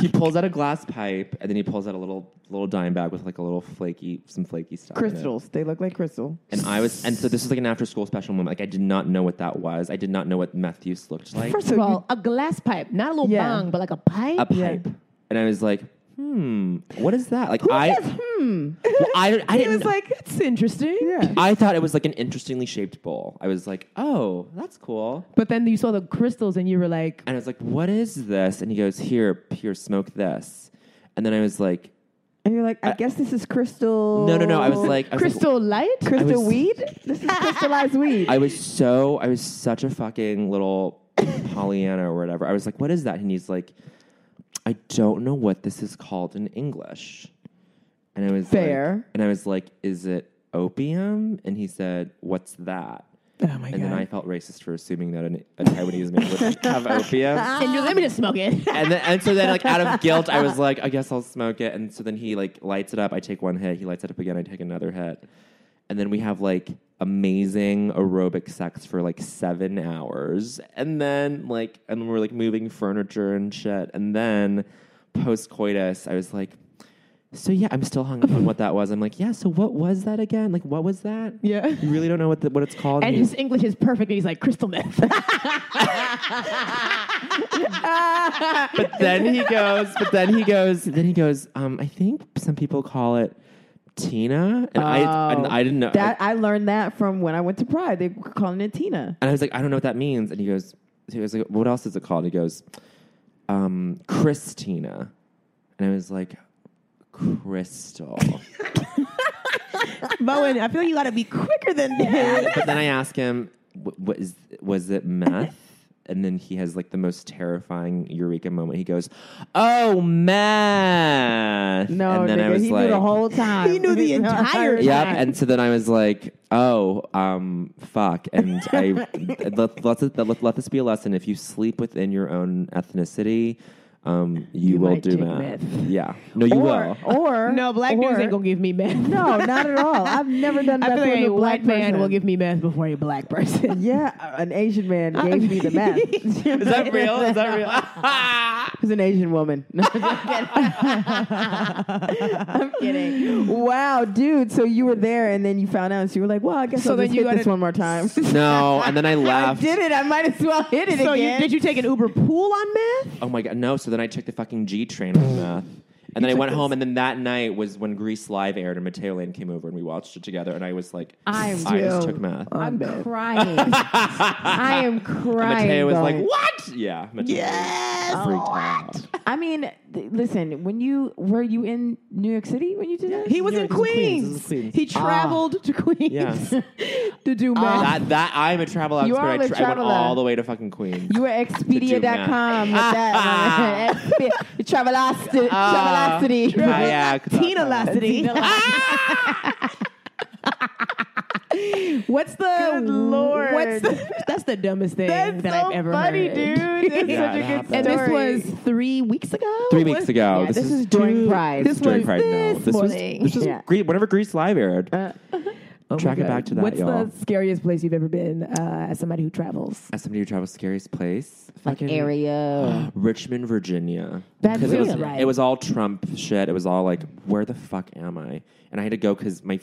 Speaker 3: he pulls out a glass pipe, and then he pulls out a little little dime bag with like a little flaky, some flaky stuff. in it.
Speaker 4: crystals. They look like crystal.
Speaker 3: And I was, and so this was like an after school special moment. Like I did not know what that was. I did not know what meth use looked like.
Speaker 4: First of all,
Speaker 2: Well, a glass pipe, not a little
Speaker 4: Yeah.
Speaker 2: bong, but like a pipe.
Speaker 3: a pipe. And I was like, hmm, what is that? Like I,
Speaker 4: says hmm.
Speaker 3: well, I, I
Speaker 2: he
Speaker 3: didn't.
Speaker 2: was like, "That's interesting."
Speaker 4: Yeah.
Speaker 3: I thought it was like an interestingly shaped bowl. I was like, oh, that's cool.
Speaker 2: But then you saw the crystals, and you were like,
Speaker 3: And I was like, what is this? And he goes, here, here, smoke this. And then I was like,
Speaker 4: And you're like, I guess this is crystal.
Speaker 3: no, no, no. I
Speaker 1: Oh.
Speaker 3: was like, I was like-
Speaker 2: "Crystal light."
Speaker 4: crystal
Speaker 3: was-
Speaker 4: weed. This is crystallized weed.
Speaker 3: I was so I was such a fucking little Pollyanna or whatever. I was like, "What is that?" And he's like, "I don't know what this is called in English." And I was like-
Speaker 4: Fair.
Speaker 3: and I was like, "Is it opium?" And he said, "What's that?"
Speaker 2: Oh my
Speaker 3: and then I felt racist for assuming that an, a Taiwanese man would have opium.
Speaker 2: and you're, let me just smoke it.
Speaker 3: And then, and so then, like out of guilt, I was like, "I guess I'll smoke it." And so then he like lights it up. I take one hit. He lights it up again. I take another hit. And then we have like amazing aerobic sex for like seven hours. And then like, and then we're like moving furniture and shit. And then post coitus, I was like, so yeah, I'm still hung up on what that was. I'm like, yeah, so what was that again? Like, what was that?
Speaker 2: Yeah.
Speaker 3: You really don't know what the, what it's called?
Speaker 2: and
Speaker 3: he-
Speaker 2: his English is perfect. And he's like, "Crystal meth."
Speaker 3: but then he goes, but then he goes, then he goes, um, I think some people call it Tina. And I and I didn't know
Speaker 4: that I learned that from when I went to Pride. They were calling it Tina.
Speaker 3: and I was like, I don't know what that means. And he goes, he goes like, what else is it called? He goes, um, Christina. And I was like, Crystal.
Speaker 2: Bowen, I feel you got to be quicker than that.
Speaker 3: but then I ask him, "Wh- what is was it meth? And then he has like the most terrifying eureka moment. He goes, "Oh, meth!"
Speaker 4: No,
Speaker 3: and then
Speaker 4: nigga,
Speaker 3: I was
Speaker 4: he
Speaker 3: like,
Speaker 4: knew the whole time.
Speaker 2: He knew the entire
Speaker 3: Yep.
Speaker 2: time.
Speaker 3: And so then I was like, oh, um, fuck. And I let, let, this- let, let this be a lesson. If you sleep within your own ethnicity, um, you, will
Speaker 2: might
Speaker 3: do
Speaker 2: do
Speaker 3: math.
Speaker 2: meth.
Speaker 3: Yeah. No, you
Speaker 4: Or,
Speaker 3: will.
Speaker 4: or
Speaker 2: No, black dudes
Speaker 4: or-
Speaker 2: ain't gonna give me meth.
Speaker 4: No, not at all. I've never done
Speaker 2: I
Speaker 4: that
Speaker 2: feel
Speaker 4: to
Speaker 2: like a
Speaker 4: a black
Speaker 2: white man
Speaker 4: person.
Speaker 2: will give me meth before a black person.
Speaker 4: Yeah, an Asian man gave me the meth. Is
Speaker 3: that real? Is that real?
Speaker 4: She's an Asian woman. No, I'm kidding. I'm kidding. Wow, dude. So you were there, and then you found out, so you were like, "Well, I guess
Speaker 2: So
Speaker 4: I'll
Speaker 2: then
Speaker 4: just
Speaker 2: you
Speaker 4: hit this
Speaker 2: gotta-
Speaker 4: one more time."
Speaker 3: no. And then I left.
Speaker 4: Did it? I might as well hit it
Speaker 2: so you,
Speaker 4: again.
Speaker 2: did you take an Uber pool on meth?
Speaker 3: Oh my god, no! So then I took the fucking G train on meth, and then I went home. And then that night was when Grease Live aired, and Mateo Lane came over, and we watched it together. And I was like, i just took meth.
Speaker 6: I'm crying. I am
Speaker 3: And
Speaker 6: crying.
Speaker 3: Mateo was
Speaker 6: though.
Speaker 3: like, "What? Yeah, Mateo yes, freaked out.
Speaker 6: I mean, th- listen. When you were you in New York City when you did that?
Speaker 2: He was
Speaker 3: Yeah,
Speaker 2: in
Speaker 3: it was in Queens. It was in
Speaker 2: Queens.
Speaker 3: Queens.
Speaker 2: He
Speaker 4: Ah.
Speaker 2: traveled to Queens
Speaker 3: Yeah.
Speaker 2: to do
Speaker 1: Um,
Speaker 2: meth.
Speaker 3: That that I'm a travel expert.
Speaker 6: are
Speaker 3: I,
Speaker 6: the
Speaker 3: tra- I went
Speaker 6: traveler.
Speaker 3: all the way to fucking Queens.
Speaker 6: You were Expedia.com with that. one. Expe- Travelocity. Travelocity.
Speaker 3: Kayak.
Speaker 2: Tina Lassity. What's the
Speaker 4: Good lord.
Speaker 2: What's the, that's the dumbest thing
Speaker 4: That's
Speaker 2: that
Speaker 4: so
Speaker 2: I've ever
Speaker 4: funny,
Speaker 2: heard.
Speaker 4: dude. That's
Speaker 3: Yeah,
Speaker 4: such
Speaker 3: it
Speaker 4: a good
Speaker 3: happened.
Speaker 4: story.
Speaker 2: And this was three weeks ago.
Speaker 3: Three weeks
Speaker 2: Was-
Speaker 3: ago.
Speaker 6: Yeah, this, is during Pride.
Speaker 3: This during
Speaker 2: was
Speaker 3: Pride, no.
Speaker 2: this
Speaker 3: This
Speaker 2: morning.
Speaker 3: was this was
Speaker 6: Yeah.
Speaker 3: Gre- whenever Grease Live aired.
Speaker 2: Oh my
Speaker 3: Track it
Speaker 2: God.
Speaker 3: back to that,
Speaker 2: What's
Speaker 3: y'all.
Speaker 2: the scariest place you've ever been uh, as somebody who travels?
Speaker 3: As somebody who travels scariest place, uh,
Speaker 6: like area.
Speaker 3: Richmond, Virginia.
Speaker 2: That
Speaker 3: 'Cause it was,
Speaker 2: feels right.
Speaker 3: It was all Trump shit. It was all like, where the fuck am I? And I had to go because my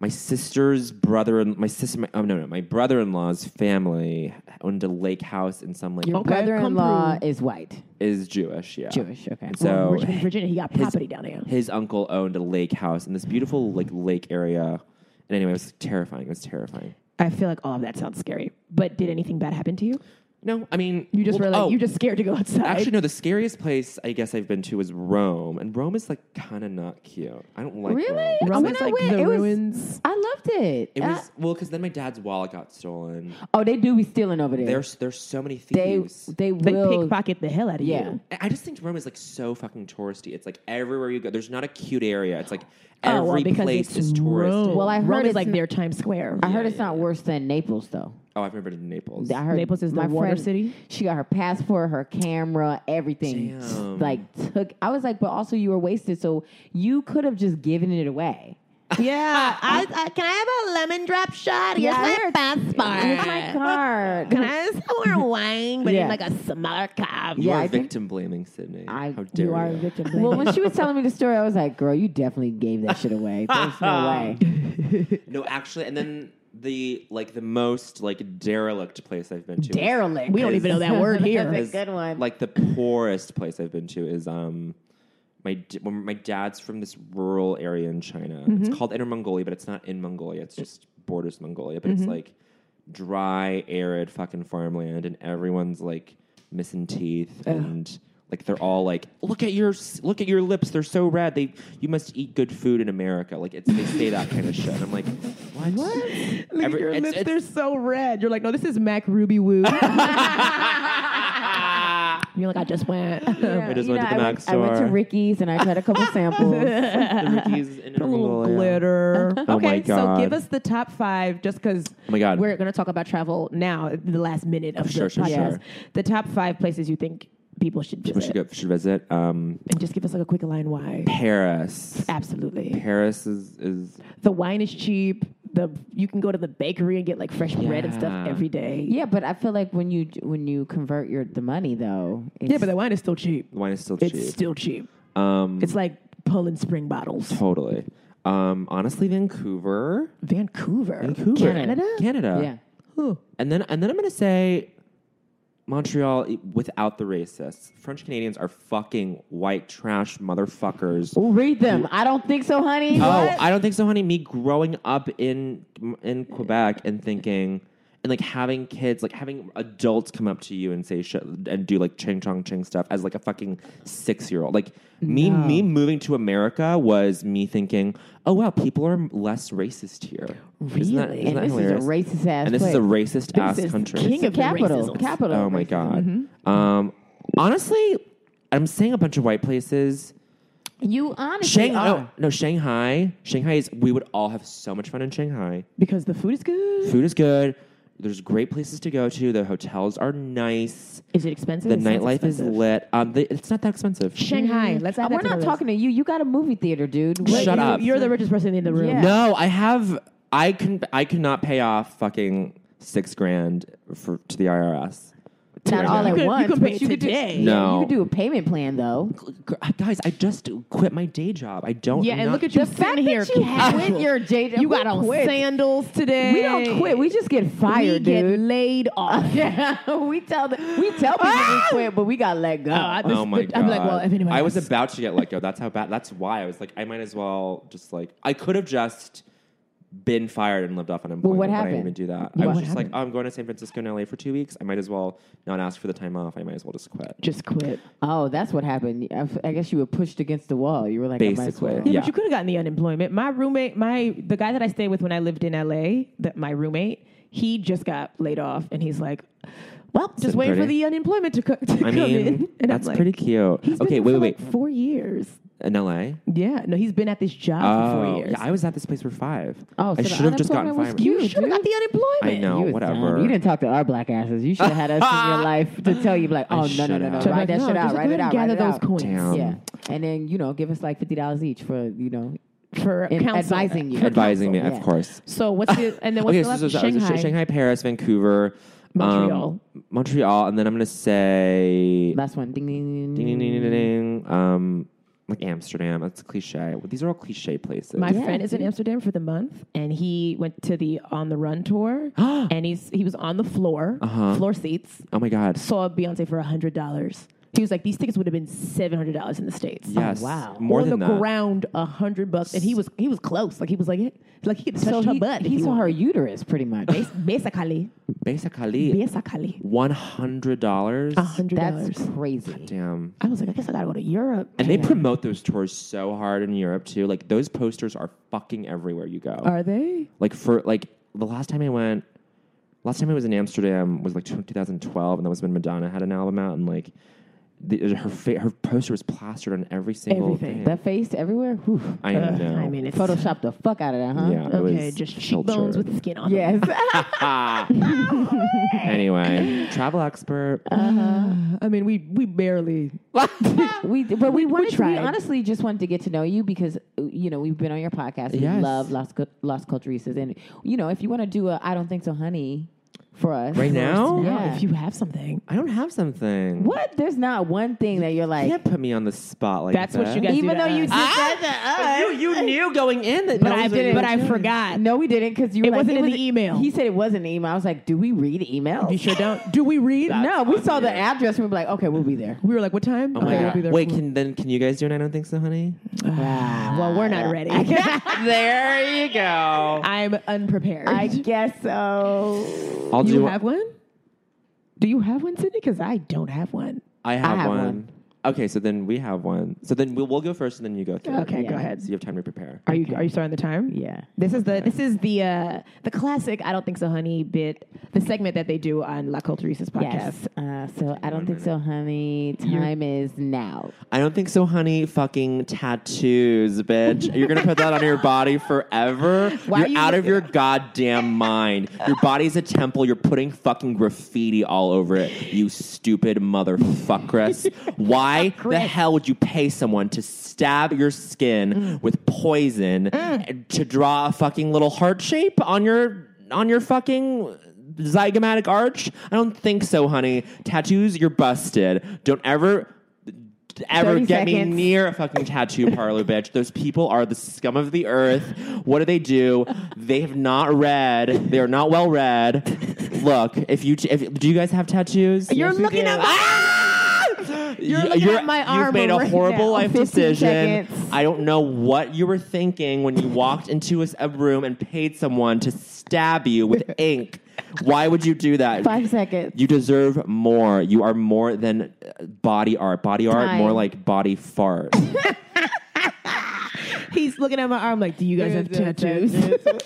Speaker 3: my sister's brother and my sister. My, oh no, no, my brother-in-law's family owned a lake house in some like
Speaker 6: Your
Speaker 2: Okay, come
Speaker 6: brother-in-law
Speaker 2: through.
Speaker 6: is white.
Speaker 3: is Jewish. Yeah,
Speaker 6: Jewish, okay.
Speaker 3: And
Speaker 2: Well,
Speaker 3: so
Speaker 2: Richmond, Virginia. He got property down there.
Speaker 3: his uncle owned a lake house in this beautiful like lake area And anyway, it was terrifying. It was terrifying.
Speaker 2: I feel like all of that sounds scary. But did anything bad happen to you?
Speaker 3: No, I mean,
Speaker 2: You just were
Speaker 3: well,
Speaker 2: like,
Speaker 3: oh,
Speaker 2: you're just scared to go outside.
Speaker 3: Actually, no. The scariest place I guess I've been to was Rome, and Rome is like kind of not cute. I don't like
Speaker 1: Really?
Speaker 3: Rome.
Speaker 2: Rome
Speaker 1: When
Speaker 2: is
Speaker 1: I
Speaker 2: like
Speaker 1: went,
Speaker 2: the
Speaker 1: it was-
Speaker 2: ruins.
Speaker 1: I loved it.
Speaker 3: It
Speaker 1: I-
Speaker 3: was well because then my dad's wallet got stolen.
Speaker 1: oh, they do be stealing over there.
Speaker 3: There's there's so many
Speaker 1: they
Speaker 3: thieves.
Speaker 1: they
Speaker 2: They
Speaker 1: will.
Speaker 2: pickpocket the hell out of
Speaker 1: yeah.
Speaker 2: you.
Speaker 3: I- I just think Rome is like so fucking touristy. It's like everywhere you go, there's not a cute area. It's like
Speaker 2: Oh,
Speaker 3: every
Speaker 2: well, because
Speaker 3: place
Speaker 2: it's
Speaker 3: is touristy.
Speaker 2: Rome.
Speaker 1: Well, I
Speaker 2: Rome
Speaker 1: heard
Speaker 2: is
Speaker 1: it's
Speaker 2: like
Speaker 1: n-
Speaker 2: their Times Square.
Speaker 1: I heard it's not worse than Naples though.
Speaker 3: Oh, I've never been to Naples.
Speaker 1: I heard
Speaker 2: Naples is the
Speaker 1: my
Speaker 2: water
Speaker 1: friend,
Speaker 2: city?
Speaker 1: She got her passport, her camera, everything.
Speaker 3: Damn.
Speaker 1: Like took. I was like, but also you were wasted, so you could have just given it away.
Speaker 2: Yeah. I, I, can I have a lemon drop shot? Here's
Speaker 1: Yeah,
Speaker 2: my passport.
Speaker 1: Here's my card.
Speaker 2: Can I have some more wine, but
Speaker 1: Yeah.
Speaker 2: in like a smaller cup?
Speaker 3: you
Speaker 1: yeah,
Speaker 3: are
Speaker 1: I think-
Speaker 3: victim blaming Sydney.
Speaker 1: I-
Speaker 3: How dare you?
Speaker 2: Our victim blaming.
Speaker 1: well, when she was telling me the story, I was like, "Girl, you definitely gave that shit away. There's no way."
Speaker 3: No, actually, and then the like the most like derelict place I've been to. is-
Speaker 1: Derelict.
Speaker 2: we don't even know that word here.
Speaker 1: That's a good one.
Speaker 3: Like the poorest place I've been to is um my d- when my dad's from this rural area in China. It's called Inner Mongolia, but it's not in Mongolia. It's just borders Mongolia, but it's like dry, arid fucking farmland, and everyone's like missing teeth and. Like they're all like, look at your s- look at your lips, they're so red. They you must eat good food in America. Like it's they say that kind of shit. And I'm like, what?
Speaker 2: Look
Speaker 3: Every-
Speaker 2: at your
Speaker 3: it's-
Speaker 2: lips;
Speaker 3: it's-
Speaker 2: they're so red. You're like, no, this is Mac Ruby Woo. You're like, I just went.
Speaker 3: I just
Speaker 1: You
Speaker 3: went
Speaker 1: know,
Speaker 3: to the
Speaker 1: I
Speaker 3: Mac
Speaker 1: went, I
Speaker 3: store.
Speaker 1: went to Ricky's and I tried a couple samples.
Speaker 3: the Ricky's in Inner Mongolia.
Speaker 2: glitter.
Speaker 3: Oh
Speaker 2: okay,
Speaker 3: my God. Oh
Speaker 2: so give us the top five, just because.
Speaker 3: my God.
Speaker 2: we're going to talk about travel now. The last minute of
Speaker 3: Sure,
Speaker 2: the
Speaker 3: sure,
Speaker 2: podcast.
Speaker 3: sure.
Speaker 2: The top five places you think people should visit,
Speaker 3: We should go should visit. Um,
Speaker 2: and just give us like a quick line why.
Speaker 3: Paris.
Speaker 2: Absolutely,
Speaker 3: Paris is, is
Speaker 2: the wine is cheap. The you can go to the bakery and get like fresh bread and stuff
Speaker 3: Yeah.
Speaker 2: every day.
Speaker 1: yeah, but I feel like when you when you convert your the money though, it's,
Speaker 2: yeah, but the wine is still cheap.
Speaker 3: the wine is still
Speaker 2: It's
Speaker 3: cheap.
Speaker 2: still cheap.
Speaker 3: um,
Speaker 2: It's like pulling spring bottles.
Speaker 3: totally. Um, honestly, Vancouver,
Speaker 2: Vancouver,
Speaker 3: Vancouver,
Speaker 2: Canada.
Speaker 3: Canada.
Speaker 1: yeah.
Speaker 3: And then and then I'm gonna say Montreal i- without the racists. French Canadians are fucking white trash motherfuckers.
Speaker 1: Well, read them. I don't think so, honey.
Speaker 3: Oh, I don't think so, honey. Me growing up in in Quebec and thinking and like having kids, like having adults come up to you and say shit and do like ching chong ching stuff as like a fucking six year old. Like me, me moving to America was me thinking, oh wow, people are less racist here. Isn't that,
Speaker 2: Really?
Speaker 3: isn't
Speaker 1: and
Speaker 3: that
Speaker 1: this
Speaker 3: hilarious?
Speaker 1: is a racist ass.
Speaker 3: and this is a racist ass
Speaker 2: is
Speaker 3: country.
Speaker 2: king of the
Speaker 1: capital.
Speaker 2: racism.
Speaker 1: Capital. Mm-hmm.
Speaker 3: Oh my god. Um, honestly, I'm saying a bunch of white places.
Speaker 1: You honestly
Speaker 3: Shanghai, no, no, Shanghai. Shanghai is. We would all have so much fun in Shanghai.
Speaker 2: because the food is good.
Speaker 3: Food is good. There's great places to go to. The hotels are nice.
Speaker 2: Is it expensive?
Speaker 3: The
Speaker 2: It sounds
Speaker 3: nightlife is
Speaker 2: expensive.
Speaker 3: lit. Um, the, it's not that expensive.
Speaker 2: Shanghai. Let's add that
Speaker 1: We're
Speaker 2: to the
Speaker 1: not
Speaker 2: list.
Speaker 1: talking to you. You got a movie theater, dude. What-
Speaker 3: Shut
Speaker 2: you,
Speaker 3: up.
Speaker 2: You're the richest person in the room.
Speaker 1: Yeah.
Speaker 3: No, I have. I can. I cannot pay off fucking six grand for to the IRS.
Speaker 1: Not all
Speaker 3: You
Speaker 1: at
Speaker 3: could-
Speaker 2: you
Speaker 1: once.
Speaker 2: could
Speaker 1: but
Speaker 2: pay
Speaker 1: you could do-
Speaker 2: today.
Speaker 1: yeah,
Speaker 3: No.
Speaker 1: you could do a payment plan though.
Speaker 3: Gr- Guys, I just quit my day job. I don't.
Speaker 2: Yeah,
Speaker 3: I'm
Speaker 2: and
Speaker 3: not-
Speaker 2: look at you
Speaker 1: The
Speaker 2: sitting
Speaker 1: fact
Speaker 2: here.
Speaker 1: that you
Speaker 2: casual.
Speaker 1: quit your day job-
Speaker 2: You
Speaker 1: we
Speaker 2: got on
Speaker 1: quit.
Speaker 2: sandals today.
Speaker 1: We don't quit. We just get
Speaker 2: we
Speaker 1: fired,
Speaker 2: get
Speaker 1: dude.
Speaker 2: laid off. Ah!
Speaker 1: yeah, we tell the, we tell people we quit, but we got let go.
Speaker 2: I-
Speaker 3: Oh my god!
Speaker 2: I'm like, well, if anybody
Speaker 3: I was
Speaker 2: else-
Speaker 3: about to get let go. That's how bad. That's why I was like, I might as well just like I could have just been fired and lived off unemployment.
Speaker 1: what
Speaker 3: But I didn't
Speaker 1: happened?
Speaker 3: even do that. I was
Speaker 2: What
Speaker 3: just like, oh, I'm going to San Francisco and LA for two weeks. I might as well not ask for the time off. I might as well just quit.
Speaker 2: Just quit.
Speaker 1: oh, that's what happened. I, f- I guess you were pushed against the wall. You were like, I might as
Speaker 3: Basically.
Speaker 1: well.
Speaker 2: Yeah,
Speaker 3: Yeah.
Speaker 2: but you could have gotten the unemployment. My roommate, my the guy that I stayed with when I lived in LA, that my roommate, he just got laid off, and he's like, "Well, just
Speaker 3: Sitting
Speaker 2: waiting for
Speaker 3: pretty.
Speaker 2: the unemployment to, co- to
Speaker 3: I
Speaker 2: come
Speaker 3: mean,
Speaker 2: in." And I'm
Speaker 3: that's
Speaker 2: like,
Speaker 3: pretty cute.
Speaker 2: He's been
Speaker 3: okay,
Speaker 2: there
Speaker 3: wait,
Speaker 2: for
Speaker 3: wait,
Speaker 2: like four years.
Speaker 3: wait. In LA.
Speaker 2: Yeah, no, he's been at this job for
Speaker 3: Oh,
Speaker 2: four years.
Speaker 3: yeah, I was at this place for five.
Speaker 1: Oh, so
Speaker 3: I
Speaker 1: the
Speaker 3: should have just gotten
Speaker 1: unemployment was
Speaker 3: fired.
Speaker 1: cute.
Speaker 2: you should have got the unemployment.
Speaker 3: I know,
Speaker 1: You was
Speaker 3: whatever.
Speaker 1: dumb. You didn't talk to our black asses. You should have had us in your life to tell you, like, oh, no, no,
Speaker 3: should
Speaker 1: no, no.
Speaker 3: have.
Speaker 1: Write
Speaker 2: Like,
Speaker 1: that
Speaker 2: no,
Speaker 1: shit out.
Speaker 2: just
Speaker 1: Write
Speaker 2: go
Speaker 1: it
Speaker 2: ahead
Speaker 1: out.
Speaker 2: and
Speaker 1: Write
Speaker 2: Gather
Speaker 1: it
Speaker 2: those
Speaker 1: out.
Speaker 2: coins
Speaker 3: Damn.
Speaker 1: Yeah. And then, you know, give us like $50 each for, you know,
Speaker 2: for
Speaker 1: in-
Speaker 2: counsel.
Speaker 1: advising you.
Speaker 3: Advising me,
Speaker 1: Yeah.
Speaker 3: of course.
Speaker 2: So what's the and then what's
Speaker 3: okay,
Speaker 2: the
Speaker 3: so,
Speaker 2: last
Speaker 3: so, so, so
Speaker 2: Shanghai?
Speaker 3: Shanghai, Paris, Vancouver, um,
Speaker 2: Montreal.
Speaker 3: Montreal, and then I'm gonna say
Speaker 1: Last one. Ding, ding, ding,
Speaker 3: ding ding ding ding ding. Um, like Amsterdam. That's cliche. Well, these are all cliche places.
Speaker 2: My friend is in Amsterdam for the month, and he went to the On the Run tour, and he's he was on the floor, floor seats,
Speaker 3: oh my god.
Speaker 2: saw Beyonce for a hundred dollars. He was like, these tickets would have been seven hundred dollars in the states.
Speaker 3: Yes.
Speaker 1: wow.
Speaker 3: More
Speaker 2: on
Speaker 3: than
Speaker 2: the
Speaker 3: that.
Speaker 2: ground, a hundred bucks, and he was he was close. Like he was like, eh, like he could touch
Speaker 1: So
Speaker 2: her
Speaker 1: he-
Speaker 2: butt. if
Speaker 1: he's
Speaker 2: he
Speaker 1: on her
Speaker 2: wanted.
Speaker 1: uterus, pretty much.
Speaker 2: Bas- basically,
Speaker 3: Basically,
Speaker 2: basically,
Speaker 3: one hundred dollars.
Speaker 2: a hundred
Speaker 1: That's
Speaker 2: dollars.
Speaker 1: crazy.
Speaker 3: Damn.
Speaker 2: Ah, I was like, I guess I gotta go to Europe.
Speaker 3: And they promote those tours so hard in Europe too. Like those posters are fucking everywhere you go.
Speaker 4: Are they?
Speaker 3: like for like the last time I went, last time I was in Amsterdam was like 2012, and that was when Madonna had an album out, and like the, her fa- her poster was plastered on every single
Speaker 2: Everything.
Speaker 3: thing.
Speaker 1: That face everywhere. Whew.
Speaker 3: I know.
Speaker 2: I mean, it's
Speaker 1: Photoshop the fuck out of that, huh?
Speaker 3: yeah, it
Speaker 2: Okay,
Speaker 3: was
Speaker 2: just cheekbones
Speaker 3: cultured.
Speaker 2: with skin on. them.
Speaker 1: Yes.
Speaker 3: Anyway, travel expert.
Speaker 2: Uh, I mean, we we barely.
Speaker 1: we but we wanted to, we
Speaker 2: tried.
Speaker 1: honestly just wanted to get to know you because uh, you know we've been on your podcast. We
Speaker 3: Yes.
Speaker 1: love Las Cu- Las Culturistas, and you know if you want to do a I don't think so, honey, for us
Speaker 3: right now,
Speaker 1: Yeah.
Speaker 2: If you have something,
Speaker 3: I don't have something.
Speaker 1: What? There's not one thing that you're
Speaker 3: You
Speaker 1: like.
Speaker 3: can't put me on the spot like
Speaker 2: that's
Speaker 3: that.
Speaker 2: what you guys.
Speaker 1: Even
Speaker 2: do Ah! to
Speaker 1: though you
Speaker 2: us.
Speaker 1: did that
Speaker 3: You, you knew going in that.
Speaker 2: but
Speaker 3: no
Speaker 2: I
Speaker 3: one's
Speaker 2: didn't.
Speaker 3: gonna
Speaker 2: But I forgot.
Speaker 1: no, we didn't because you. were
Speaker 2: It
Speaker 1: like,
Speaker 2: wasn't in
Speaker 1: was-
Speaker 2: the email.
Speaker 1: He said it wasn't an email. I was like, do we read emails?
Speaker 2: You sure don't. Do we read?
Speaker 1: no, we saw the address. and We were like, okay, we'll be there.
Speaker 2: We were like, what time?
Speaker 3: Oh my
Speaker 2: we'll be
Speaker 3: god!
Speaker 2: there
Speaker 3: Wait,
Speaker 2: for-
Speaker 3: can then can you guys do an I don't think so, honey?
Speaker 2: well, we're not ready.
Speaker 3: there you go.
Speaker 2: I'm unprepared.
Speaker 1: I guess so.
Speaker 3: I'll
Speaker 2: do you
Speaker 3: do.
Speaker 2: have one? Do you have one, Sydney? Because I don't have one.
Speaker 3: I have,
Speaker 1: have
Speaker 3: one.
Speaker 1: one.
Speaker 3: Okay, so then we have one. So then we'll, we'll go first, and then you go through.
Speaker 2: Okay, go ahead.
Speaker 3: So you have time to prepare.
Speaker 2: Are you are you starting the time?
Speaker 1: Yeah.
Speaker 2: This is the this is the uh, the classic I don't think so, honey bit. The segment that they do on La Culturista's podcast.
Speaker 1: Yes. Uh, so I don't think so, honey. Time is now.
Speaker 3: I don't think so, honey. Fucking tattoos, bitch. You're gonna put that on your body forever.
Speaker 2: Why
Speaker 3: You're
Speaker 2: are you
Speaker 3: out of
Speaker 2: looking-
Speaker 3: your goddamn mind. Your body's a temple. You're putting fucking graffiti all over it. You stupid motherfuckeress. Why the hell would you pay someone to stab your skin
Speaker 2: Mm.
Speaker 3: with poison and to draw a fucking little heart shape on your on your fucking zygomatic arch? I don't think so, honey. Tattoos, you're busted. Don't ever ever
Speaker 1: 30
Speaker 3: get
Speaker 1: seconds.
Speaker 3: me near a fucking tattoo parlor, bitch. Those people are the scum of the earth. What do they do? They have not read. They are not well read. Look, if you if, do, you guys have tattoos. You're
Speaker 2: looking at
Speaker 3: my. You're,
Speaker 2: looking at my
Speaker 3: You've
Speaker 2: arm
Speaker 3: made a
Speaker 2: right
Speaker 3: horrible
Speaker 2: now.
Speaker 3: life
Speaker 2: 15
Speaker 3: decision.
Speaker 2: seconds.
Speaker 3: I don't know what you were thinking when you walked into a, a room and paid someone to stab you with ink. Why would you do that?
Speaker 1: Five seconds.
Speaker 3: You deserve more. You are more than uh, body art. Body art,
Speaker 1: Time.
Speaker 3: more like body fart.
Speaker 2: He's looking at my arm like, do you guys have tattoos?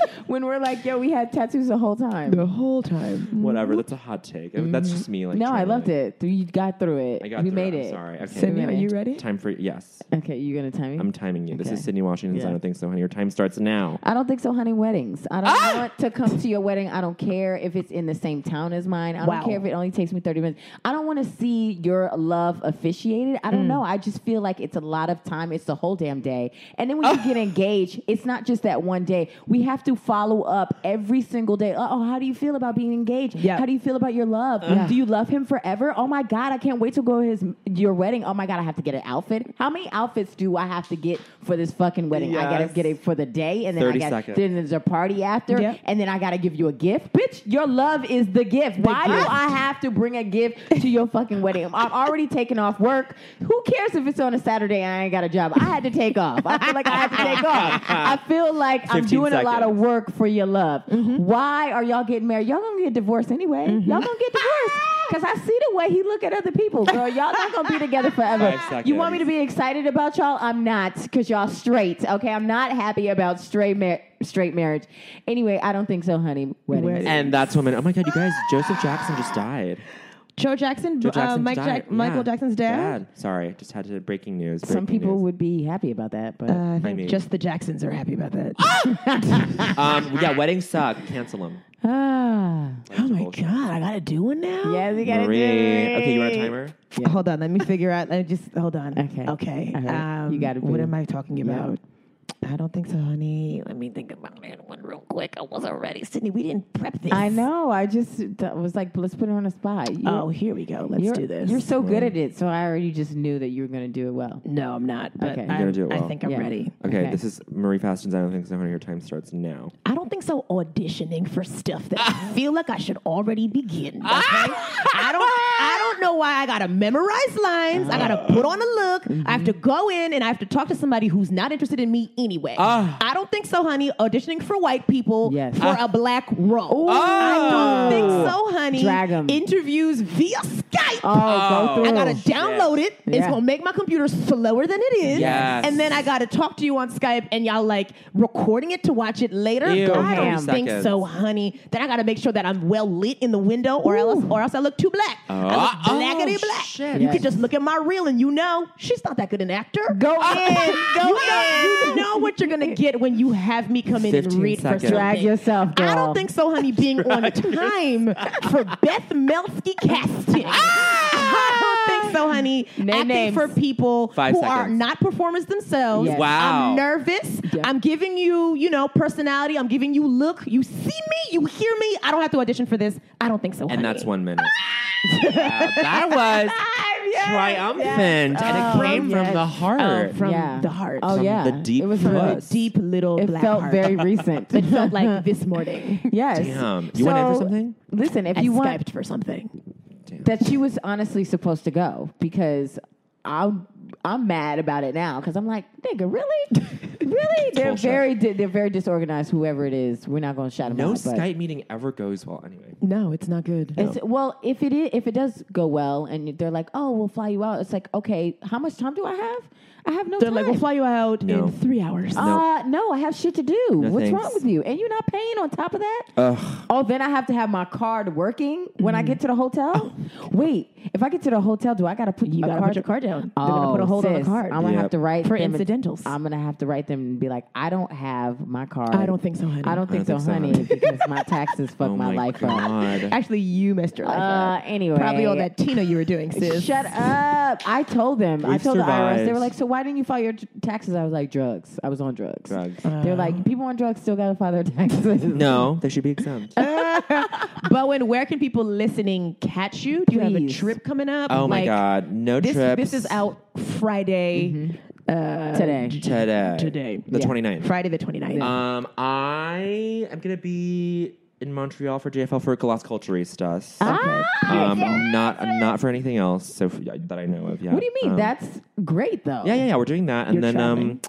Speaker 1: when we're like, yo, we had tattoos the whole time.
Speaker 2: the whole time.
Speaker 3: Whatever. That's a hot take. I- That's just me. Like
Speaker 1: Mm-hmm. no, I
Speaker 3: trying to,
Speaker 1: loved it.
Speaker 3: like-
Speaker 1: You got through it.
Speaker 3: I got
Speaker 1: we
Speaker 3: through
Speaker 1: made
Speaker 3: it. I'm
Speaker 1: it.
Speaker 3: sorry. Okay.
Speaker 2: Sydney, are you ready?
Speaker 3: Time for yes.
Speaker 1: Okay, you gonna time me?
Speaker 3: I'm timing you. This
Speaker 1: Okay.
Speaker 3: is Sydney Washington's.
Speaker 1: Yeah.
Speaker 3: I don't think so, honey. Your time starts now.
Speaker 1: I don't think so, honey. Weddings. I don't
Speaker 2: Ah!
Speaker 1: want to come to your wedding. I don't care if it's in the same town as mine. I
Speaker 2: Wow.
Speaker 1: don't care if it only takes me 30 minutes. I don't want to see your love officiated. I
Speaker 2: Mm.
Speaker 1: don't know. I just feel like it's a lot of time. It's the whole damn day. And then when
Speaker 2: Ah!
Speaker 1: you get engaged, it's not just that one day. We have to follow up every single day. Oh, how do you feel about being engaged?
Speaker 2: Yeah. Uh.
Speaker 1: How do you feel about your love? Do you love him forever? Oh my God, I can't wait to go to his your wedding. Oh my God, I have to get an outfit. How many outfits do I have to get for this fucking wedding? I gotta
Speaker 3: Yes.
Speaker 1: get it for the day and then
Speaker 3: 30
Speaker 1: I got
Speaker 3: seconds.
Speaker 1: then there's a party after,
Speaker 2: Yep.
Speaker 1: and then I gotta give you a gift, bitch. Your love is the gift. Why do
Speaker 2: gift.
Speaker 1: I have to bring a gift to your fucking wedding? I'm already taking off work. Who cares if it's on a Saturday? and I ain't got a job. I had to take off. I feel like I had to take off. I feel like I'm
Speaker 3: 15
Speaker 1: doing a lot of
Speaker 3: seconds.
Speaker 1: work for your love.
Speaker 2: Mm-hmm.
Speaker 1: Why are y'all getting married? Y'all gonna get divorced anyway. Y'all gonna get divorced. Cause I see the way he look at other people, girl. Y'all not gonna be together forever.
Speaker 3: Five
Speaker 1: You want me to be
Speaker 3: seconds.
Speaker 1: be excited about y'all. I'm not because y'all straight. Okay, I'm not happy about straight mar- straight marriage. Anyway, I don't think so, honey. Weddings.
Speaker 2: Weddings.
Speaker 3: And that's when. Oh my God, you guys! Joseph Jackson just died.
Speaker 2: Joe Jackson,
Speaker 3: Joe Jackson's
Speaker 2: uh, Mike
Speaker 3: died.
Speaker 2: Jack- Michael
Speaker 3: Yeah.
Speaker 2: Jackson's dad.
Speaker 3: Sorry, just had to breaking news.
Speaker 1: Some
Speaker 3: breaking
Speaker 1: people
Speaker 3: news.
Speaker 1: would be happy about that, but
Speaker 2: Uh, I think
Speaker 3: mean- Ah!
Speaker 2: just the Jacksons are happy about that. Oh
Speaker 3: Um, yeah, weddings suck. Cancel them.
Speaker 1: ah,
Speaker 2: oh my God, I gotta do one now.
Speaker 1: yeah, we gotta
Speaker 3: Marie.
Speaker 1: do it.
Speaker 3: Okay, you want a timer?
Speaker 2: Hold on, let me figure out. I just hold on.
Speaker 1: Okay.
Speaker 2: Okay.
Speaker 1: All right.
Speaker 2: Um,
Speaker 1: You gotta
Speaker 2: What
Speaker 1: be-
Speaker 2: am I talking about? I don't think so, honey. Let me think about that one real quick. I wasn't ready, Sydney. We didn't prep this.
Speaker 1: I know. I just that was like, let's put her on the spot. You,
Speaker 2: Oh, here we go. Let's
Speaker 1: you're,
Speaker 2: do this.
Speaker 1: You're so good at it, so I already just knew that you were gonna do it well.
Speaker 2: no, I'm not. But
Speaker 1: Okay.
Speaker 2: I'm,
Speaker 1: You're
Speaker 3: gonna do it well.
Speaker 2: I think I'm
Speaker 1: Yeah.
Speaker 2: ready.
Speaker 3: Okay,
Speaker 1: Okay.
Speaker 3: this is Marie Faston's. I don't think so, honey. Your time starts now.
Speaker 2: I don't think so. Auditioning for stuff that I feel like I should already begin. Okay? I don't. I don't know know why I gotta memorize lines. I gotta put on a look. I have to go in and I have to talk to somebody who's not interested in me anyway. I don't think so, honey. Auditioning for white people
Speaker 1: Ah. Yes.
Speaker 2: for a black role. I don't think so, honey.
Speaker 1: Drag 'em.
Speaker 2: Interviews via Skype.
Speaker 1: Oh, go
Speaker 2: I
Speaker 1: through.
Speaker 2: gotta download it. It's
Speaker 1: Yeah.
Speaker 2: gonna make my computer slower than it is.
Speaker 3: Yes.
Speaker 2: And then I gotta talk to you on Skype and y'all like recording it to watch it later.
Speaker 3: Ew,
Speaker 2: I don't
Speaker 3: 30
Speaker 2: think
Speaker 3: seconds.
Speaker 2: so, honey. Then I gotta make sure that I'm well lit in the window or else or else I look too black. I look
Speaker 3: Oh,
Speaker 2: blackety
Speaker 3: oh,
Speaker 2: black.
Speaker 3: shit.
Speaker 2: You
Speaker 3: Yes.
Speaker 2: could just look at my reel and you know she's not that good an actor.
Speaker 1: Go in. Go in.
Speaker 2: you, Know, you know what you're gonna get when you have me come in and
Speaker 3: 15
Speaker 2: read for
Speaker 3: seconds.
Speaker 2: something.
Speaker 3: Drag
Speaker 1: yourself,
Speaker 2: I don't
Speaker 1: girl.
Speaker 2: think so, honey. Being on time for Beth Melsky casting.
Speaker 3: Ah!
Speaker 2: I don't think so, honey. Acting
Speaker 1: names.
Speaker 2: for people
Speaker 3: Five
Speaker 2: who are
Speaker 3: seconds.
Speaker 2: not performers themselves.
Speaker 1: Yes.
Speaker 3: Wow.
Speaker 2: I'm nervous. I'm giving you, you know, personality. I'm giving you look. You see me. You hear me. I don't have to audition for this. I don't think so, honey.
Speaker 3: And that's one minute. Wow, that was triumphant, and it came from the heart.
Speaker 2: Um, from
Speaker 1: Yeah.
Speaker 2: the heart.
Speaker 1: Oh
Speaker 3: From
Speaker 1: yeah,
Speaker 3: the deep
Speaker 1: It was
Speaker 3: from
Speaker 1: really
Speaker 3: the
Speaker 2: Deep little
Speaker 1: It
Speaker 2: black
Speaker 1: felt
Speaker 2: heart.
Speaker 1: very recent.
Speaker 2: It felt like this morning.
Speaker 1: yes.
Speaker 3: Damn. You wanna enter something?
Speaker 1: Listen, if
Speaker 2: I
Speaker 1: you
Speaker 2: Skyped
Speaker 1: want
Speaker 2: for something.
Speaker 1: that, she was honestly supposed to go because I'm I'm mad about it now because I'm like, nigga, really, really? They're
Speaker 3: Full shot.
Speaker 1: very di- they're very disorganized. Whoever it is, we're not gonna shout them
Speaker 3: No
Speaker 1: out. but-
Speaker 3: Skype meeting ever goes well. Anyway,
Speaker 2: No, it's not good.
Speaker 1: It's, well, if it is, if it does go well, and they're like, "Oh, we'll fly you out," it's like, okay, how much time do I have? I have no
Speaker 2: They're
Speaker 1: time.
Speaker 2: like, we'll fly you out
Speaker 3: No.
Speaker 2: in three hours.
Speaker 1: Uh, no, I have shit to do. What's
Speaker 3: thanks.
Speaker 1: wrong with you? And you're not paying on top of that? Oh, then I have to have my card working when I
Speaker 2: Mm.
Speaker 1: get to the hotel? Wait, if I get to the hotel, do I got to put
Speaker 2: Oh. You
Speaker 1: a
Speaker 2: gotta
Speaker 1: card?
Speaker 2: put your card down.
Speaker 1: Oh,
Speaker 2: They're gonna put a hold on the
Speaker 1: sis,
Speaker 2: card.
Speaker 1: I'm gonna
Speaker 3: Yep.
Speaker 1: have to write
Speaker 2: For
Speaker 1: them-
Speaker 2: incidentals.
Speaker 1: I'm gonna have to write them and be like, I don't have my card.
Speaker 2: I don't think so, honey.
Speaker 1: I don't think,
Speaker 3: think
Speaker 1: so,
Speaker 3: so,
Speaker 1: honey,
Speaker 3: honey.
Speaker 1: because my taxes fuck
Speaker 3: oh
Speaker 1: my, life up.
Speaker 3: God.
Speaker 2: Actually, you messed your life
Speaker 1: Uh,
Speaker 2: up.
Speaker 1: anyway,
Speaker 2: Probably all that Tina you were doing, sis.
Speaker 1: Shut up! I told them. I
Speaker 3: We've
Speaker 1: told the IRS. They
Speaker 3: survived.
Speaker 1: were like, "So why didn't you file your t- taxes?" I was like, "Drugs. I was on drugs."
Speaker 3: Drugs.
Speaker 1: They're like, "People on drugs still gotta file their taxes."
Speaker 3: no, they should be exempt.
Speaker 2: Bowen, where can people listening catch you? Do you have a
Speaker 1: Please.
Speaker 2: trip coming up?
Speaker 3: Oh my
Speaker 2: Like,
Speaker 3: God, no
Speaker 2: This
Speaker 3: trips.
Speaker 2: this is out Friday
Speaker 1: Mm-hmm. today.
Speaker 3: today.
Speaker 2: today.
Speaker 3: the 29th.
Speaker 2: Friday the 29th.
Speaker 3: Um, I am gonna be in Montreal for JFL for Galas Culturistas.
Speaker 1: Ah,
Speaker 3: Um, not not for anything else. So f- yeah, that I know of. Yeah.
Speaker 1: What do you mean?
Speaker 3: Um,
Speaker 1: That's great, though.
Speaker 3: Yeah, yeah, yeah. We're doing that, and
Speaker 2: You're
Speaker 3: then
Speaker 2: traveling.
Speaker 3: um,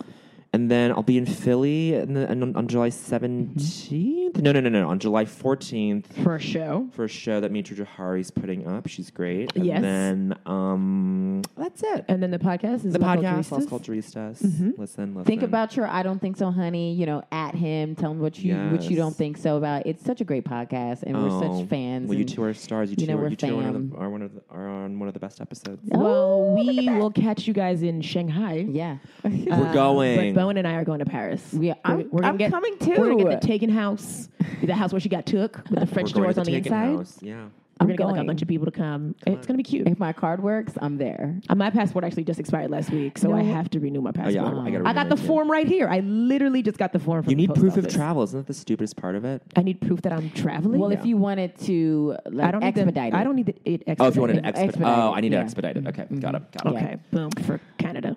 Speaker 3: and then I'll be in Philly in the, and on, on July 17th No, no, no, no. On July fourteenth
Speaker 2: for a show.
Speaker 3: for a show that Mitra Jahari's putting up. She's great. And
Speaker 2: Yes.
Speaker 3: Then um, that's it.
Speaker 2: And then the podcast is
Speaker 3: the
Speaker 2: Local
Speaker 3: podcast, Los
Speaker 2: Juristas.
Speaker 3: Culturistas. Listen, listen.
Speaker 1: Think about your "I don't think so, honey." You know, at him. Tell him what you what you
Speaker 3: Yes.
Speaker 1: don't think so about. It's such a great podcast, and we're
Speaker 3: Oh,
Speaker 1: such fans.
Speaker 3: Well, you
Speaker 1: and-
Speaker 3: two are stars. You,
Speaker 1: you know,
Speaker 3: two, are,
Speaker 1: we're
Speaker 3: you two are, one of
Speaker 1: fam.
Speaker 3: the, are one of the, are on one of the best episodes.
Speaker 1: Oh,
Speaker 2: Well, we will catch you guys in Shanghai.
Speaker 1: yeah. Uh,
Speaker 3: We're going.
Speaker 2: But Bowen and I are going to Paris.
Speaker 1: We are-
Speaker 2: We're-
Speaker 1: I'm-
Speaker 2: we're gonna
Speaker 1: I'm
Speaker 2: get,
Speaker 1: coming
Speaker 2: We're gonna
Speaker 1: too.
Speaker 2: get the Taken house, the house where she got took with the French
Speaker 3: We're going
Speaker 2: doors
Speaker 3: to
Speaker 2: on the
Speaker 3: Ticket
Speaker 2: inside.
Speaker 3: House. Yeah.
Speaker 2: We're gonna get like
Speaker 1: going.
Speaker 2: a bunch of people to come. It's gonna be cute.
Speaker 1: if my card works, I'm there.
Speaker 2: Uh, my passport actually just expired last week, so I have to renew my passport.
Speaker 3: yeah, I- I gotta
Speaker 2: got
Speaker 3: renew
Speaker 2: the
Speaker 3: mine, too.
Speaker 2: form right here. I literally just got the form from
Speaker 3: You
Speaker 2: the
Speaker 3: need
Speaker 2: post
Speaker 3: proof of
Speaker 2: office.
Speaker 3: travel. Isn't that the stupidest part of it?
Speaker 2: I need proof that I'm traveling.
Speaker 1: Well, if you wanted to, like,
Speaker 2: I don't need them-
Speaker 1: expedite it.
Speaker 2: I don't need the- it expedited.
Speaker 3: Oh, if you wanted to expedite.
Speaker 1: Expedite it,
Speaker 3: Oh, I need to
Speaker 1: yeah.
Speaker 3: expedite it. Okay, got it. Got it.
Speaker 2: Okay, boom for Canada.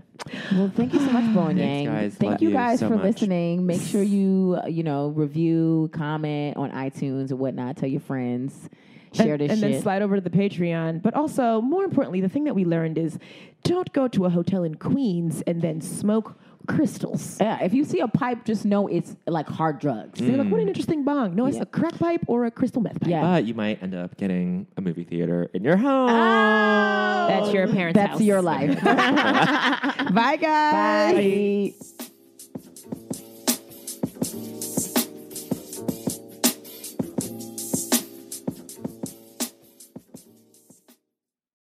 Speaker 1: Well, thank you so much, Bowen Yang.
Speaker 3: guys.
Speaker 1: Thank
Speaker 3: Love
Speaker 1: you
Speaker 3: you
Speaker 1: guys
Speaker 3: so
Speaker 1: for
Speaker 3: much.
Speaker 1: listening. Make sure you, uh, you know, review, comment on iTunes and whatnot. Tell your friends. Share
Speaker 2: and,
Speaker 1: this
Speaker 2: and
Speaker 1: shit.
Speaker 2: then slide over to the Patreon. But also, more importantly, the thing that we learned is don't go to a hotel in Queens and then smoke crystals.
Speaker 1: yeah, if you see a pipe, just know it's like hard drugs.
Speaker 2: They're like, what an interesting bong. No, it's a crack pipe or a crystal meth pipe.
Speaker 1: Yeah.
Speaker 3: But you might end up getting a movie theater in your home.
Speaker 2: Oh. That's your parents'
Speaker 1: That's your life.
Speaker 2: Bye, guys.
Speaker 1: Bye.